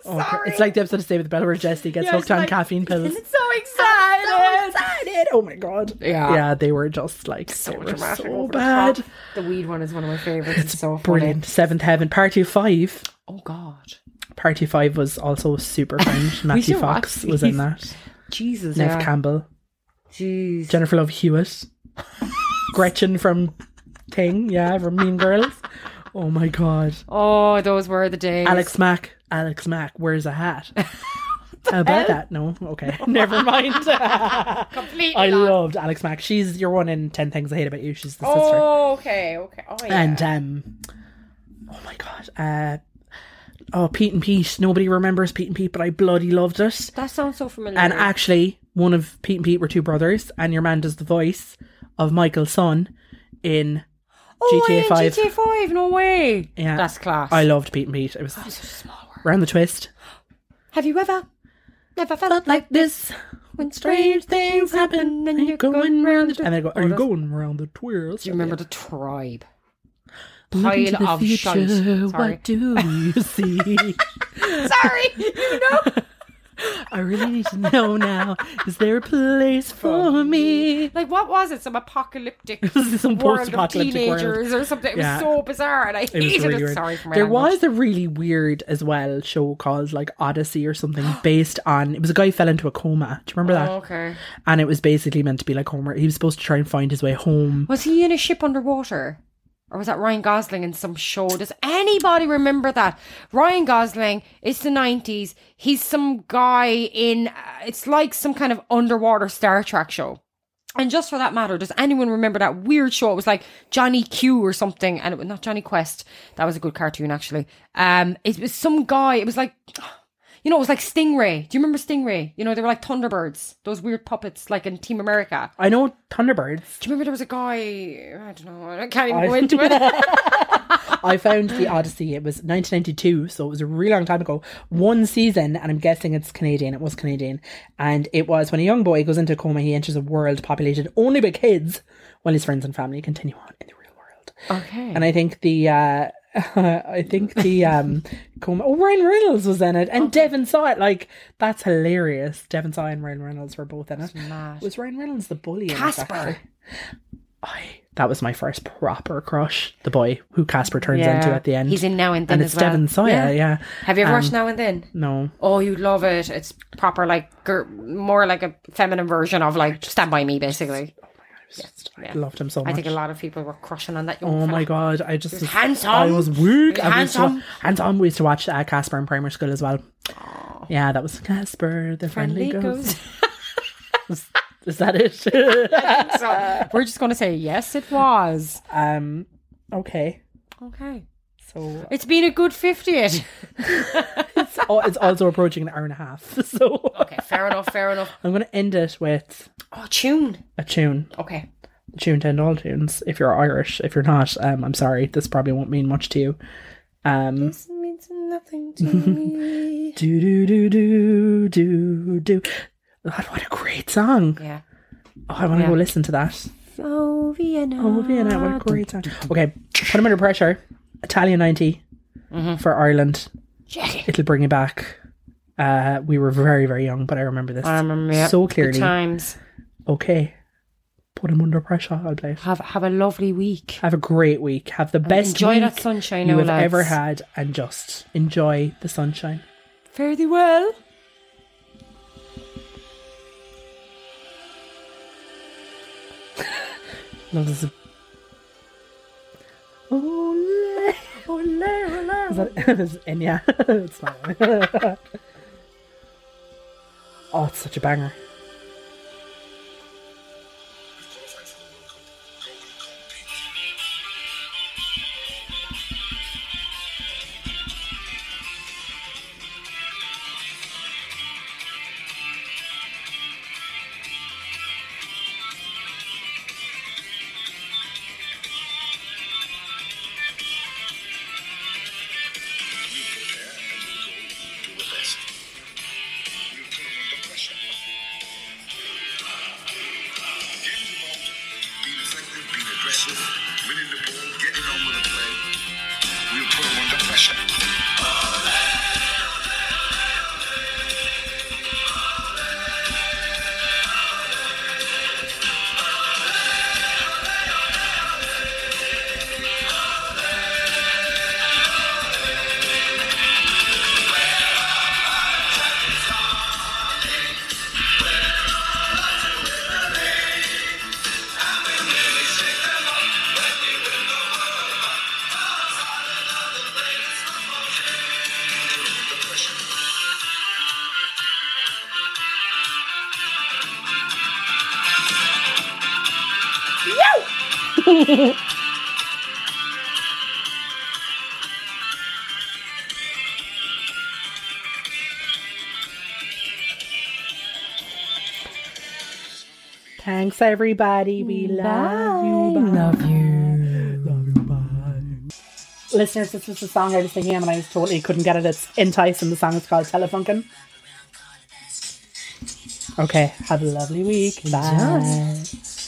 Speaker 1: Oh, God.
Speaker 2: Sorry.
Speaker 1: it's like the episode of Stay with the Bell where Jesse gets hooked on
Speaker 2: like-
Speaker 1: caffeine pills.
Speaker 2: so excited.
Speaker 1: excited! Oh my god!
Speaker 2: Yeah.
Speaker 1: yeah, they were just like so, they were
Speaker 2: Dramatic
Speaker 1: so
Speaker 2: over the
Speaker 1: bad,
Speaker 2: top. The weed one is one of my favorites. It's, so funny.
Speaker 1: brilliant. Seventh Heaven, Party Five.
Speaker 2: Oh god,
Speaker 1: Party Five was also super fun. Matthew
Speaker 2: should watch
Speaker 1: Fox was in
Speaker 2: these.
Speaker 1: that.
Speaker 2: Jesus,
Speaker 1: Nev
Speaker 2: yeah.
Speaker 1: Campbell.
Speaker 2: jeez.
Speaker 1: Jennifer Love Hewitt, Gretchen from Thing, yeah, from Mean Girls. Oh my god.
Speaker 2: oh, those were the days.
Speaker 1: Alex Mack, Alex Mack wears a hat. How about that? No, okay, never mind.
Speaker 2: completely.
Speaker 1: I
Speaker 2: lost.
Speaker 1: loved Alex Mack. She's your one in Ten Things I Hate About You. She's the sister.
Speaker 2: Oh, okay, okay. Oh yeah.
Speaker 1: And um, oh my god, uh, oh Pete and Pete. Nobody remembers Pete and Pete, but I bloody loved it.
Speaker 2: that sounds so familiar.
Speaker 1: And actually, one of Pete and Pete were two brothers, and your man does the voice of Michael's son in
Speaker 2: oh,
Speaker 1: GTA
Speaker 2: yeah,
Speaker 1: 5.
Speaker 2: GTA Five. No way.
Speaker 1: Yeah.
Speaker 2: that's class.
Speaker 1: I loved Pete and Pete. It was round the twist.
Speaker 2: Have you ever? Never felt like
Speaker 1: This
Speaker 2: when strange things happen and you're going round.
Speaker 1: and they go, Are you going round the twist?
Speaker 2: Do you remember the tribe?
Speaker 1: Look into
Speaker 2: Pile
Speaker 1: the
Speaker 2: of shite.
Speaker 1: future,
Speaker 2: Sorry.
Speaker 1: What do you see?
Speaker 2: Sorry, you know.
Speaker 1: I really need to know now. Is there a place for me?
Speaker 2: Like, what was it? Some apocalyptic
Speaker 1: Some
Speaker 2: world of
Speaker 1: post-apocalyptic world.
Speaker 2: teenagers or something. It
Speaker 1: Yeah.
Speaker 2: was so bizarre, and I
Speaker 1: It was
Speaker 2: hated
Speaker 1: really
Speaker 2: it.
Speaker 1: weird.
Speaker 2: Sorry for my
Speaker 1: there
Speaker 2: language.
Speaker 1: was a really weird as well show called like Odyssey or something based on it was a guy who fell into a coma. Do you remember that?
Speaker 2: Oh, okay.
Speaker 1: And it was basically meant to be like Homer. He was supposed to try and find his way home.
Speaker 2: Was he in a ship underwater? Or was that Ryan Gosling in some show? Does anybody remember that? Ryan Gosling, it's the 90s. He's some guy in, uh, it's like some kind of underwater Star Trek show. And just for that matter, does anyone remember that weird show? It was like Johnny Q or something, and it was not Johnny Quest. That was a good cartoon, actually. Um, it was some guy. It was like, you know, it was like Stingray. Do you remember Stingray? You know, they were like Thunderbirds, those weird puppets, like in Team America.
Speaker 1: I know Thunderbirds.
Speaker 2: Do you remember there was a guy? I don't know. I can't even go into it.
Speaker 1: I found the Odyssey. It was 1992, so it was a really long time ago. One season, and I'm guessing it's Canadian. It was Canadian, and it was when a young boy goes into a coma, he enters a world populated only by kids, while his friends and family continue on in the real world.
Speaker 2: Okay.
Speaker 1: And I think the uh, I think the um, com- oh Ryan Reynolds was in it,
Speaker 2: Oh.
Speaker 1: and Devon saw it. Like that's hilarious. Devon saw and Ryan Reynolds were both in it.
Speaker 2: mad.
Speaker 1: Was Ryan Reynolds the bully? in it,
Speaker 2: Casper.
Speaker 1: actually? I, that was my first proper crush. The boy who Casper turns into at the end.
Speaker 2: He's in now and then
Speaker 1: and
Speaker 2: as
Speaker 1: it's
Speaker 2: well.
Speaker 1: Devon Sawyer. Yeah. Um,
Speaker 2: Have you ever watched Now and Then?
Speaker 1: No.
Speaker 2: Oh, you'd love it. It's proper, like gir- more like a feminine version of like Stand by Me, basically.
Speaker 1: I was just- I
Speaker 2: yeah.
Speaker 1: loved him so much.
Speaker 2: I think a lot of people were crushing on that young.
Speaker 1: Oh
Speaker 2: fella.
Speaker 1: my god! I just
Speaker 2: was handsome.
Speaker 1: I was weak.
Speaker 2: He was
Speaker 1: I used to wa-
Speaker 2: handsome.
Speaker 1: handsome. We used to watch uh, Casper in primary school as well. Yeah, that was Casper, the friendly,
Speaker 2: Friendly
Speaker 1: ghost.
Speaker 2: ghost.
Speaker 1: Is that it?
Speaker 2: So Uh, we're just going to say yes, it was.
Speaker 1: um. Okay.
Speaker 2: Okay.
Speaker 1: So
Speaker 2: It's been a good 58.
Speaker 1: it's, al- it's also approaching an hour and a half. So
Speaker 2: Okay, fair enough, fair enough.
Speaker 1: I'm going to end it with
Speaker 2: Oh, tune.
Speaker 1: a tune.
Speaker 2: Okay.
Speaker 1: Tune to end all tunes. If you're Irish, if you're not, um, I'm sorry. This probably won't mean much to you. Um.
Speaker 2: This means nothing to me.
Speaker 1: Do do do do do do. God, what a great song!
Speaker 2: Yeah.
Speaker 1: Oh, I want to
Speaker 2: Yeah. Ah,
Speaker 1: go listen to that.
Speaker 3: Oh, Vienna.
Speaker 1: Oh, Vienna, what a great time. Okay, put him under pressure. Italian 90
Speaker 2: Mm-hmm.
Speaker 1: for Ireland.
Speaker 2: Check it.
Speaker 1: It'll bring you back. Uh, we were very, very young, but I remember this
Speaker 2: I remember yeah,
Speaker 1: so
Speaker 2: good
Speaker 1: clearly.
Speaker 2: times.
Speaker 1: Okay, put him under pressure. I'll play it.
Speaker 2: Have have a lovely week.
Speaker 1: Have a great week. Have the best
Speaker 2: Enjoy
Speaker 1: week
Speaker 2: that sunshine
Speaker 1: you
Speaker 2: now,
Speaker 1: have
Speaker 2: lads.
Speaker 1: ever had, and just enjoy the sunshine.
Speaker 2: Fare thee well.
Speaker 1: Love is a- Ole, ole, ole. Is that is it Enya? it's not. oh, it's such a banger.
Speaker 5: You prepare and you go to the best. You put them under pressure. Games about being effective, being aggressive, winning the ball, getting on with the play. We'll put them under pressure. Under pressure.
Speaker 1: Thanks, everybody. We love you. Bye.
Speaker 4: Love you. Love you.
Speaker 1: Listeners, this was the song I was thinking of, and I was totally couldn't get it. It's Entice, and the song is called Telefunken. Okay, have a lovely week. Bye.